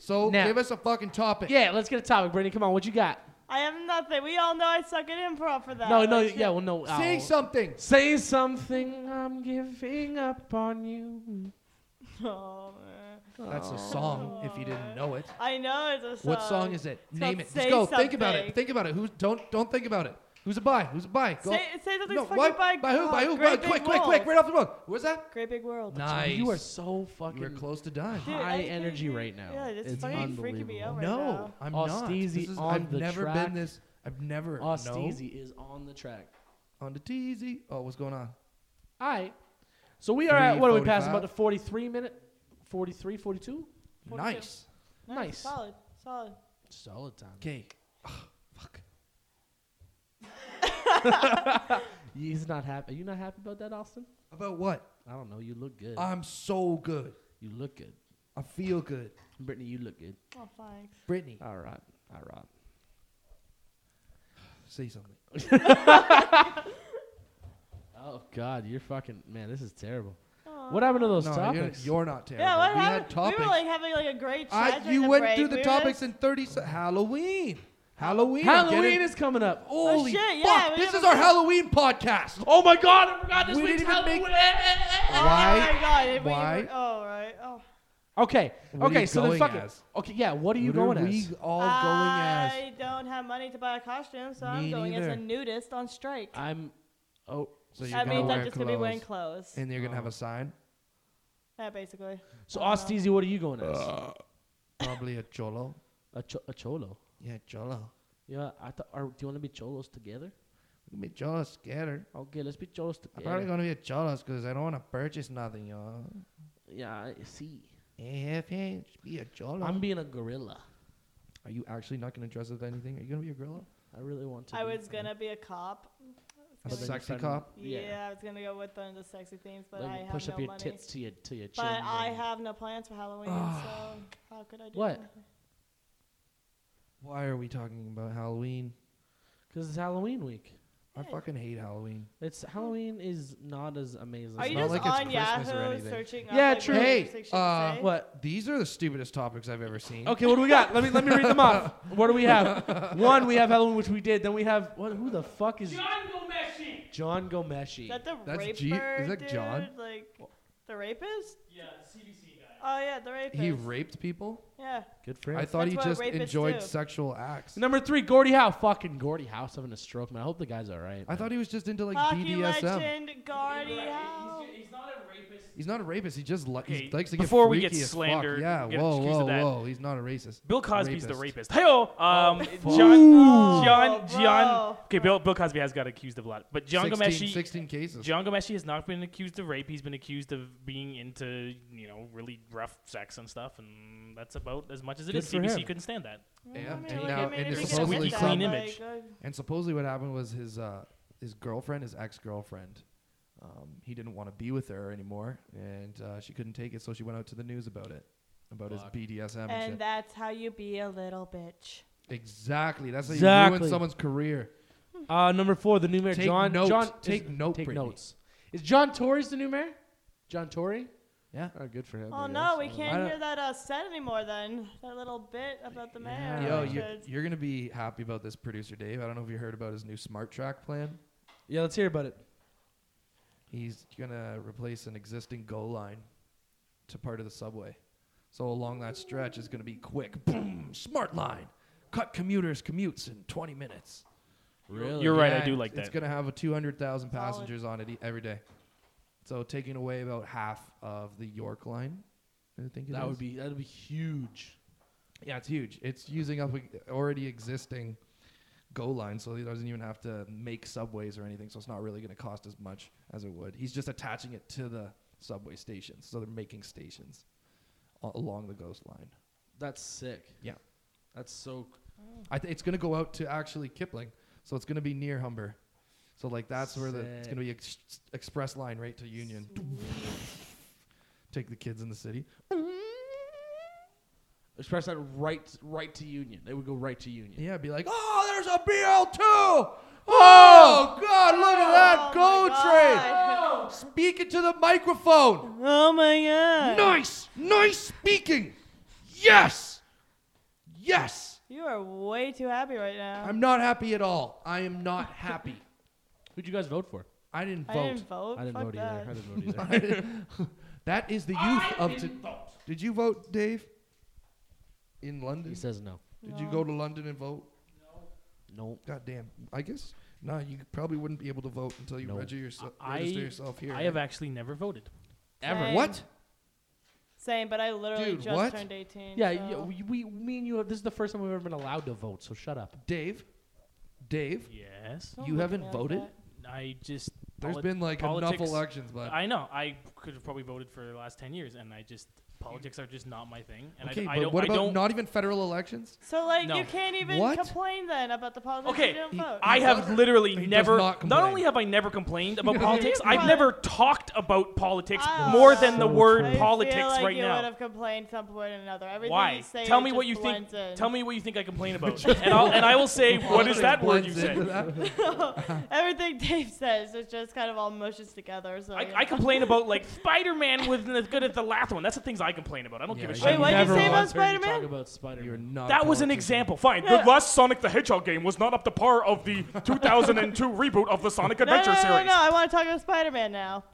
[SPEAKER 3] So
[SPEAKER 6] Now-
[SPEAKER 3] give us a fucking topic.
[SPEAKER 6] Yeah, let's get a topic, Brittany. Come on, what you got?
[SPEAKER 1] I am nothing. We all know I suck at improv for that.
[SPEAKER 6] no, no,
[SPEAKER 1] Like,
[SPEAKER 6] yeah, well, no.
[SPEAKER 3] Say
[SPEAKER 6] oh.
[SPEAKER 3] something.
[SPEAKER 6] Say something. I'm giving up on you.
[SPEAKER 1] <laughs> Oh, man.
[SPEAKER 3] That's a song, if you didn't know it.
[SPEAKER 1] I know it's a song.
[SPEAKER 3] What song is it?
[SPEAKER 1] It's called
[SPEAKER 3] Name it. Let's
[SPEAKER 1] Say
[SPEAKER 3] go. Think about it.
[SPEAKER 1] Something.
[SPEAKER 3] Think about it. Who? Don't don't think about it. Who's a buy? Who's a buy? Go.
[SPEAKER 1] Say, say something
[SPEAKER 3] no,
[SPEAKER 1] fucking
[SPEAKER 3] what?
[SPEAKER 1] by
[SPEAKER 3] by who?
[SPEAKER 1] God,
[SPEAKER 3] by who? By,
[SPEAKER 1] Great Big
[SPEAKER 3] quick, quick,
[SPEAKER 1] World.
[SPEAKER 3] quick! Right off the book. Where's that?
[SPEAKER 1] Great big world.
[SPEAKER 3] Nice.
[SPEAKER 6] You are so
[SPEAKER 3] You are
[SPEAKER 6] fucking
[SPEAKER 3] close to dying.
[SPEAKER 1] Dude,
[SPEAKER 6] high
[SPEAKER 1] I can't
[SPEAKER 6] energy
[SPEAKER 1] even-
[SPEAKER 6] right now.
[SPEAKER 1] Yeah, it's,
[SPEAKER 6] It's
[SPEAKER 1] fucking freaking me out right
[SPEAKER 3] no,
[SPEAKER 1] now.
[SPEAKER 3] I'm not. This
[SPEAKER 6] Osteezy
[SPEAKER 3] is,
[SPEAKER 6] on
[SPEAKER 3] I've
[SPEAKER 6] the
[SPEAKER 3] never
[SPEAKER 6] track.
[SPEAKER 3] been this. I've never. No.
[SPEAKER 6] Osteezy is on the track.
[SPEAKER 3] On the teasy. Oh, what's going on?
[SPEAKER 6] All right. So we are at, what are we
[SPEAKER 3] 3:45?
[SPEAKER 6] passing? About the 43 minute? 43, 42?
[SPEAKER 1] 42.
[SPEAKER 3] Nice.
[SPEAKER 6] Nice.
[SPEAKER 1] Solid. Solid.
[SPEAKER 6] Solid time.
[SPEAKER 3] Okay. fuck.
[SPEAKER 6] He's not happy. Are you not happy about that, Austin?
[SPEAKER 3] About what?
[SPEAKER 6] I don't know. You look good.
[SPEAKER 3] I'm so good.
[SPEAKER 6] you look good.
[SPEAKER 3] I feel good.
[SPEAKER 6] Brittany, you look good.
[SPEAKER 1] Oh, thanks.
[SPEAKER 3] Brittany,
[SPEAKER 6] All right. All right.
[SPEAKER 3] say something.
[SPEAKER 6] Oh, God. You're fucking, man, this is terrible.
[SPEAKER 1] Aw.
[SPEAKER 6] What happened to those
[SPEAKER 3] Uh, no, you're,
[SPEAKER 6] topics?
[SPEAKER 3] you're not terrible.
[SPEAKER 1] Yeah, what
[SPEAKER 3] we
[SPEAKER 1] happened?
[SPEAKER 3] had topics.
[SPEAKER 1] We were like having like a great chat.
[SPEAKER 3] I,
[SPEAKER 1] during
[SPEAKER 3] you
[SPEAKER 1] the
[SPEAKER 3] went
[SPEAKER 1] break.
[SPEAKER 3] through the
[SPEAKER 1] We were
[SPEAKER 3] topics
[SPEAKER 1] just-
[SPEAKER 3] in 30 seconds. Halloween. Halloween. I'm
[SPEAKER 6] Halloween
[SPEAKER 3] getting-
[SPEAKER 6] is coming up.
[SPEAKER 3] Holy
[SPEAKER 1] shit, yeah, we
[SPEAKER 3] fuck. this
[SPEAKER 1] haven't-
[SPEAKER 3] is our
[SPEAKER 1] <laughs>
[SPEAKER 3] Halloween podcast.
[SPEAKER 6] Oh, my God. I forgot this
[SPEAKER 3] We
[SPEAKER 6] week's
[SPEAKER 3] didn't even make-
[SPEAKER 6] Halloween.
[SPEAKER 1] Oh
[SPEAKER 3] Why?
[SPEAKER 1] my god! it- we-
[SPEAKER 3] Why?
[SPEAKER 1] Oh right. Oh.
[SPEAKER 6] Okay.
[SPEAKER 3] What are
[SPEAKER 6] okay.
[SPEAKER 3] you
[SPEAKER 6] So then
[SPEAKER 3] going
[SPEAKER 6] fuck it.
[SPEAKER 3] as?
[SPEAKER 6] Okay. Yeah. What are you
[SPEAKER 3] what
[SPEAKER 6] going
[SPEAKER 3] are we
[SPEAKER 6] as?
[SPEAKER 3] all going as?
[SPEAKER 1] I don't have money to buy a costume, so
[SPEAKER 3] Me
[SPEAKER 1] I'm going as a
[SPEAKER 3] neither.
[SPEAKER 1] nudist on strike.
[SPEAKER 6] I'm. Oh.
[SPEAKER 3] So you're
[SPEAKER 1] that
[SPEAKER 3] gonna
[SPEAKER 1] means
[SPEAKER 3] wear
[SPEAKER 1] I'm just gonna be wearing
[SPEAKER 3] clothes,
[SPEAKER 1] clothes.
[SPEAKER 3] And you're gonna have a sign,
[SPEAKER 1] yeah, basically.
[SPEAKER 6] So,
[SPEAKER 1] Uh,
[SPEAKER 6] Osteezy, what are you going as?
[SPEAKER 3] Uh. probably a cholo.
[SPEAKER 6] a, cho- a cholo.
[SPEAKER 3] Yeah, cholo.
[SPEAKER 6] Yeah. I thought. are- Do you want to be cholos together?
[SPEAKER 3] I'm gonna be cholo scattered.
[SPEAKER 6] Okay. Let's be cholos
[SPEAKER 3] I'm
[SPEAKER 6] together.
[SPEAKER 3] probably gonna be a cholo because I don't wanna purchase nothing, y'all.
[SPEAKER 6] yeah. I see.
[SPEAKER 3] AFH, be a cholo.
[SPEAKER 6] I'm being a gorilla.
[SPEAKER 3] Are you actually not gonna dress up anything? Are you gonna be a gorilla?
[SPEAKER 6] I really want to.
[SPEAKER 1] I
[SPEAKER 6] be-
[SPEAKER 1] was gonna be a cop.
[SPEAKER 3] A
[SPEAKER 1] But then you
[SPEAKER 3] sexy
[SPEAKER 6] find-
[SPEAKER 3] cop.
[SPEAKER 1] Yeah.
[SPEAKER 6] Yeah.
[SPEAKER 1] I was gonna go with one of the sexy themes, but
[SPEAKER 6] like
[SPEAKER 1] I have
[SPEAKER 6] push
[SPEAKER 1] no
[SPEAKER 6] up your
[SPEAKER 1] money.
[SPEAKER 6] tits to your to your chin.
[SPEAKER 1] but I
[SPEAKER 6] and-
[SPEAKER 1] have no plans for Halloween,
[SPEAKER 3] Ah.
[SPEAKER 1] so how could I do
[SPEAKER 6] What?
[SPEAKER 1] anything?
[SPEAKER 3] Why are we talking about Halloween?
[SPEAKER 6] Cause it's Halloween week.
[SPEAKER 3] I fucking hate Halloween.
[SPEAKER 6] It's Halloween is not as amazing.
[SPEAKER 1] Hmm. Are
[SPEAKER 6] as
[SPEAKER 1] you
[SPEAKER 3] not
[SPEAKER 1] just
[SPEAKER 3] like it's
[SPEAKER 1] on
[SPEAKER 3] Christmas or
[SPEAKER 1] Yahoo
[SPEAKER 3] anything.
[SPEAKER 1] searching
[SPEAKER 6] Yeah,
[SPEAKER 1] up like,
[SPEAKER 6] true.
[SPEAKER 1] what
[SPEAKER 3] Hey,
[SPEAKER 1] music should
[SPEAKER 3] uh,
[SPEAKER 1] say?
[SPEAKER 6] what?
[SPEAKER 3] These are the stupidest topics I've ever seen.
[SPEAKER 6] Okay, what do we got? Let me let me read them off. What do we have? <laughs> One, we have Halloween, which we did. Then we have what? Who the fuck is John Gomeshi?
[SPEAKER 1] Is that the
[SPEAKER 3] That's
[SPEAKER 1] raper?
[SPEAKER 3] G- is that
[SPEAKER 1] dude?
[SPEAKER 3] John?
[SPEAKER 1] Like the rapist?
[SPEAKER 5] Yeah, the CBC guy.
[SPEAKER 1] Oh yeah, the rapist.
[SPEAKER 3] He raped people.
[SPEAKER 1] yeah.
[SPEAKER 6] Good for him.
[SPEAKER 3] I thought
[SPEAKER 1] That's
[SPEAKER 3] he
[SPEAKER 1] what
[SPEAKER 3] just
[SPEAKER 1] rapists
[SPEAKER 3] enjoyed
[SPEAKER 1] do.
[SPEAKER 3] sexual acts.
[SPEAKER 6] Number three, Gordy Howe. Fucking Gordy Howe's having a stroke, man. I hope the guy's all right.
[SPEAKER 3] I
[SPEAKER 6] man.
[SPEAKER 3] thought he was just into like
[SPEAKER 1] Hockey
[SPEAKER 3] BDSM.
[SPEAKER 1] legend Guardy Howe.
[SPEAKER 5] He's, he's not a rapist.
[SPEAKER 3] He's not a rapist. He just li-
[SPEAKER 5] Okay,
[SPEAKER 3] he likes to get
[SPEAKER 5] before we
[SPEAKER 3] freaky
[SPEAKER 5] get
[SPEAKER 3] as fuck.
[SPEAKER 5] slandered,
[SPEAKER 3] Yeah,
[SPEAKER 5] get
[SPEAKER 3] whoa,
[SPEAKER 5] accused
[SPEAKER 3] whoa,
[SPEAKER 5] of that.
[SPEAKER 3] whoa. He's not a racist.
[SPEAKER 5] Bill Cosby's the
[SPEAKER 3] Rapist.
[SPEAKER 5] rapist. Hey-o! Um,
[SPEAKER 6] fuck.
[SPEAKER 5] John,
[SPEAKER 1] Ooh.
[SPEAKER 5] John,
[SPEAKER 1] Oh, Bro.
[SPEAKER 5] John. Okay, Bill, Bill Cosby has got accused of a lot, but John
[SPEAKER 3] 16,
[SPEAKER 5] Gomeshi,
[SPEAKER 3] 16 cases.
[SPEAKER 5] John Gomeshi has not been accused of rape. He's been accused of being into, you know, really rough sex and stuff, and that's about as much as it
[SPEAKER 6] Good
[SPEAKER 5] is.
[SPEAKER 6] for
[SPEAKER 5] CBC
[SPEAKER 6] him.
[SPEAKER 5] couldn't stand that.
[SPEAKER 3] Yeah,
[SPEAKER 1] I mean,
[SPEAKER 3] and
[SPEAKER 1] look
[SPEAKER 3] now-
[SPEAKER 1] at me,
[SPEAKER 3] and
[SPEAKER 1] if
[SPEAKER 3] it's
[SPEAKER 1] you can
[SPEAKER 5] supposedly
[SPEAKER 1] do that,
[SPEAKER 5] clean
[SPEAKER 1] like,
[SPEAKER 5] image.
[SPEAKER 1] uh,
[SPEAKER 3] And supposedly what happened was his uh, his girlfriend, his ex girlfriend, um, he didn't want to be with her anymore, and uh, she couldn't take it, so she went out to the news about it, about
[SPEAKER 6] Fuck.
[SPEAKER 3] his BDSM and,
[SPEAKER 1] And
[SPEAKER 3] shit.
[SPEAKER 1] that's how you be a little bitch.
[SPEAKER 3] exactly. That's how you
[SPEAKER 6] Exactly.
[SPEAKER 3] ruin someone's career.
[SPEAKER 6] Uh, number four, the new mayor,
[SPEAKER 3] Take
[SPEAKER 6] John.
[SPEAKER 3] note.
[SPEAKER 6] John,
[SPEAKER 3] Take
[SPEAKER 6] is-
[SPEAKER 3] note,
[SPEAKER 6] Take
[SPEAKER 3] Brittany.
[SPEAKER 6] notes. Is John Tory's the new mayor? John Tory.
[SPEAKER 3] Yeah.
[SPEAKER 6] Oh, good for him.
[SPEAKER 1] Oh
[SPEAKER 6] I
[SPEAKER 1] no, we
[SPEAKER 6] guess.
[SPEAKER 1] can't
[SPEAKER 3] don't-
[SPEAKER 1] hear that uh, set anymore. Then that little bit about the mayor.
[SPEAKER 3] Yo,
[SPEAKER 6] Yeah.
[SPEAKER 3] you,
[SPEAKER 1] Richards.
[SPEAKER 3] you're gonna be happy about this, producer Dave. I don't know if you heard about his new smart track plan.
[SPEAKER 6] Yeah, let's hear about it.
[SPEAKER 3] He's gonna replace an existing go line to part of the subway. So along that stretch is gonna be quick, boom, smart line, cut commuters commutes in 20 minutes.
[SPEAKER 6] Really?
[SPEAKER 5] You're right. I
[SPEAKER 3] Yeah,
[SPEAKER 5] do
[SPEAKER 3] it's-
[SPEAKER 5] like
[SPEAKER 3] It's
[SPEAKER 5] that.
[SPEAKER 3] gonna have a 200,000
[SPEAKER 1] Solid.
[SPEAKER 3] passengers on it e- every day. So taking away about half of the York line. I think it
[SPEAKER 6] That
[SPEAKER 3] is.
[SPEAKER 6] would be that would be huge.
[SPEAKER 3] Yeah, it's huge. It's using up a- already existing go line, so he doesn't even have to make subways or anything. So it's not really going to cost as much as it would. He's just attaching it to the subway stations, so they're making stations a- along the ghost line.
[SPEAKER 6] That's sick.
[SPEAKER 3] Yeah.
[SPEAKER 6] That's so.
[SPEAKER 3] I th- it's going to go out to actually Kipling, so it's going to be near Humber. So like that's where the it's going to be ex- express line right to Union. Take the kids in the city.
[SPEAKER 6] Express that right right to Union. It would go right to Union.
[SPEAKER 3] Yeah, be like, oh, there's a BL2. Oh, God, look at that
[SPEAKER 1] Oh,
[SPEAKER 3] go
[SPEAKER 1] my <laughs>
[SPEAKER 3] train. Speaking to the microphone.
[SPEAKER 1] Oh my god.
[SPEAKER 3] Nice, nice speaking. Yes, yes.
[SPEAKER 1] You are way too happy right now.
[SPEAKER 3] I'm not happy at all. I am not happy.
[SPEAKER 6] Who'd you guys vote for?
[SPEAKER 3] I didn't
[SPEAKER 1] I
[SPEAKER 3] vote.
[SPEAKER 1] didn't vote.
[SPEAKER 6] I didn't
[SPEAKER 1] Fuck
[SPEAKER 6] vote
[SPEAKER 1] that.
[SPEAKER 6] either. I
[SPEAKER 3] <laughs>
[SPEAKER 6] didn't
[SPEAKER 1] <laughs>
[SPEAKER 6] vote either.
[SPEAKER 3] that is the youth of to- Did you vote, Dave? In London?
[SPEAKER 6] he says no.
[SPEAKER 3] Did you go to London and vote?
[SPEAKER 6] No.
[SPEAKER 3] God damn. I guess No, you probably wouldn't be able to vote until you
[SPEAKER 2] No.
[SPEAKER 3] register, yourself,
[SPEAKER 5] I-
[SPEAKER 3] register yourself here.
[SPEAKER 5] I have
[SPEAKER 3] right?
[SPEAKER 5] actually never voted.
[SPEAKER 1] Ever.
[SPEAKER 3] What?
[SPEAKER 1] Same, but I literally
[SPEAKER 3] Dude,
[SPEAKER 1] just
[SPEAKER 3] what?
[SPEAKER 1] turned 18.
[SPEAKER 2] Yeah,
[SPEAKER 1] so.
[SPEAKER 2] yeah we, we, me and you. Have, this is the first time we've ever been allowed to vote. So shut up.
[SPEAKER 3] Dave? Dave?
[SPEAKER 5] Yes.
[SPEAKER 1] Don't
[SPEAKER 2] you
[SPEAKER 1] look at
[SPEAKER 2] haven't
[SPEAKER 1] me like
[SPEAKER 2] voted?
[SPEAKER 1] that.
[SPEAKER 5] I just.
[SPEAKER 3] There's
[SPEAKER 5] poli-
[SPEAKER 3] been like
[SPEAKER 5] politics-
[SPEAKER 3] enough elections, but
[SPEAKER 5] I know. I could have probably voted for the last 10 years, and I just. Politics are just not my thing. And I
[SPEAKER 3] okay,
[SPEAKER 5] d- I,
[SPEAKER 3] but
[SPEAKER 5] don't.
[SPEAKER 3] what
[SPEAKER 5] I
[SPEAKER 3] about
[SPEAKER 5] don't
[SPEAKER 3] not even federal elections?
[SPEAKER 1] So like
[SPEAKER 5] No.
[SPEAKER 1] you can't even
[SPEAKER 3] What?
[SPEAKER 1] complain then about the politics
[SPEAKER 5] Okay,
[SPEAKER 1] you didn't vote.
[SPEAKER 5] I <laughs> have literally
[SPEAKER 3] He does
[SPEAKER 5] never.
[SPEAKER 3] not
[SPEAKER 5] Not,
[SPEAKER 3] complain.
[SPEAKER 5] only have I never complained <laughs> about
[SPEAKER 1] You
[SPEAKER 5] politics, I've
[SPEAKER 1] complain.
[SPEAKER 5] never talked about politics
[SPEAKER 1] Ah.
[SPEAKER 5] more than the
[SPEAKER 2] So
[SPEAKER 5] word
[SPEAKER 2] true.
[SPEAKER 1] I
[SPEAKER 5] politics
[SPEAKER 1] feel like
[SPEAKER 5] right
[SPEAKER 1] you would
[SPEAKER 5] now.
[SPEAKER 1] have complained some point or another. Everything
[SPEAKER 5] Why?
[SPEAKER 1] You say
[SPEAKER 5] Tell
[SPEAKER 1] it
[SPEAKER 5] me
[SPEAKER 1] just
[SPEAKER 5] what you think.
[SPEAKER 1] blends In. <laughs>
[SPEAKER 5] Tell me what you think I complain <laughs> about, and I'll and I will say what is that word you
[SPEAKER 3] Blends into
[SPEAKER 5] said.
[SPEAKER 3] that.
[SPEAKER 1] Everything Dave says is just kind of all mushes together. So
[SPEAKER 5] I,
[SPEAKER 1] yeah.
[SPEAKER 5] I complain about like Spider-Man wasn't as good as the last one. That's the things I complain about. I don't give a
[SPEAKER 2] Yeah,
[SPEAKER 5] shit.
[SPEAKER 1] Wait, what did you
[SPEAKER 2] never
[SPEAKER 1] say about
[SPEAKER 2] once heard you
[SPEAKER 1] Spider-Man?
[SPEAKER 2] Talk about Spider-Man.
[SPEAKER 3] You're not a
[SPEAKER 5] That was an
[SPEAKER 3] politician.
[SPEAKER 5] example. Fine.
[SPEAKER 1] Yeah.
[SPEAKER 5] The last Sonic the Hedgehog game was not up to par of <laughs> the 2002 reboot of the Sonic
[SPEAKER 1] no, no,
[SPEAKER 5] Adventure
[SPEAKER 1] no, no,
[SPEAKER 5] series.
[SPEAKER 1] no, I want to talk about Spider-Man now.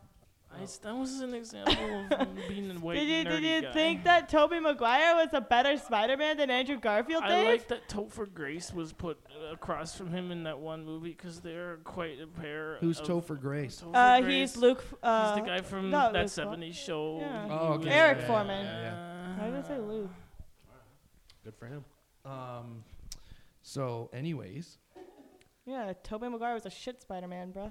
[SPEAKER 5] I s- that was an example of being <laughs> a white
[SPEAKER 1] Did you, did
[SPEAKER 5] nerdy
[SPEAKER 1] you
[SPEAKER 5] guy.
[SPEAKER 1] think that Tobey Maguire was a better Spider-Man than Andrew Garfield, Uh,
[SPEAKER 5] I
[SPEAKER 1] Dave?
[SPEAKER 5] like that Topher Grace was put uh, across from him in that one movie because they're quite a pair.
[SPEAKER 3] Who's
[SPEAKER 5] of
[SPEAKER 3] Topher Grace?
[SPEAKER 5] Topher
[SPEAKER 1] uh,
[SPEAKER 5] Grace.
[SPEAKER 1] he's Luke. Uh,
[SPEAKER 5] he's the guy from
[SPEAKER 1] no, it
[SPEAKER 5] that
[SPEAKER 1] was Fo-
[SPEAKER 5] '70s show.
[SPEAKER 1] yeah.
[SPEAKER 5] He
[SPEAKER 3] Oh, okay.
[SPEAKER 5] was-
[SPEAKER 1] Eric
[SPEAKER 3] Yeah,
[SPEAKER 1] Foreman.
[SPEAKER 3] yeah, yeah.
[SPEAKER 1] Why did I say Luke?
[SPEAKER 2] Good for him.
[SPEAKER 3] Um, so, anyways,
[SPEAKER 1] Yeah, Tobey Maguire was a shit Spider-Man, bro.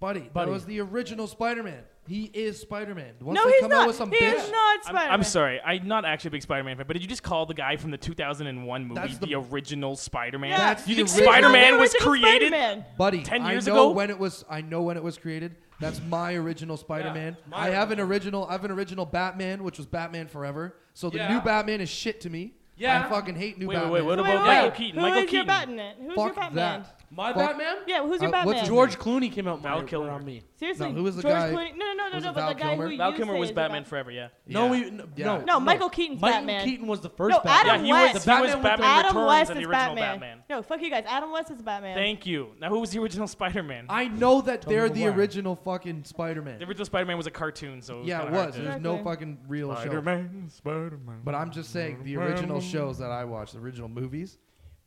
[SPEAKER 3] buddy, that
[SPEAKER 2] Buddy.
[SPEAKER 3] was the original Spider-Man. He is Spider-Man. Once
[SPEAKER 1] no,
[SPEAKER 3] they
[SPEAKER 1] he's
[SPEAKER 3] come
[SPEAKER 1] not.
[SPEAKER 3] out with some
[SPEAKER 1] he
[SPEAKER 3] bitch,
[SPEAKER 1] is not
[SPEAKER 5] I'm,
[SPEAKER 1] Spider-Man.
[SPEAKER 5] I'm sorry, I'm not actually a big Spider-Man fan, but did you just call the guy from the 2001 movie
[SPEAKER 3] That's the-
[SPEAKER 5] the, original Spider-Man?
[SPEAKER 1] Yeah. That's
[SPEAKER 5] you
[SPEAKER 3] the
[SPEAKER 5] think
[SPEAKER 3] original-
[SPEAKER 5] Spider-Man was
[SPEAKER 1] He's not the original
[SPEAKER 5] created?
[SPEAKER 1] Spider-Man.
[SPEAKER 3] buddy,
[SPEAKER 5] 10 years
[SPEAKER 3] I know
[SPEAKER 5] ago?
[SPEAKER 3] when it was. I know when it was created. That's my original Spider-Man.
[SPEAKER 5] my
[SPEAKER 3] I have an original. I have an original Batman, which was Batman Forever. So the
[SPEAKER 2] Yeah.
[SPEAKER 3] new Batman is shit to me.
[SPEAKER 2] Yeah.
[SPEAKER 3] I fucking hate new
[SPEAKER 5] Wait, wait,
[SPEAKER 3] Batman.
[SPEAKER 5] wait,
[SPEAKER 1] Wait,
[SPEAKER 5] what about
[SPEAKER 1] wait,
[SPEAKER 5] Michael
[SPEAKER 1] wait.
[SPEAKER 5] Keaton?
[SPEAKER 1] Who
[SPEAKER 5] Michael
[SPEAKER 1] is your
[SPEAKER 5] Keaton.
[SPEAKER 1] Batman? Who's
[SPEAKER 3] Fuck
[SPEAKER 1] your Batman?
[SPEAKER 3] that.
[SPEAKER 2] My
[SPEAKER 3] Fuck-
[SPEAKER 2] Batman.
[SPEAKER 1] Yeah, who's your
[SPEAKER 3] Uh, what's
[SPEAKER 1] Batman?
[SPEAKER 2] George Clooney came out.
[SPEAKER 5] Val
[SPEAKER 2] my-
[SPEAKER 5] Kilmer.
[SPEAKER 2] around me.
[SPEAKER 1] Seriously,
[SPEAKER 3] No, who was the
[SPEAKER 1] George
[SPEAKER 3] guy-
[SPEAKER 1] Clooney? No, no, no,
[SPEAKER 3] was
[SPEAKER 1] no,
[SPEAKER 3] it
[SPEAKER 1] but
[SPEAKER 3] Val
[SPEAKER 1] the guy
[SPEAKER 3] Kilmer?
[SPEAKER 1] who
[SPEAKER 5] Val
[SPEAKER 1] you
[SPEAKER 5] Kilmer
[SPEAKER 1] say
[SPEAKER 5] was
[SPEAKER 1] is
[SPEAKER 5] Batman
[SPEAKER 1] about-
[SPEAKER 5] Forever, yeah.
[SPEAKER 2] No,
[SPEAKER 3] Yeah.
[SPEAKER 2] we, no,
[SPEAKER 3] Yeah.
[SPEAKER 2] no,
[SPEAKER 1] No, Michael Keaton's
[SPEAKER 2] Michael
[SPEAKER 1] Batman.
[SPEAKER 2] Keaton was the first
[SPEAKER 1] no,
[SPEAKER 2] Batman.
[SPEAKER 1] Adam
[SPEAKER 5] Yeah, he was-
[SPEAKER 1] West.
[SPEAKER 5] he was
[SPEAKER 1] with-
[SPEAKER 5] Batman
[SPEAKER 1] Adam
[SPEAKER 5] Returns
[SPEAKER 1] West
[SPEAKER 5] and
[SPEAKER 1] is
[SPEAKER 5] the original
[SPEAKER 1] Batman.
[SPEAKER 5] Batman.
[SPEAKER 1] No, fuck you guys. Adam West is Batman.
[SPEAKER 5] Thank you. Now, who was the original Spider-Man?
[SPEAKER 3] I know that
[SPEAKER 2] Tobey
[SPEAKER 3] they're the
[SPEAKER 2] Maguire.
[SPEAKER 3] original fucking Spider-Man.
[SPEAKER 5] The original Spider-Man was a cartoon, so
[SPEAKER 3] yeah, it
[SPEAKER 5] kinda hard
[SPEAKER 3] was.
[SPEAKER 5] to-
[SPEAKER 3] There's no
[SPEAKER 1] Exactly.
[SPEAKER 3] fucking real show.
[SPEAKER 4] Spider-Man, Spider-Man.
[SPEAKER 3] But I'm just saying the original shows that I watched, the original movies.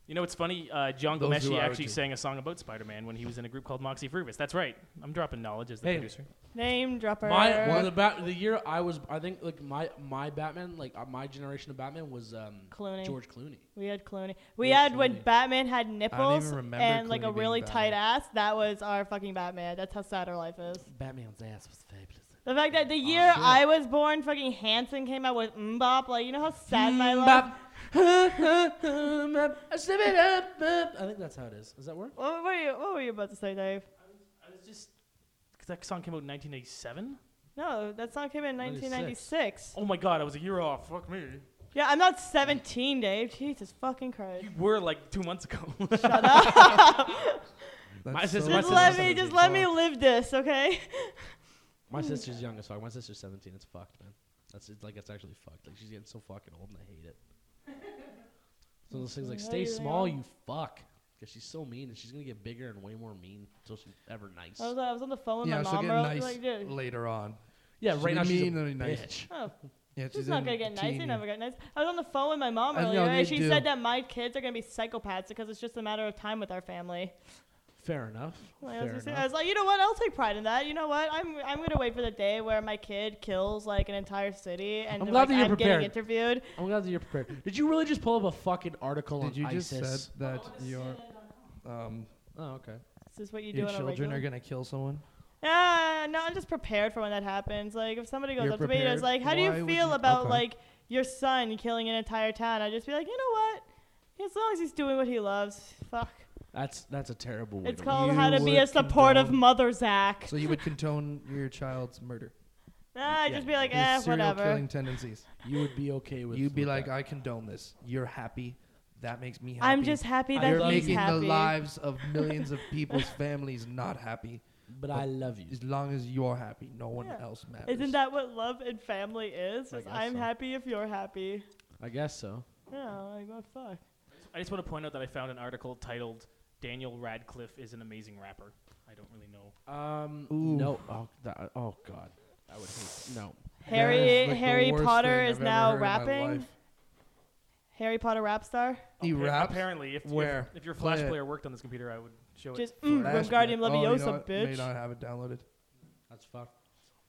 [SPEAKER 5] You know, it's funny. Uh, John
[SPEAKER 3] Those who
[SPEAKER 5] Gomeshi
[SPEAKER 3] are
[SPEAKER 5] actually
[SPEAKER 3] OG.
[SPEAKER 5] sang a song about Spider-Man when he was in a group called Moxie Fruvis. That's right. I'm dropping knowledge as the
[SPEAKER 2] Hey.
[SPEAKER 5] producer.
[SPEAKER 1] Name dropper.
[SPEAKER 2] My
[SPEAKER 3] What?
[SPEAKER 2] one the bat the year I was I think like my my Batman like uh, my generation of Batman was um
[SPEAKER 1] Clooney.
[SPEAKER 2] George Clooney.
[SPEAKER 1] We had Clooney. We
[SPEAKER 2] Yeah,
[SPEAKER 1] had when
[SPEAKER 2] Clooney.
[SPEAKER 1] Batman had nipples
[SPEAKER 3] remember
[SPEAKER 1] and like
[SPEAKER 3] Clooney
[SPEAKER 1] a
[SPEAKER 3] being
[SPEAKER 1] really tight
[SPEAKER 3] Batman.
[SPEAKER 1] ass. That was our fucking Batman. That's how sad our life is.
[SPEAKER 2] Batman's ass was fabulous.
[SPEAKER 1] The fact that the year
[SPEAKER 2] shit.
[SPEAKER 1] I was born, fucking Hanson came out with Mbop. Like, you know how sad
[SPEAKER 2] Hmm,
[SPEAKER 1] my life.
[SPEAKER 2] <laughs> I think that's how it is. Does that work?
[SPEAKER 1] What were you? What were you about to say, Dave?
[SPEAKER 5] I was just. 'cause That song came out in 1987.
[SPEAKER 1] No, that song came in 1996.
[SPEAKER 5] Oh my god, I was a year off. Fuck me.
[SPEAKER 1] Yeah, I'm not 17, Dave. Jesus fucking Christ.
[SPEAKER 5] You were like two months ago. <laughs>
[SPEAKER 3] That's
[SPEAKER 5] My sister-
[SPEAKER 1] Just
[SPEAKER 5] What's
[SPEAKER 1] let
[SPEAKER 5] his
[SPEAKER 1] me,
[SPEAKER 2] name?
[SPEAKER 1] just let me live this, okay? Mm.
[SPEAKER 2] My sister's young as fuck. My sister's seventeen. It's fucked, man. That's it's like it's actually fucked. Like she's getting so fucking old, and
[SPEAKER 1] <laughs>
[SPEAKER 2] I hate it. So those things like
[SPEAKER 1] How
[SPEAKER 2] stay
[SPEAKER 1] you
[SPEAKER 2] small,
[SPEAKER 1] doing?
[SPEAKER 2] you fuck, because she's so mean, and she's gonna get bigger and way more mean until she's ever nice.
[SPEAKER 1] I was, I was on the phone with
[SPEAKER 3] yeah,
[SPEAKER 1] my
[SPEAKER 3] she'll
[SPEAKER 1] mom.
[SPEAKER 3] get
[SPEAKER 1] earlier,
[SPEAKER 3] nice
[SPEAKER 1] like, dude,
[SPEAKER 3] later on.
[SPEAKER 2] Yeah,
[SPEAKER 3] She's
[SPEAKER 2] right now
[SPEAKER 3] gonna
[SPEAKER 2] she's a
[SPEAKER 3] mean and nice.
[SPEAKER 2] bitch.
[SPEAKER 1] oh,
[SPEAKER 3] Yeah, she's
[SPEAKER 1] she's not
[SPEAKER 3] in
[SPEAKER 1] gonna get nice. They
[SPEAKER 3] teen
[SPEAKER 1] never get nice. I was on the phone with my mom
[SPEAKER 3] I
[SPEAKER 1] earlier,
[SPEAKER 3] know, me
[SPEAKER 1] and she
[SPEAKER 3] too.
[SPEAKER 1] said that my kids are gonna be psychopaths because it's just a matter of time with our family.
[SPEAKER 2] Fair enough.
[SPEAKER 1] Like, I, was
[SPEAKER 2] Fair
[SPEAKER 1] just- I
[SPEAKER 2] enough.
[SPEAKER 1] was like, you know what? I'll take pride in that. You know what? I'm, I'm gonna wait for the day where my kid kills like an entire city, and
[SPEAKER 2] I'm
[SPEAKER 1] like,
[SPEAKER 2] glad that you're
[SPEAKER 1] I'm
[SPEAKER 2] prepared.
[SPEAKER 1] getting interviewed.
[SPEAKER 2] I'm glad that you're prepared. Did you really just pull up a fucking article
[SPEAKER 3] Did
[SPEAKER 2] on
[SPEAKER 3] you just
[SPEAKER 2] ISIS?
[SPEAKER 3] said that your um,
[SPEAKER 2] oh, okay.
[SPEAKER 1] This is what Oh, you do
[SPEAKER 3] your
[SPEAKER 1] on a
[SPEAKER 3] children
[SPEAKER 1] regular.
[SPEAKER 3] are gonna kill someone?
[SPEAKER 1] Yeah, no, I'm just prepared for when that happens. Like, if somebody goes
[SPEAKER 3] You're
[SPEAKER 1] up to me and
[SPEAKER 3] prepared?
[SPEAKER 1] is like, "How do
[SPEAKER 3] Why
[SPEAKER 1] you
[SPEAKER 3] would
[SPEAKER 1] feel
[SPEAKER 3] you-
[SPEAKER 1] about
[SPEAKER 3] okay.
[SPEAKER 1] like your son killing an entire town?" I'd just be like, "You know what? As long as he's doing what he loves, fuck."
[SPEAKER 2] That's that's a terrible way.
[SPEAKER 1] It's
[SPEAKER 2] to
[SPEAKER 1] called
[SPEAKER 3] You
[SPEAKER 1] "How to Be a
[SPEAKER 3] would
[SPEAKER 1] Supportive
[SPEAKER 3] condone-
[SPEAKER 1] Mother," Zach.
[SPEAKER 3] <laughs> So you would condone your
[SPEAKER 1] <laughs>
[SPEAKER 3] child's murder,
[SPEAKER 1] nah, I'd
[SPEAKER 2] yeah,
[SPEAKER 1] just be like,
[SPEAKER 3] his
[SPEAKER 1] "Eh,
[SPEAKER 3] serial
[SPEAKER 1] whatever."
[SPEAKER 3] killing tendencies.
[SPEAKER 2] You would be okay with.
[SPEAKER 3] You'd be
[SPEAKER 2] with
[SPEAKER 3] like,
[SPEAKER 2] that.
[SPEAKER 3] I condone this. You're happy. That makes me happy.
[SPEAKER 1] I'm just happy
[SPEAKER 2] I
[SPEAKER 1] that
[SPEAKER 3] You're
[SPEAKER 2] love
[SPEAKER 1] he's
[SPEAKER 3] making
[SPEAKER 1] happy.
[SPEAKER 3] the
[SPEAKER 1] <laughs>
[SPEAKER 3] lives of millions of people's families not happy.
[SPEAKER 2] but I love you.
[SPEAKER 3] As long as you're happy, no one
[SPEAKER 1] Yeah.
[SPEAKER 3] else matters.
[SPEAKER 1] Isn't that what love and family is?
[SPEAKER 2] I
[SPEAKER 1] Is
[SPEAKER 2] guess
[SPEAKER 1] I'm
[SPEAKER 2] so.
[SPEAKER 1] happy if you're happy.
[SPEAKER 2] I guess so.
[SPEAKER 1] Yeah, like what the fuck.
[SPEAKER 5] I just want to point out that I found an article titled "Daniel Radcliffe is an amazing rapper." I don't really know.
[SPEAKER 2] Um.
[SPEAKER 3] Ooh.
[SPEAKER 2] No. Oh. That, oh God. I would hate. No.
[SPEAKER 3] That is,
[SPEAKER 1] Harry
[SPEAKER 3] like, the
[SPEAKER 1] Harry
[SPEAKER 3] worst
[SPEAKER 1] Potter
[SPEAKER 3] thing
[SPEAKER 1] is
[SPEAKER 3] I've ever
[SPEAKER 1] now <laughs>
[SPEAKER 3] heard in my
[SPEAKER 1] rapping.
[SPEAKER 3] life.
[SPEAKER 1] Harry Potter rap star.
[SPEAKER 3] He raps?
[SPEAKER 5] Apparently, if
[SPEAKER 3] Where?
[SPEAKER 5] if, if your Flash
[SPEAKER 3] Play it.
[SPEAKER 5] player worked on this computer, I would show it.
[SPEAKER 1] Just mm,
[SPEAKER 3] Flash
[SPEAKER 1] Wingardium
[SPEAKER 3] Black. Oh, you
[SPEAKER 1] Leviosa,
[SPEAKER 3] know what? May
[SPEAKER 1] bitch.
[SPEAKER 3] not have it downloaded.
[SPEAKER 2] That's fucked.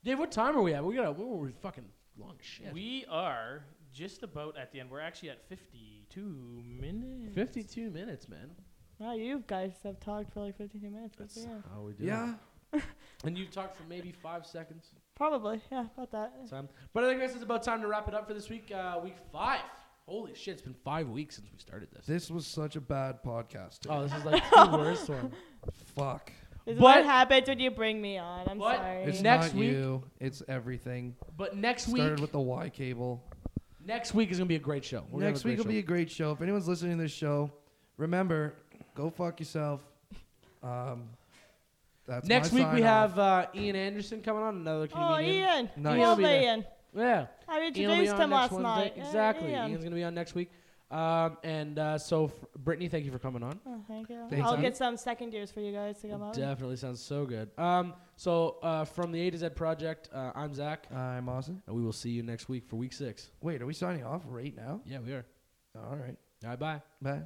[SPEAKER 2] Dave, what time are we at? We got. What were we fucking long as shit?
[SPEAKER 5] We are just about at the end. We're actually at 52 minutes.
[SPEAKER 2] Fifty-two minutes, man.
[SPEAKER 1] Wow, you guys have talked for like 15 minutes. good for
[SPEAKER 2] That's
[SPEAKER 1] you.
[SPEAKER 3] Oh,
[SPEAKER 2] how we do.
[SPEAKER 3] Yeah.
[SPEAKER 2] It. And you talked for maybe five seconds.
[SPEAKER 1] Probably, yeah, about that.
[SPEAKER 2] Time. But I think this is about time to wrap it up for this week. Uh, week five. Holy shit! It's been five weeks since we started this.
[SPEAKER 3] This was such a bad podcast. Today.
[SPEAKER 2] Oh, this
[SPEAKER 1] <laughs>
[SPEAKER 2] is like the worst one.
[SPEAKER 3] Fuck.
[SPEAKER 1] This is
[SPEAKER 2] But-
[SPEAKER 1] what happens when you bring me on. I'm
[SPEAKER 2] But-
[SPEAKER 1] sorry.
[SPEAKER 3] It's
[SPEAKER 2] Next
[SPEAKER 3] not
[SPEAKER 2] week-
[SPEAKER 3] you. It's everything.
[SPEAKER 2] But next
[SPEAKER 3] Started
[SPEAKER 2] week,
[SPEAKER 3] with the Y cable.
[SPEAKER 2] next week is gonna be a great show. We're gonna have
[SPEAKER 3] Next
[SPEAKER 2] a
[SPEAKER 3] week
[SPEAKER 2] great
[SPEAKER 3] will be
[SPEAKER 2] show.
[SPEAKER 3] a great show. If anyone's listening to this show, remember, go fuck yourself. Um, that's my
[SPEAKER 2] Next week we
[SPEAKER 3] sign off.
[SPEAKER 2] have uh, Ian Anderson coming on, another
[SPEAKER 1] oh,
[SPEAKER 2] comedian.
[SPEAKER 1] Ian.
[SPEAKER 3] Nice.
[SPEAKER 1] Ian
[SPEAKER 2] He'll be there.
[SPEAKER 1] Leon.
[SPEAKER 2] Yeah.
[SPEAKER 1] I
[SPEAKER 2] Ian will be
[SPEAKER 1] introduced
[SPEAKER 2] on
[SPEAKER 1] him last
[SPEAKER 2] next Wednesday.
[SPEAKER 1] night. Yeah,
[SPEAKER 2] Exactly.
[SPEAKER 1] Ian.
[SPEAKER 2] Ian's gonna be on next week. Um, and uh, so, f- Brittany, thank you for coming on.
[SPEAKER 1] Oh, thank you.
[SPEAKER 3] Thanks,
[SPEAKER 1] I'll
[SPEAKER 3] Ian.
[SPEAKER 1] get some second years for you guys to come up.
[SPEAKER 2] Definitely sounds so good. Um, so uh, from the A to Z project, uh, I'm Zach,
[SPEAKER 3] I'm Austin.
[SPEAKER 2] and we will see you next week for week six.
[SPEAKER 3] Wait, are we signing off right now?
[SPEAKER 2] Yeah, we are.
[SPEAKER 3] All right.
[SPEAKER 2] All right, bye.
[SPEAKER 3] Bye.